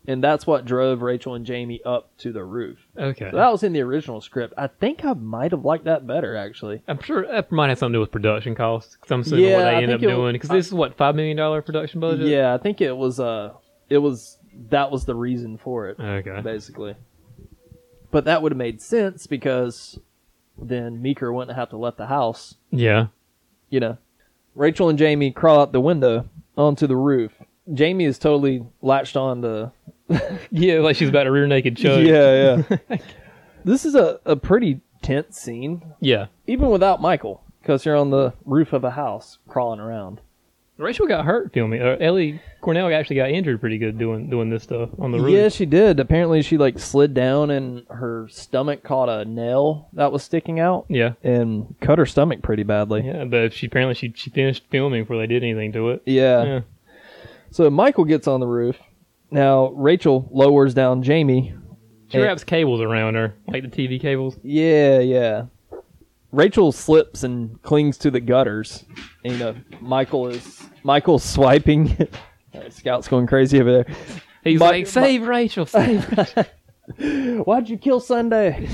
Speaker 6: and that's what drove Rachel and Jamie up to the roof.
Speaker 7: okay.
Speaker 6: So that was in the original script. I think I might have liked that better actually.
Speaker 7: I'm sure that might have something to do with production costs. Because I'm assuming
Speaker 6: Yeah,
Speaker 7: what
Speaker 6: I
Speaker 7: they end up
Speaker 6: think it-
Speaker 7: doing. Because this is what five million dollar production budget.
Speaker 6: Yeah, I think it was. Uh, it was that was the reason for it.
Speaker 7: Okay.
Speaker 6: basically. But that would have made sense because then Meeker wouldn't have to let the house,
Speaker 7: Yeah.
Speaker 6: you know. Rachel and Jamie crawl out the window onto the roof. Jamie is totally latched on to.
Speaker 7: Yeah, like she's about to rear naked chug.
Speaker 6: Yeah, yeah. *laughs* this is a, a pretty tense scene,
Speaker 7: Yeah.
Speaker 6: even without Michael, because you're on the roof of a house crawling around.
Speaker 7: Rachel got hurt filming. Or Uh, Ellie Cornell actually got injured pretty good doing doing this stuff on the roof.
Speaker 6: Yeah, she did. Apparently, she like slid down and her stomach caught a nail that was sticking out
Speaker 7: Yeah.
Speaker 6: and cut her stomach pretty badly.
Speaker 7: Yeah, but she apparently she, she finished filming before they did anything to it.
Speaker 6: Yeah.
Speaker 7: Yeah.
Speaker 6: So Michael gets on the roof. Now Rachel lowers down Jamie.
Speaker 7: She
Speaker 6: Yeah.
Speaker 7: wraps cables around her, like the TV cables.
Speaker 6: Yeah, yeah. Rachel slips and clings to the gutters. And, you know, Michael is Michael's swiping. *laughs* Scout's going crazy over there.
Speaker 7: He's
Speaker 6: My-
Speaker 7: like, save Rachel, save.
Speaker 6: *laughs*
Speaker 7: Rachel."
Speaker 6: Why'd you kill Sunday?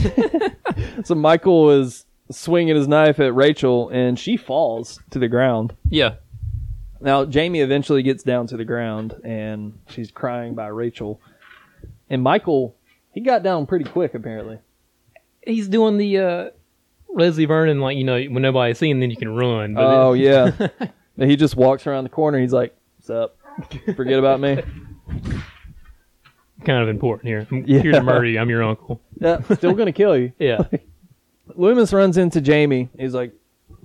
Speaker 6: *laughs* so Michael is swinging his knife at Rachel, and she falls to the ground.
Speaker 7: yeah.
Speaker 6: Now Jamie eventually gets down to the ground, and she's crying by Rachel. And Michael, he got down pretty quick apparently.
Speaker 7: He's doing the uh, Leslie Vernon, like you know, when nobody's seeing, then you can run. But
Speaker 6: Oh
Speaker 7: it-
Speaker 6: yeah. *laughs* And he just walks around the corner. He's like, "What's up? Forget about me." *laughs*
Speaker 7: kind of important here. I'm
Speaker 6: Yeah.
Speaker 7: here to murder you. I'm your uncle.
Speaker 6: *laughs* Yeah, still gonna kill you.
Speaker 7: Yeah.
Speaker 6: Loomis runs into Jamie. He's like,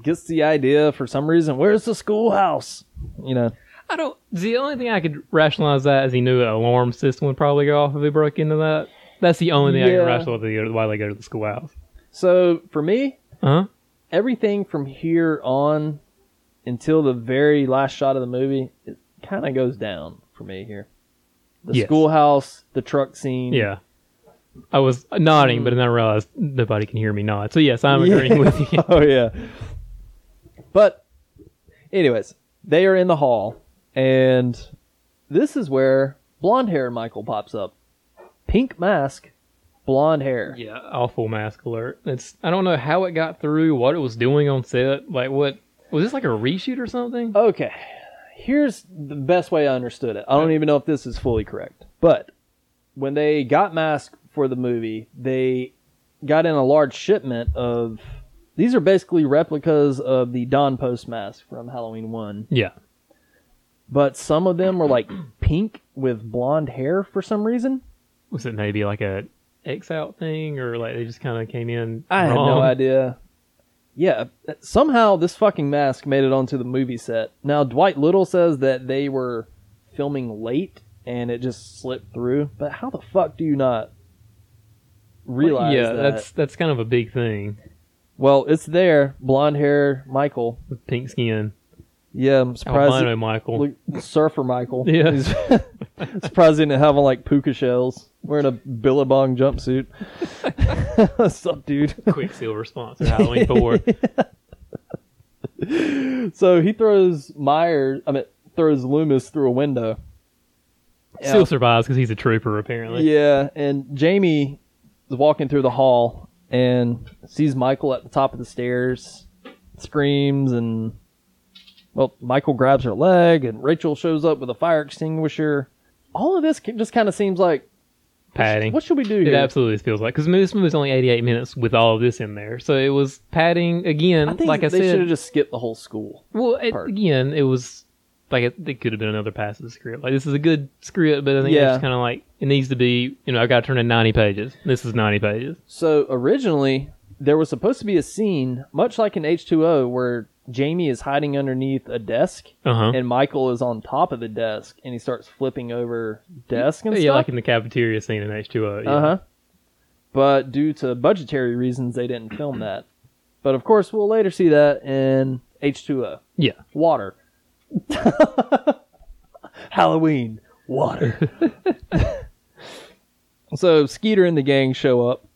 Speaker 6: gets the idea for some reason. Where's the schoolhouse? You know.
Speaker 7: I don't. The only thing I could rationalize that is he knew an alarm system would probably go off if he broke into that. That's the only thing I
Speaker 6: Yeah.
Speaker 7: can rationalize they go to- why they go to the schoolhouse.
Speaker 6: So for me,
Speaker 7: Huh?
Speaker 6: everything from here on until the very last shot of the movie, it kind of goes down for me here. The
Speaker 7: Yes.
Speaker 6: schoolhouse, the truck scene.
Speaker 7: Yeah. I was nodding, but then I realized nobody can hear me nod. So yes, I'm agreeing
Speaker 6: Yeah.
Speaker 7: with you.
Speaker 6: *laughs* oh yeah. But anyways, they are in the hall and this is where blonde hair Michael pops up. Pink mask, blonde hair.
Speaker 7: Yeah, awful mask alert. It's I don't know how it got through, what it was doing on set, like what was this like a reshoot or something?
Speaker 6: Okay. Here's the best way I understood it. I don't even know if this is fully correct. But when they got mask for the movie, they got in a large shipment of these are basically replicas of the Don Post mask from Halloween 1.
Speaker 7: Yeah,
Speaker 6: but some of them were like pink with blonde hair for some reason.
Speaker 7: was it maybe like a X out thing, or like they just kind of came in?
Speaker 6: I had no
Speaker 7: wrong?
Speaker 6: idea. Yeah, somehow this fucking mask made it onto the movie set. Now Dwight Little says that they were filming late and it just slipped through. But how the fuck do you not realize
Speaker 7: yeah,
Speaker 6: that?
Speaker 7: that's that's kind of a big thing.
Speaker 6: Well, it's there, blonde hair Michael.
Speaker 7: with pink skin.
Speaker 6: Yeah, I'm surprised.
Speaker 7: Albino Michael.
Speaker 6: *laughs* Look, surfer Michael.
Speaker 7: Yeah.
Speaker 6: He's- *laughs* surprised he didn't have on like puka shells. Wearing a Billabong jumpsuit. *laughs* What's up, dude?
Speaker 7: Quicksilver sponsor
Speaker 6: *laughs*
Speaker 7: Halloween 4.
Speaker 6: So he throws Myers, I mean, throws Loomis through a window.
Speaker 7: Still survives because he's a trooper, apparently.
Speaker 6: Yeah, and Jamie is walking through the hall and sees Michael at the top of the stairs, screams, and well, Michael grabs her leg, and Rachel shows up with a fire extinguisher. All of this ca- just kind of seems like
Speaker 7: Padding.
Speaker 6: What should we do
Speaker 7: It
Speaker 6: here?
Speaker 7: absolutely feels like because this movie's only 88 minutes with all of this in there, so it was padding again.
Speaker 6: I think
Speaker 7: like I
Speaker 6: they should
Speaker 7: said,
Speaker 6: have just skipped the whole school.
Speaker 7: well, it,
Speaker 6: part.
Speaker 7: again, it was like it, it could have been another pass of the script. Like this is a good script, but I think
Speaker 6: Yeah.
Speaker 7: it's kind of like it needs to be. You know, I got to turn to 90 pages. This is 90 pages.
Speaker 6: So originally, there was supposed to be a scene, much like in H2O, where Jamie is hiding underneath a desk
Speaker 7: Uh huh.
Speaker 6: and Michael is on top of the desk and he starts flipping over desk and
Speaker 7: yeah,
Speaker 6: stuff.
Speaker 7: like in the cafeteria scene in H2O. Yeah.
Speaker 6: Uh huh. But due to budgetary reasons, they didn't
Speaker 7: Hmm.
Speaker 6: film that. But of course, we'll later see that in H2O.
Speaker 7: Yeah.
Speaker 6: Water. *laughs* Halloween. Water. *laughs* so Skeeter and the gang show up,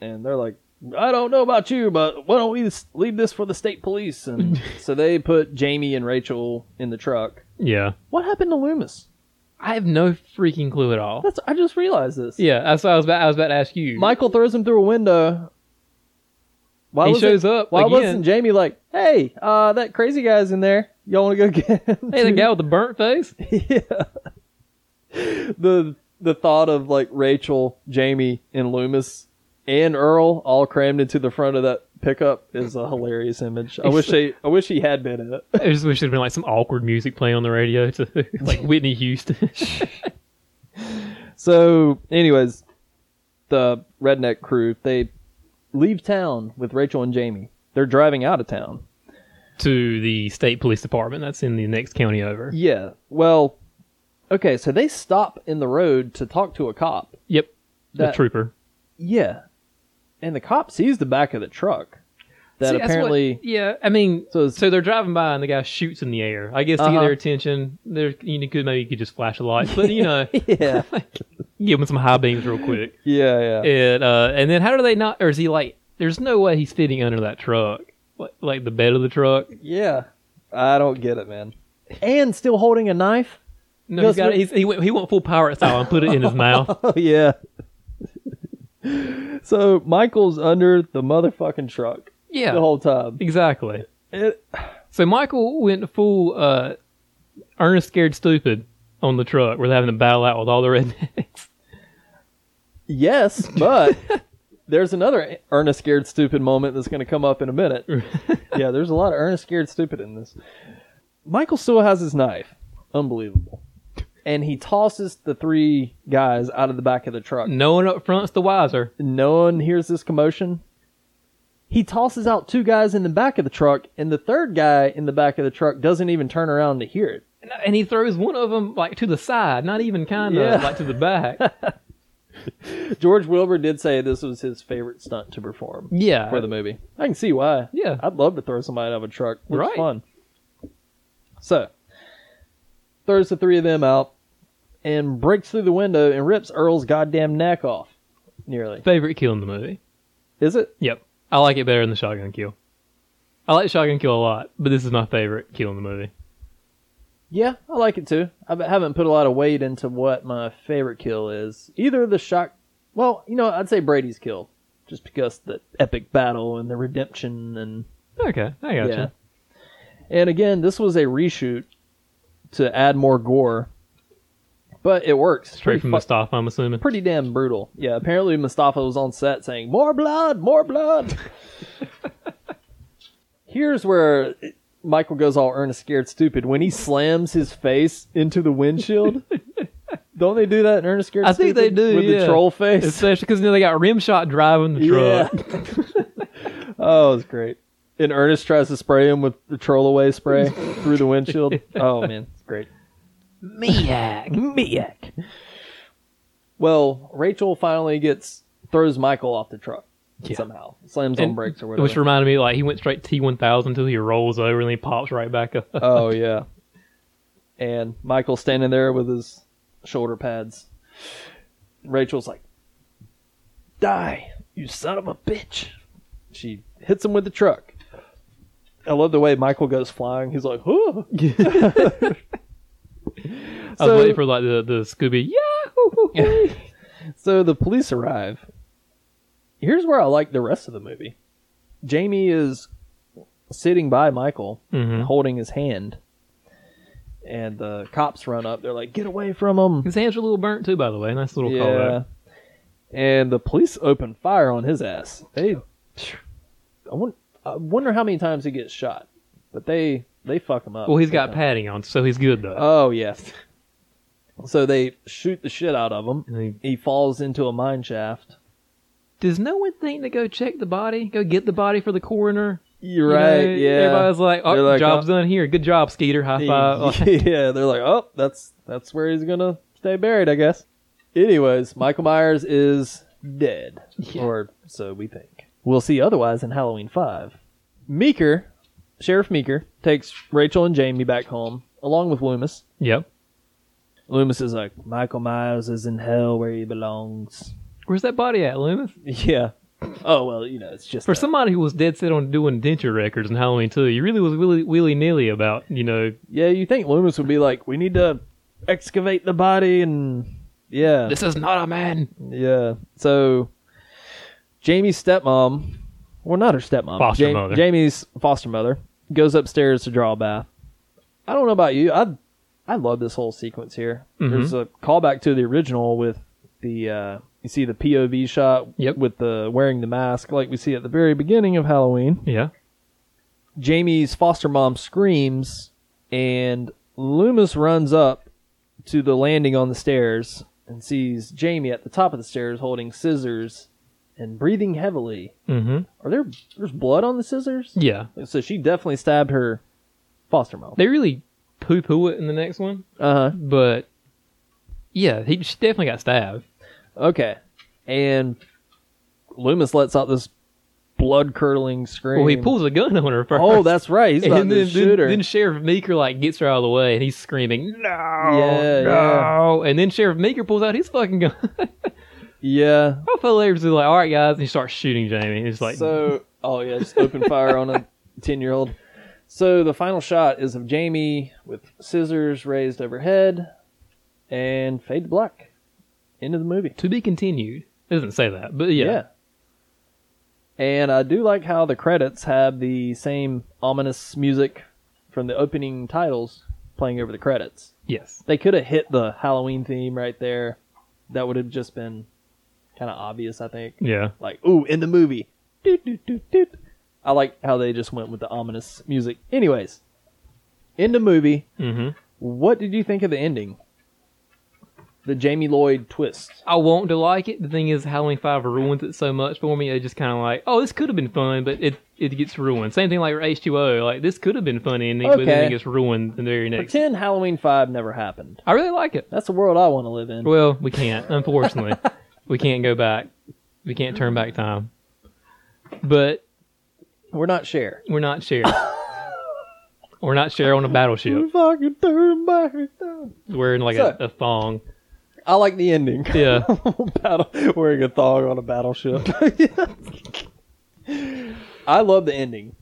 Speaker 6: and they're like, I don't know about you, but why don't we s- leave this for the state police?
Speaker 7: *laughs*
Speaker 6: And so they put Jamie and Rachel in the truck.
Speaker 7: Yeah.
Speaker 6: What happened to Loomis?
Speaker 7: I have no freaking clue at all.
Speaker 6: That's I just realized this.
Speaker 7: Yeah, that's what I was about. I was about to ask you.
Speaker 6: Michael throws him through a window. Why
Speaker 7: He
Speaker 6: wasn't-
Speaker 7: shows up
Speaker 6: Why
Speaker 7: again.
Speaker 6: wasn't Jamie like, "Hey, uh, that crazy guy's in there. Y'all want to go get him?"
Speaker 7: hey,
Speaker 6: *laughs*
Speaker 7: the
Speaker 6: too?"
Speaker 7: guy with the burnt *laughs* face.
Speaker 6: the the thought of like Rachel, Jamie, and Loomis and Earl all crammed into the front of that pickup is a hilarious image. I wish they, I wish he had been in it.
Speaker 7: I just wish there'd been like some awkward music playing on the radio, to, *laughs* like Whitney Houston. *laughs*
Speaker 6: So, anyways, the redneck crew they leave town with Rachel and Jamie. They're driving out of town.
Speaker 7: to the state police department. That's in the next county over.
Speaker 6: Yeah. Well, okay, so they stop in the road to talk to a cop.
Speaker 7: Yep, the
Speaker 6: That-
Speaker 7: trooper.
Speaker 6: Yeah. And the cop sees the back of the truck that
Speaker 7: See, that's *laughs*
Speaker 6: apparently
Speaker 7: what- yeah, I mean,
Speaker 6: So
Speaker 7: so,
Speaker 6: it's-
Speaker 7: so they're driving by and the guy shoots in the air. I guess to
Speaker 6: Uh-huh.
Speaker 7: get their attention, there you could maybe you could just flash a light, but you *laughs* know,
Speaker 6: Yeah.
Speaker 7: give them some high beams real quick.
Speaker 6: *laughs* Yeah, yeah.
Speaker 7: It uh, and then how do they not? Or is he like? There's no way he's fitting under that truck, like, like the bed of the truck.
Speaker 6: yeah. I don't get it, man. And still holding a knife? *laughs*
Speaker 7: No,
Speaker 6: Yes,
Speaker 7: he's got,
Speaker 6: but-
Speaker 7: he's, he went he went full pirate style and put it in his mouth.
Speaker 6: Oh yeah. *laughs* so Michael's under the motherfucking truck
Speaker 7: *laughs* Yeah,
Speaker 6: the whole time.
Speaker 7: exactly.
Speaker 6: It,
Speaker 7: So Michael went full uh, Ernest Scared Stupid on the truck. We're having a battle out with all the rednecks. *laughs*
Speaker 6: yes, but *laughs* there's another Ernest Scared Stupid moment that's going to come up in a minute. yeah, there's a lot of Ernest Scared Stupid in this. Michael still has his knife. Unbelievable. And he tosses the three guys out of the back of the truck.
Speaker 7: no one up front's the wiser.
Speaker 6: No one hears this commotion. He tosses out two guys in the back of the truck, and the third guy in the back of the truck doesn't even turn around to hear it.
Speaker 7: And- And he throws one of them like to the side, not even kind of
Speaker 6: Yeah.
Speaker 7: like to the *laughs* back.
Speaker 6: George Wilbur did say this was his favorite stunt to perform
Speaker 7: yeah.
Speaker 6: for the movie. I can see why.
Speaker 7: Yeah.
Speaker 6: I'd love to throw somebody out of a truck. It's
Speaker 7: Right.
Speaker 6: fun. So, throws the three of them out and breaks through the window and rips Earl's goddamn neck off. Nearly.
Speaker 7: Favorite kill in the movie.
Speaker 6: Is it?
Speaker 7: Yep. I like it better than the shotgun kill. I like shotgun kill a lot, but this is my favorite kill in the movie.
Speaker 6: Yeah, I like it too. I haven't put a lot of weight into what my favorite kill is. Either the shock. Well, you know, I'd say Brady's kill. Just because the epic battle and the redemption and
Speaker 7: Okay, I gotcha.
Speaker 6: Yeah. And again, this was a reshoot to add more gore, but it works. It's
Speaker 7: Straight
Speaker 6: pretty
Speaker 7: from
Speaker 6: fu-
Speaker 7: Mustafa, I'm assuming.
Speaker 6: Pretty damn brutal. Yeah, apparently Mustafa was on set saying, More blood, more
Speaker 7: *laughs*
Speaker 6: blood. Here's where Michael goes all earnest, scared, stupid when he slams his face into the
Speaker 7: *laughs*
Speaker 6: windshield. Don't they do that in Ernest Scared
Speaker 7: I think they
Speaker 6: Stupid?
Speaker 7: do,
Speaker 6: With the
Speaker 7: yeah.
Speaker 6: troll face.
Speaker 7: Especially because they got Rimshot driving the
Speaker 6: Yeah.
Speaker 7: truck.
Speaker 6: Oh, it's great. And Ernest tries to spray him with the troll away spray through the windshield. Oh man, it's great.
Speaker 5: Miak, Miak.
Speaker 6: Well, Rachel finally gets throws Michael off the truck
Speaker 7: Yeah.
Speaker 6: somehow, slams on
Speaker 7: And-
Speaker 6: brakes or whatever.
Speaker 7: Which reminded me, like he went straight T one thousand until he rolls over and he pops right back up. *laughs*
Speaker 6: oh yeah. And Michael's standing there with his shoulder pads. Rachel's like, "Die, you son of a bitch!" She hits him with the truck.
Speaker 7: *laughs*
Speaker 6: I love the way Michael goes flying. He's like, "Huh."
Speaker 7: I was
Speaker 6: So- *laughs*
Speaker 7: waiting for like the, the Scooby. Yeah. *laughs*
Speaker 6: So the police arrive. Here's where I like the rest of the movie. Jamie is sitting by Michael,
Speaker 7: Mhm.
Speaker 6: holding his hand, and the cops run up. They're like, "Get away from him!"
Speaker 7: His hands are a little burnt too, by the way. Nice little callback.
Speaker 6: And the police open fire on his ass. They, I won- I wonder how many times he gets shot, but they they fuck him up.
Speaker 7: Well, he's got
Speaker 6: Yeah.
Speaker 7: padding on, so he's good though.
Speaker 6: Oh yes. *laughs* So they shoot the shit out of him.
Speaker 7: And he-
Speaker 6: He falls into a mine shaft.
Speaker 7: Does no one think to go check the body? Go get the body for the coroner?
Speaker 6: You're
Speaker 7: You
Speaker 6: right.
Speaker 7: know,
Speaker 6: yeah.
Speaker 7: Everybody's like, oh,
Speaker 6: They're like,
Speaker 7: job's
Speaker 6: oh.
Speaker 7: done here. Good job, Skeeter. High five.
Speaker 6: *laughs*
Speaker 7: Like,
Speaker 6: yeah, they're like, oh, that's that's where he's gonna stay buried, I guess. Anyways, Michael Myers is dead, or so we think. We'll see otherwise in Halloween Five. Meeker, Sheriff Meeker, takes Rachel and Jamie back home along with Loomis.
Speaker 7: Yep.
Speaker 6: Loomis is like, Michael Myers is in hell where he belongs. *laughs*
Speaker 7: Where's that body at, Loomis?
Speaker 6: Yeah. Oh well, you know, it's just
Speaker 7: For
Speaker 6: a-
Speaker 7: somebody who was dead set on doing denture records in Halloween 2, you really was willy, willy-nilly about, you know,
Speaker 6: yeah. You think Loomis would be like, we need to excavate the body and yeah,
Speaker 7: this is not a man.
Speaker 6: Yeah. So Jamie's stepmom, well, not her stepmom,
Speaker 7: Foster
Speaker 6: Ja-
Speaker 7: mother.
Speaker 6: Jamie's foster mother goes upstairs to draw a bath. I don't know about you. I I love this whole sequence here.
Speaker 7: Mm-hmm.
Speaker 6: There's a callback to the original with the uh, you see the POV shot
Speaker 7: Yep.
Speaker 6: with the wearing the mask like we see at the very beginning of Halloween.
Speaker 7: Yeah.
Speaker 6: Jamie's foster mom screams and Loomis runs up to the landing on the stairs and sees Jamie at the top of the stairs holding scissors and breathing heavily.
Speaker 7: hmm
Speaker 6: Are there there's blood on the scissors?
Speaker 7: Yeah.
Speaker 6: So she definitely stabbed her foster mom.
Speaker 7: They really poo-poo it in the next one,
Speaker 6: Uh huh.
Speaker 7: but yeah, he, she definitely got stabbed.
Speaker 6: Okay. And Loomis lets out this blood curdling scream.
Speaker 7: Well, he pulls a gun on her first.
Speaker 6: Oh,
Speaker 7: *laughs*
Speaker 6: that's right. He's about
Speaker 7: and
Speaker 6: to
Speaker 7: then,
Speaker 6: shoot
Speaker 7: then,
Speaker 6: her.
Speaker 7: then Sheriff Meeker like gets her out of the way, and he's screaming, "No,
Speaker 5: Ah.
Speaker 6: Yeah,
Speaker 7: no!" And then Sheriff Meeker pulls out his fucking gun. *laughs*
Speaker 6: yeah.
Speaker 7: Both players are like, "All right, guys," and he starts shooting Jamie. He's like,
Speaker 6: so oh yeah just open fire on a 10 year old so the final shot is of jamie with scissors raised overhead and fade to black end of the movie
Speaker 7: "To be continued." It doesn't say that, but yeah,
Speaker 6: and i do like how the credits have the same ominous music from the opening titles playing over the credits
Speaker 7: yes,
Speaker 6: they could have hit the halloween theme right there that would have just been kind of obvious i think
Speaker 7: yeah.
Speaker 6: like ooh in the movie doot, doot, doot, doot. i like how they just went with the ominous music anyways in the movie
Speaker 7: hmm
Speaker 6: what did you think of the ending the jamie lloyd twist
Speaker 7: I want to like it. The thing is, Halloween Five ruins it so much for me. I just kind of like, oh, this could have been fun, but it it gets ruined. Same thing like H two O. Like this could have been fun ending, but then
Speaker 6: Okay.
Speaker 7: it gets ruined the very next.
Speaker 6: pretend halloween 5 never happened
Speaker 7: I really like it.
Speaker 6: that's the world i want to live in
Speaker 7: Well, we can't, unfortunately. we can't go back. We can't turn back time. But
Speaker 6: we're not share
Speaker 7: we're not Cher. we're not Cher on a battleship.
Speaker 6: fucking turn back time.
Speaker 7: We're in like a, a thong.
Speaker 6: i like the ending *laughs*
Speaker 7: Yeah.
Speaker 6: Battle, wearing a thong on a battleship *laughs* i love the ending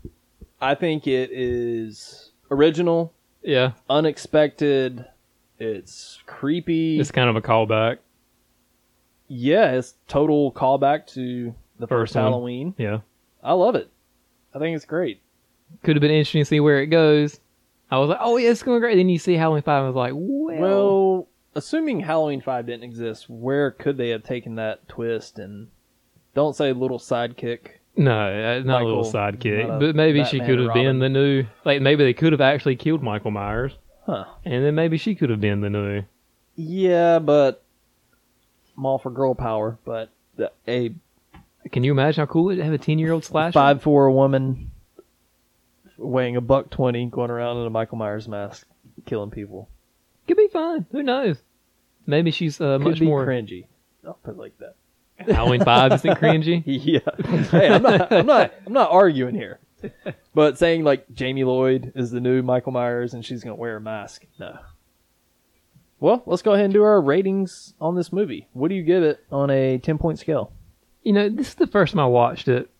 Speaker 6: i think it is original
Speaker 7: Yeah.
Speaker 6: unexpected. It's creepy.
Speaker 7: It's kind of a callback.
Speaker 6: yeah, it's total callback to the first,
Speaker 7: First one.
Speaker 6: Halloween.
Speaker 7: Yeah.
Speaker 6: I love it. I think it's great.
Speaker 7: Could have been interesting to see where it goes. I was like, oh, yeah, it's going great. Then you see Halloween 5. I was like, well.
Speaker 6: Well, assuming Halloween 5 didn't exist, where could they have taken that twist and don't say little sidekick?
Speaker 7: no, uh, not a
Speaker 6: Michael,
Speaker 7: little
Speaker 6: not
Speaker 7: sidekick.
Speaker 6: a
Speaker 7: But maybe she
Speaker 6: Batman
Speaker 7: could have been
Speaker 6: Robin.
Speaker 7: the new. Like, maybe they could have actually killed Michael Myers.
Speaker 6: Huh.
Speaker 7: And then maybe she could have been the new.
Speaker 6: Yeah, but I'm all for girl power, but the- a
Speaker 7: Can you imagine how cool it would have a 10 year old slash?
Speaker 6: five four woman weighing a buck 20 going around in a Michael Myers mask killing people.
Speaker 7: Could be fun. Who knows? Maybe she's uh,
Speaker 6: Could
Speaker 7: much
Speaker 6: be
Speaker 7: more
Speaker 6: cringy. I'll put it like that.
Speaker 7: Halloween vibe isn't cringy.
Speaker 6: *laughs* Yeah. Hey, I'm not, I'm not, I'm not arguing *laughs* here. But saying like Jamie Lloyd is the new Michael Myers and she's gonna wear a mask, no. Well, let's go ahead and do our ratings on this movie. What do you give it on a ten point scale?
Speaker 7: You know, this is the first time I watched it,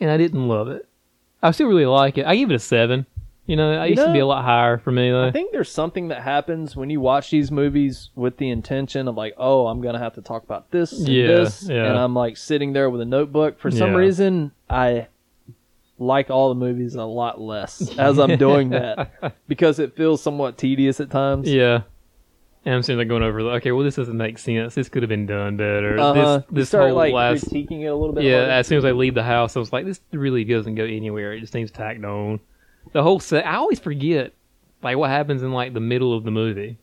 Speaker 7: and I didn't love it. I still really like it. I give it a seven. You know, it
Speaker 6: You
Speaker 7: used to be
Speaker 6: know,
Speaker 7: a lot higher for me though.
Speaker 6: I think there's something that happens when you watch these movies with the intention of like, oh, I'm gonna have to talk about this and
Speaker 7: Yeah,
Speaker 6: this,
Speaker 7: yeah.
Speaker 6: and I'm like sitting there with a notebook. For some
Speaker 7: Yeah.
Speaker 6: reason, I like all the movies a lot less as
Speaker 7: *laughs*
Speaker 6: I'm doing that because it feels somewhat tedious at times.
Speaker 7: yeah. And I'm sitting there going over like, okay, well this doesn't make sense. This could have been done better.
Speaker 6: Uh-huh.
Speaker 7: This
Speaker 6: You
Speaker 7: this
Speaker 6: start
Speaker 7: whole
Speaker 6: like
Speaker 7: last
Speaker 6: critiquing it a little bit.
Speaker 7: Yeah,
Speaker 6: harder.
Speaker 7: as soon as I leave the house, I was like, this really doesn't go anywhere. It just seems tacked on. The whole set, I always forget like what happens in like the middle of the movie,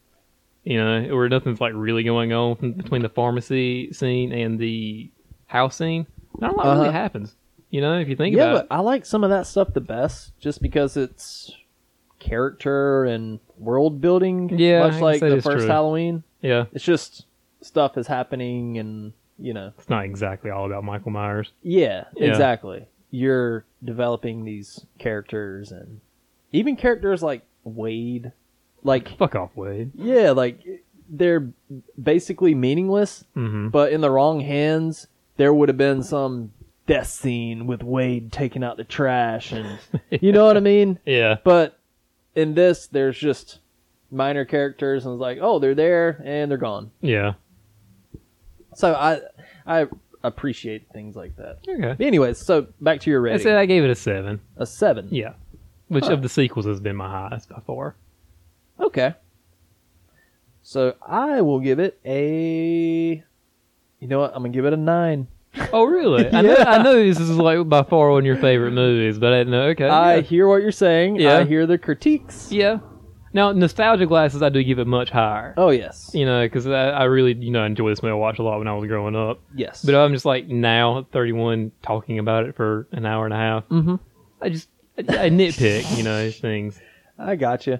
Speaker 7: you know, where nothing's like really going on from- between the pharmacy scene and the house scene. Not a lot
Speaker 6: Uh-huh.
Speaker 7: really happens, you know, if you think
Speaker 6: yeah,
Speaker 7: about.
Speaker 6: but I like some of that stuff the best just because it's character and world building.
Speaker 7: Yeah, I
Speaker 6: much
Speaker 7: guess
Speaker 6: like
Speaker 7: that
Speaker 6: the
Speaker 7: is
Speaker 6: first
Speaker 7: true.
Speaker 6: Halloween.
Speaker 7: it. Yeah,
Speaker 6: It's just stuff is happening, and you know,
Speaker 7: it's not exactly all about Michael Myers.
Speaker 6: yeah,
Speaker 7: Yeah.
Speaker 6: exactly. You're developing these characters, and even characters like Wade, like
Speaker 7: Fuck off, Wade.
Speaker 6: yeah, like they're basically meaningless.
Speaker 7: hmm
Speaker 6: But in the wrong hands, there would have been some death scene with Wade taking out the trash, and you know what I mean.
Speaker 7: Yeah,
Speaker 6: But in this, there's just minor characters, and it's like, oh, they're there and they're gone.
Speaker 7: yeah.
Speaker 6: So I, I appreciate things like that.
Speaker 7: Okay.
Speaker 6: Anyways, so back to your
Speaker 7: I
Speaker 6: rating,
Speaker 7: said I gave it a seven.
Speaker 6: a seven.
Speaker 7: Yeah, which of the sequels has been my highest by far.
Speaker 6: Okay. So I will give it a. You know what? I'm gonna give it a nine.
Speaker 7: Oh, *laughs* really? I, know, I know this is like by far one of your favorite movies, but I didn't know. Okay.
Speaker 6: I
Speaker 7: yeah.
Speaker 6: hear what you're saying. I
Speaker 7: Yeah.
Speaker 6: hear the critiques.
Speaker 7: yeah. Now, nostalgia glasses, I do give it much higher.
Speaker 6: Oh yes,
Speaker 7: You know, because I, I really, you know, enjoy this movie. I watched a lot when I was growing up.
Speaker 6: yes.
Speaker 7: But uh, I'm just like now, at 31, talking about it for an hour and a half.
Speaker 6: Mhm.
Speaker 7: I just, I, I nitpick, you know, things.
Speaker 6: I got you.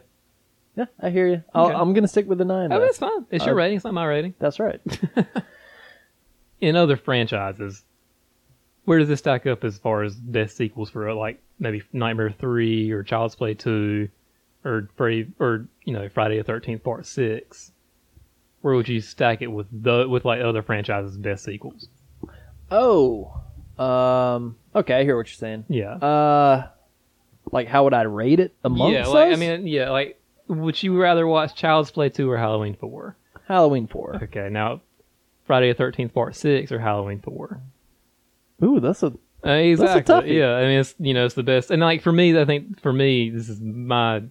Speaker 6: Yeah, I hear you. I'll,
Speaker 7: Okay.
Speaker 6: I'm gonna stick with the nine.
Speaker 7: Oh,
Speaker 6: though.
Speaker 7: that's fine. It's your
Speaker 6: I-
Speaker 7: rating. It's not my rating.
Speaker 6: That's right.
Speaker 7: *laughs* In other franchises, where does this stack up as far as best sequels for like maybe Nightmare Three or Child's Play Two, or Freddy or you know Friday the Thirteenth Part Six? Where would you stack it with the with like other franchises' best sequels?
Speaker 6: Oh, um, okay. I hear what you're saying.
Speaker 7: Yeah,
Speaker 6: Uh, like how would I rate it amongst
Speaker 7: yeah. Like
Speaker 6: us?
Speaker 7: I mean, yeah. Like, would you rather watch Child's Play Two or Halloween Four?
Speaker 6: Halloween four.
Speaker 7: Okay, now Friday the Thirteenth Part Six or Halloween Four?
Speaker 6: Ooh, that's a
Speaker 7: Uh, exactly.
Speaker 6: toughie.
Speaker 7: Yeah, I mean, it's you know, it's the best. And like for me, I think for me, this is my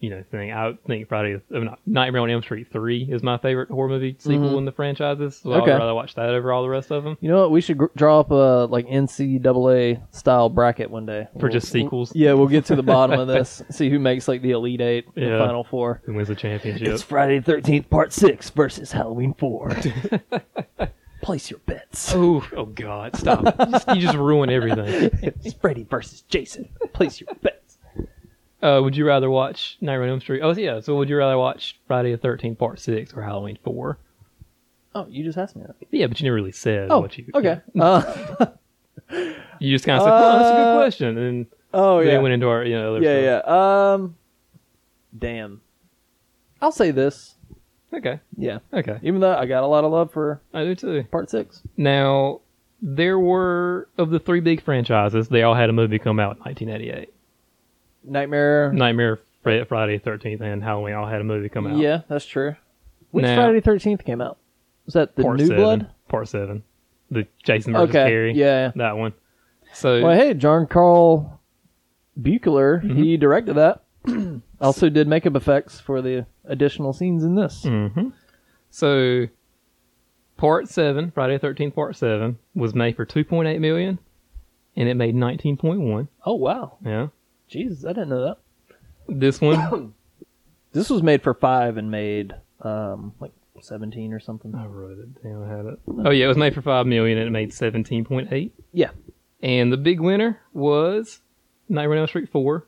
Speaker 7: you know thing. I think Friday, I mean, Nightmare on Elm Street three is my favorite horror movie sequel in the franchises. So
Speaker 6: Mm-hmm. Okay.
Speaker 7: I'd rather watch that over all the rest of them
Speaker 6: You know what? We should gr- draw up a like NCAA style bracket one day
Speaker 7: for just
Speaker 6: We'll-
Speaker 7: sequels.
Speaker 6: Yeah, we'll get to the bottom
Speaker 7: *laughs*
Speaker 6: of this. See who makes like the elite eight, the
Speaker 7: Yeah.
Speaker 6: final four.
Speaker 7: Who wins the championship? *laughs*
Speaker 5: It's Friday the 13th, part 6 versus Halloween 4. Place your bets.
Speaker 7: oh, oh God! Stop! You just, you just
Speaker 6: *laughs*
Speaker 7: ruin everything.
Speaker 5: It's Freddy versus Jason. Place your bets.
Speaker 7: Uh, would you rather watch Nightmare on Elm Street? Oh yeah. So would you rather watch Friday the Thirteenth Part Six or Halloween Four?
Speaker 6: Oh, you just asked me that.
Speaker 7: Yeah, but you never really said
Speaker 6: Oh,
Speaker 7: what you. *laughs*
Speaker 6: okay. Uh,
Speaker 7: You just kind of said, "Oh, that's a good
Speaker 6: Uh,
Speaker 7: question," and
Speaker 6: *laughs* oh
Speaker 7: then
Speaker 6: yeah,
Speaker 7: went into our you know other
Speaker 6: yeah,
Speaker 7: stuff.
Speaker 6: yeah. Um, damn. I'll say this.
Speaker 7: Okay.
Speaker 6: Yeah,
Speaker 7: Okay.
Speaker 6: even though I got a lot of love for
Speaker 7: I do too.
Speaker 6: part six.
Speaker 7: Now, there were, of the three big franchises, they all had a movie come out in 1988.
Speaker 6: Nightmare.
Speaker 7: Nightmare, Fr- Friday the 13th, and Halloween all had a movie come out.
Speaker 6: Yeah, that's true. Which
Speaker 7: Now-
Speaker 6: Friday Thirteenth came out? Was that the
Speaker 7: Part
Speaker 6: New
Speaker 7: seven,
Speaker 6: Blood?
Speaker 7: Part 7. The Jason versus
Speaker 6: Okay.
Speaker 7: Carrie.
Speaker 6: Yeah.
Speaker 7: That one. So,
Speaker 6: Well, hey, John Carl Buechler,
Speaker 7: Mm-hmm.
Speaker 6: he directed that. *clears throat* also did makeup effects for the additional scenes in this.
Speaker 7: Mhm. so Part 7, Friday the 13th Part 7, was made for 2.8 million, and it made 19.1.
Speaker 6: Oh wow,
Speaker 7: Yeah.
Speaker 6: Jesus, I didn't know that. *coughs*
Speaker 7: This one.
Speaker 6: This was made for five and made um like seventeen or something.
Speaker 7: I wrote it down. I had it. Oh yeah, it was made for five million and it made seventeen point eight.
Speaker 6: Yeah.
Speaker 7: And the big winner was Nightmare on Elm Street 4,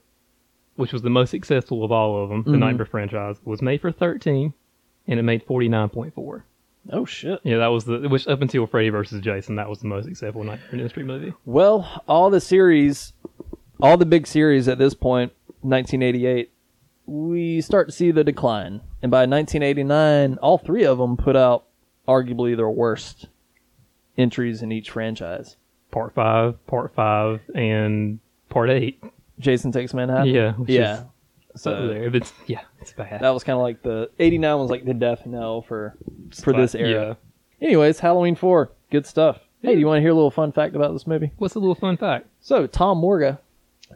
Speaker 7: which was the most successful of all of them. The
Speaker 6: Mhm.
Speaker 7: Nightmare franchise was made for 13, and it made 49.4.
Speaker 6: Oh shit.
Speaker 7: Yeah, that was the which up until Freddy vs. Jason, that was the most successful Nightmare on Elm Street movie.
Speaker 6: Well, all the series, all the big series at this point, 1988, we start to see the decline. And by 1989, all three of them put out arguably their worst entries in each franchise.
Speaker 7: Part five, part five, and part eight.
Speaker 6: Jason Takes Manhattan.
Speaker 7: Yeah, which
Speaker 6: yeah.
Speaker 7: So
Speaker 6: So
Speaker 7: there, it's yeah, it's bad.
Speaker 6: that was kind of like the '89 was like the death knell for for
Speaker 7: But,
Speaker 6: this era. Anyways, Halloween Four, good stuff. Hey, do you want to hear a little fun fact about this movie?
Speaker 7: What's a little fun fact?
Speaker 6: So Tom Morga,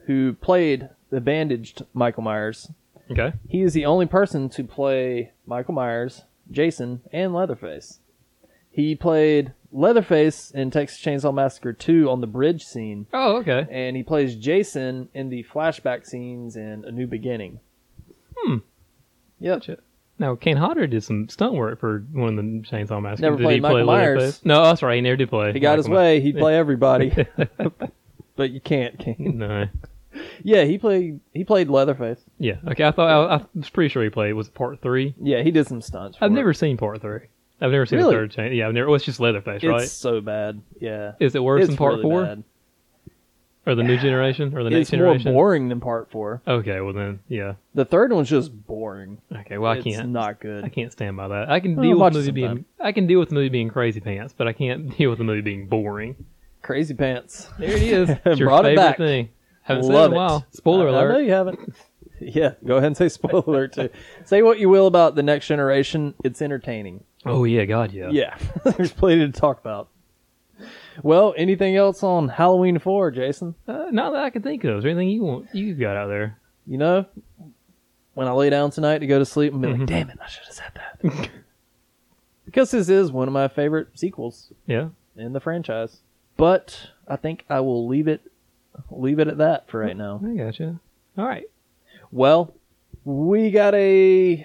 Speaker 6: who played the bandaged Michael Myers,
Speaker 7: Okay.
Speaker 6: he is the only person to play Michael Myers, Jason, and Leatherface. He played Leatherface in Texas Chainsaw Massacre 2 on the bridge scene,
Speaker 7: Oh, okay.
Speaker 6: and he plays Jason in the flashback scenes in A New Beginning. Hmm. Yep.
Speaker 7: Now, Kane Hodder did some stunt work for one of the Chainsaw Massacre.
Speaker 6: Never
Speaker 7: did
Speaker 6: played
Speaker 7: he play
Speaker 6: Michael Myers.
Speaker 7: Leatherface? No, oh, that's right. He never did play.
Speaker 6: If he got his
Speaker 7: Michael
Speaker 6: way, he'd play everybody.
Speaker 7: *laughs*
Speaker 6: but you can't, King.
Speaker 7: Myers. No.
Speaker 6: Yeah, he played he played Leatherface.
Speaker 7: Yeah. Okay. I thought I, I was pretty sure he played. Was it part three?
Speaker 6: Yeah, he did some stunts. for
Speaker 7: I've
Speaker 6: it.
Speaker 7: never seen part three. I've never seen
Speaker 6: Really?
Speaker 7: the third chain. Yeah, I've never. Well, it's just Leatherface,
Speaker 6: It's
Speaker 7: right?
Speaker 6: so bad. Yeah.
Speaker 7: Is it worse
Speaker 6: It's
Speaker 7: than part
Speaker 6: really
Speaker 7: four
Speaker 6: bad.
Speaker 7: or
Speaker 6: *sighs*
Speaker 7: the new generation or the next
Speaker 6: It's more
Speaker 7: generation?
Speaker 6: boring than part four.
Speaker 7: Okay. Well then, yeah.
Speaker 6: The third one's just boring.
Speaker 7: Okay. Well, I
Speaker 6: it's
Speaker 7: can't.
Speaker 6: not
Speaker 7: I
Speaker 6: good.
Speaker 7: can't stand by that. I can
Speaker 6: Well,
Speaker 7: deal
Speaker 6: watch
Speaker 7: with the movie
Speaker 6: it
Speaker 7: being.
Speaker 6: sometime.
Speaker 7: I can deal with the movie being crazy pants, but I can't *laughs* deal with the movie being boring.
Speaker 6: Crazy pants.
Speaker 7: There it is. It's your
Speaker 6: Brought it
Speaker 7: favorite
Speaker 6: back.
Speaker 7: thing. Haven't seen it
Speaker 6: Love
Speaker 7: in a
Speaker 6: it.
Speaker 7: while. Spoiler
Speaker 6: I- I know
Speaker 7: alert.
Speaker 6: you haven't. *laughs* yeah, go ahead and say spoiler alert
Speaker 7: *laughs*
Speaker 6: too. Say what you will about the next generation, it's entertaining.
Speaker 7: Oh yeah, God yeah.
Speaker 6: Yeah, *laughs* there's plenty to talk about. Well, anything else on Halloween four, Jason?
Speaker 7: Uh, not that I can think of. Is there anything you want you got out there?
Speaker 6: You know, when I lay down tonight to go to sleep, and be
Speaker 7: Mm-hmm.
Speaker 6: like, "Damn it, I should have said that," *laughs* because this is one of my favorite sequels
Speaker 7: Yeah.
Speaker 6: in the franchise. But I think I will leave it leave it at that for right now.
Speaker 7: I gotcha. All right. *laughs*
Speaker 6: Well, we got a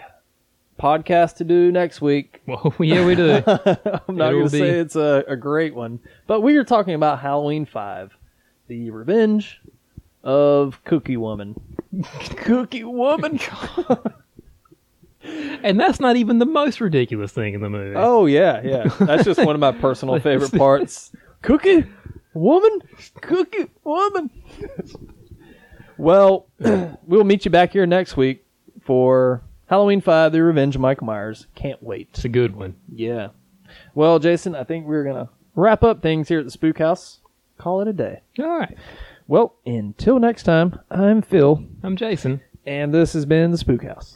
Speaker 6: podcast to do next week. *laughs*
Speaker 7: Well, yeah, we do.
Speaker 6: I'm not
Speaker 7: It'll
Speaker 6: going to say
Speaker 7: be-
Speaker 6: it's a, a great one, but we are talking about Halloween 5, the revenge of Cookie Woman. *laughs* Cookie Woman?
Speaker 7: and that's not even the most ridiculous thing in the movie.
Speaker 6: *laughs* oh, yeah, yeah. That's just one of my *laughs* personal favorite parts. Cookie Woman? Cookie Woman? well, *clears throat* we'll meet you back here next week for Halloween 5, the revenge of Michael Myers. Can't wait.
Speaker 7: It's a good one.
Speaker 6: Yeah. Well, Jason, I think we're going to wrap up things here at the Spook House. Call it a day.
Speaker 7: All right.
Speaker 6: Well, until next time, I'm Phil,
Speaker 7: I'm Jason.
Speaker 6: and this has been the Spook House.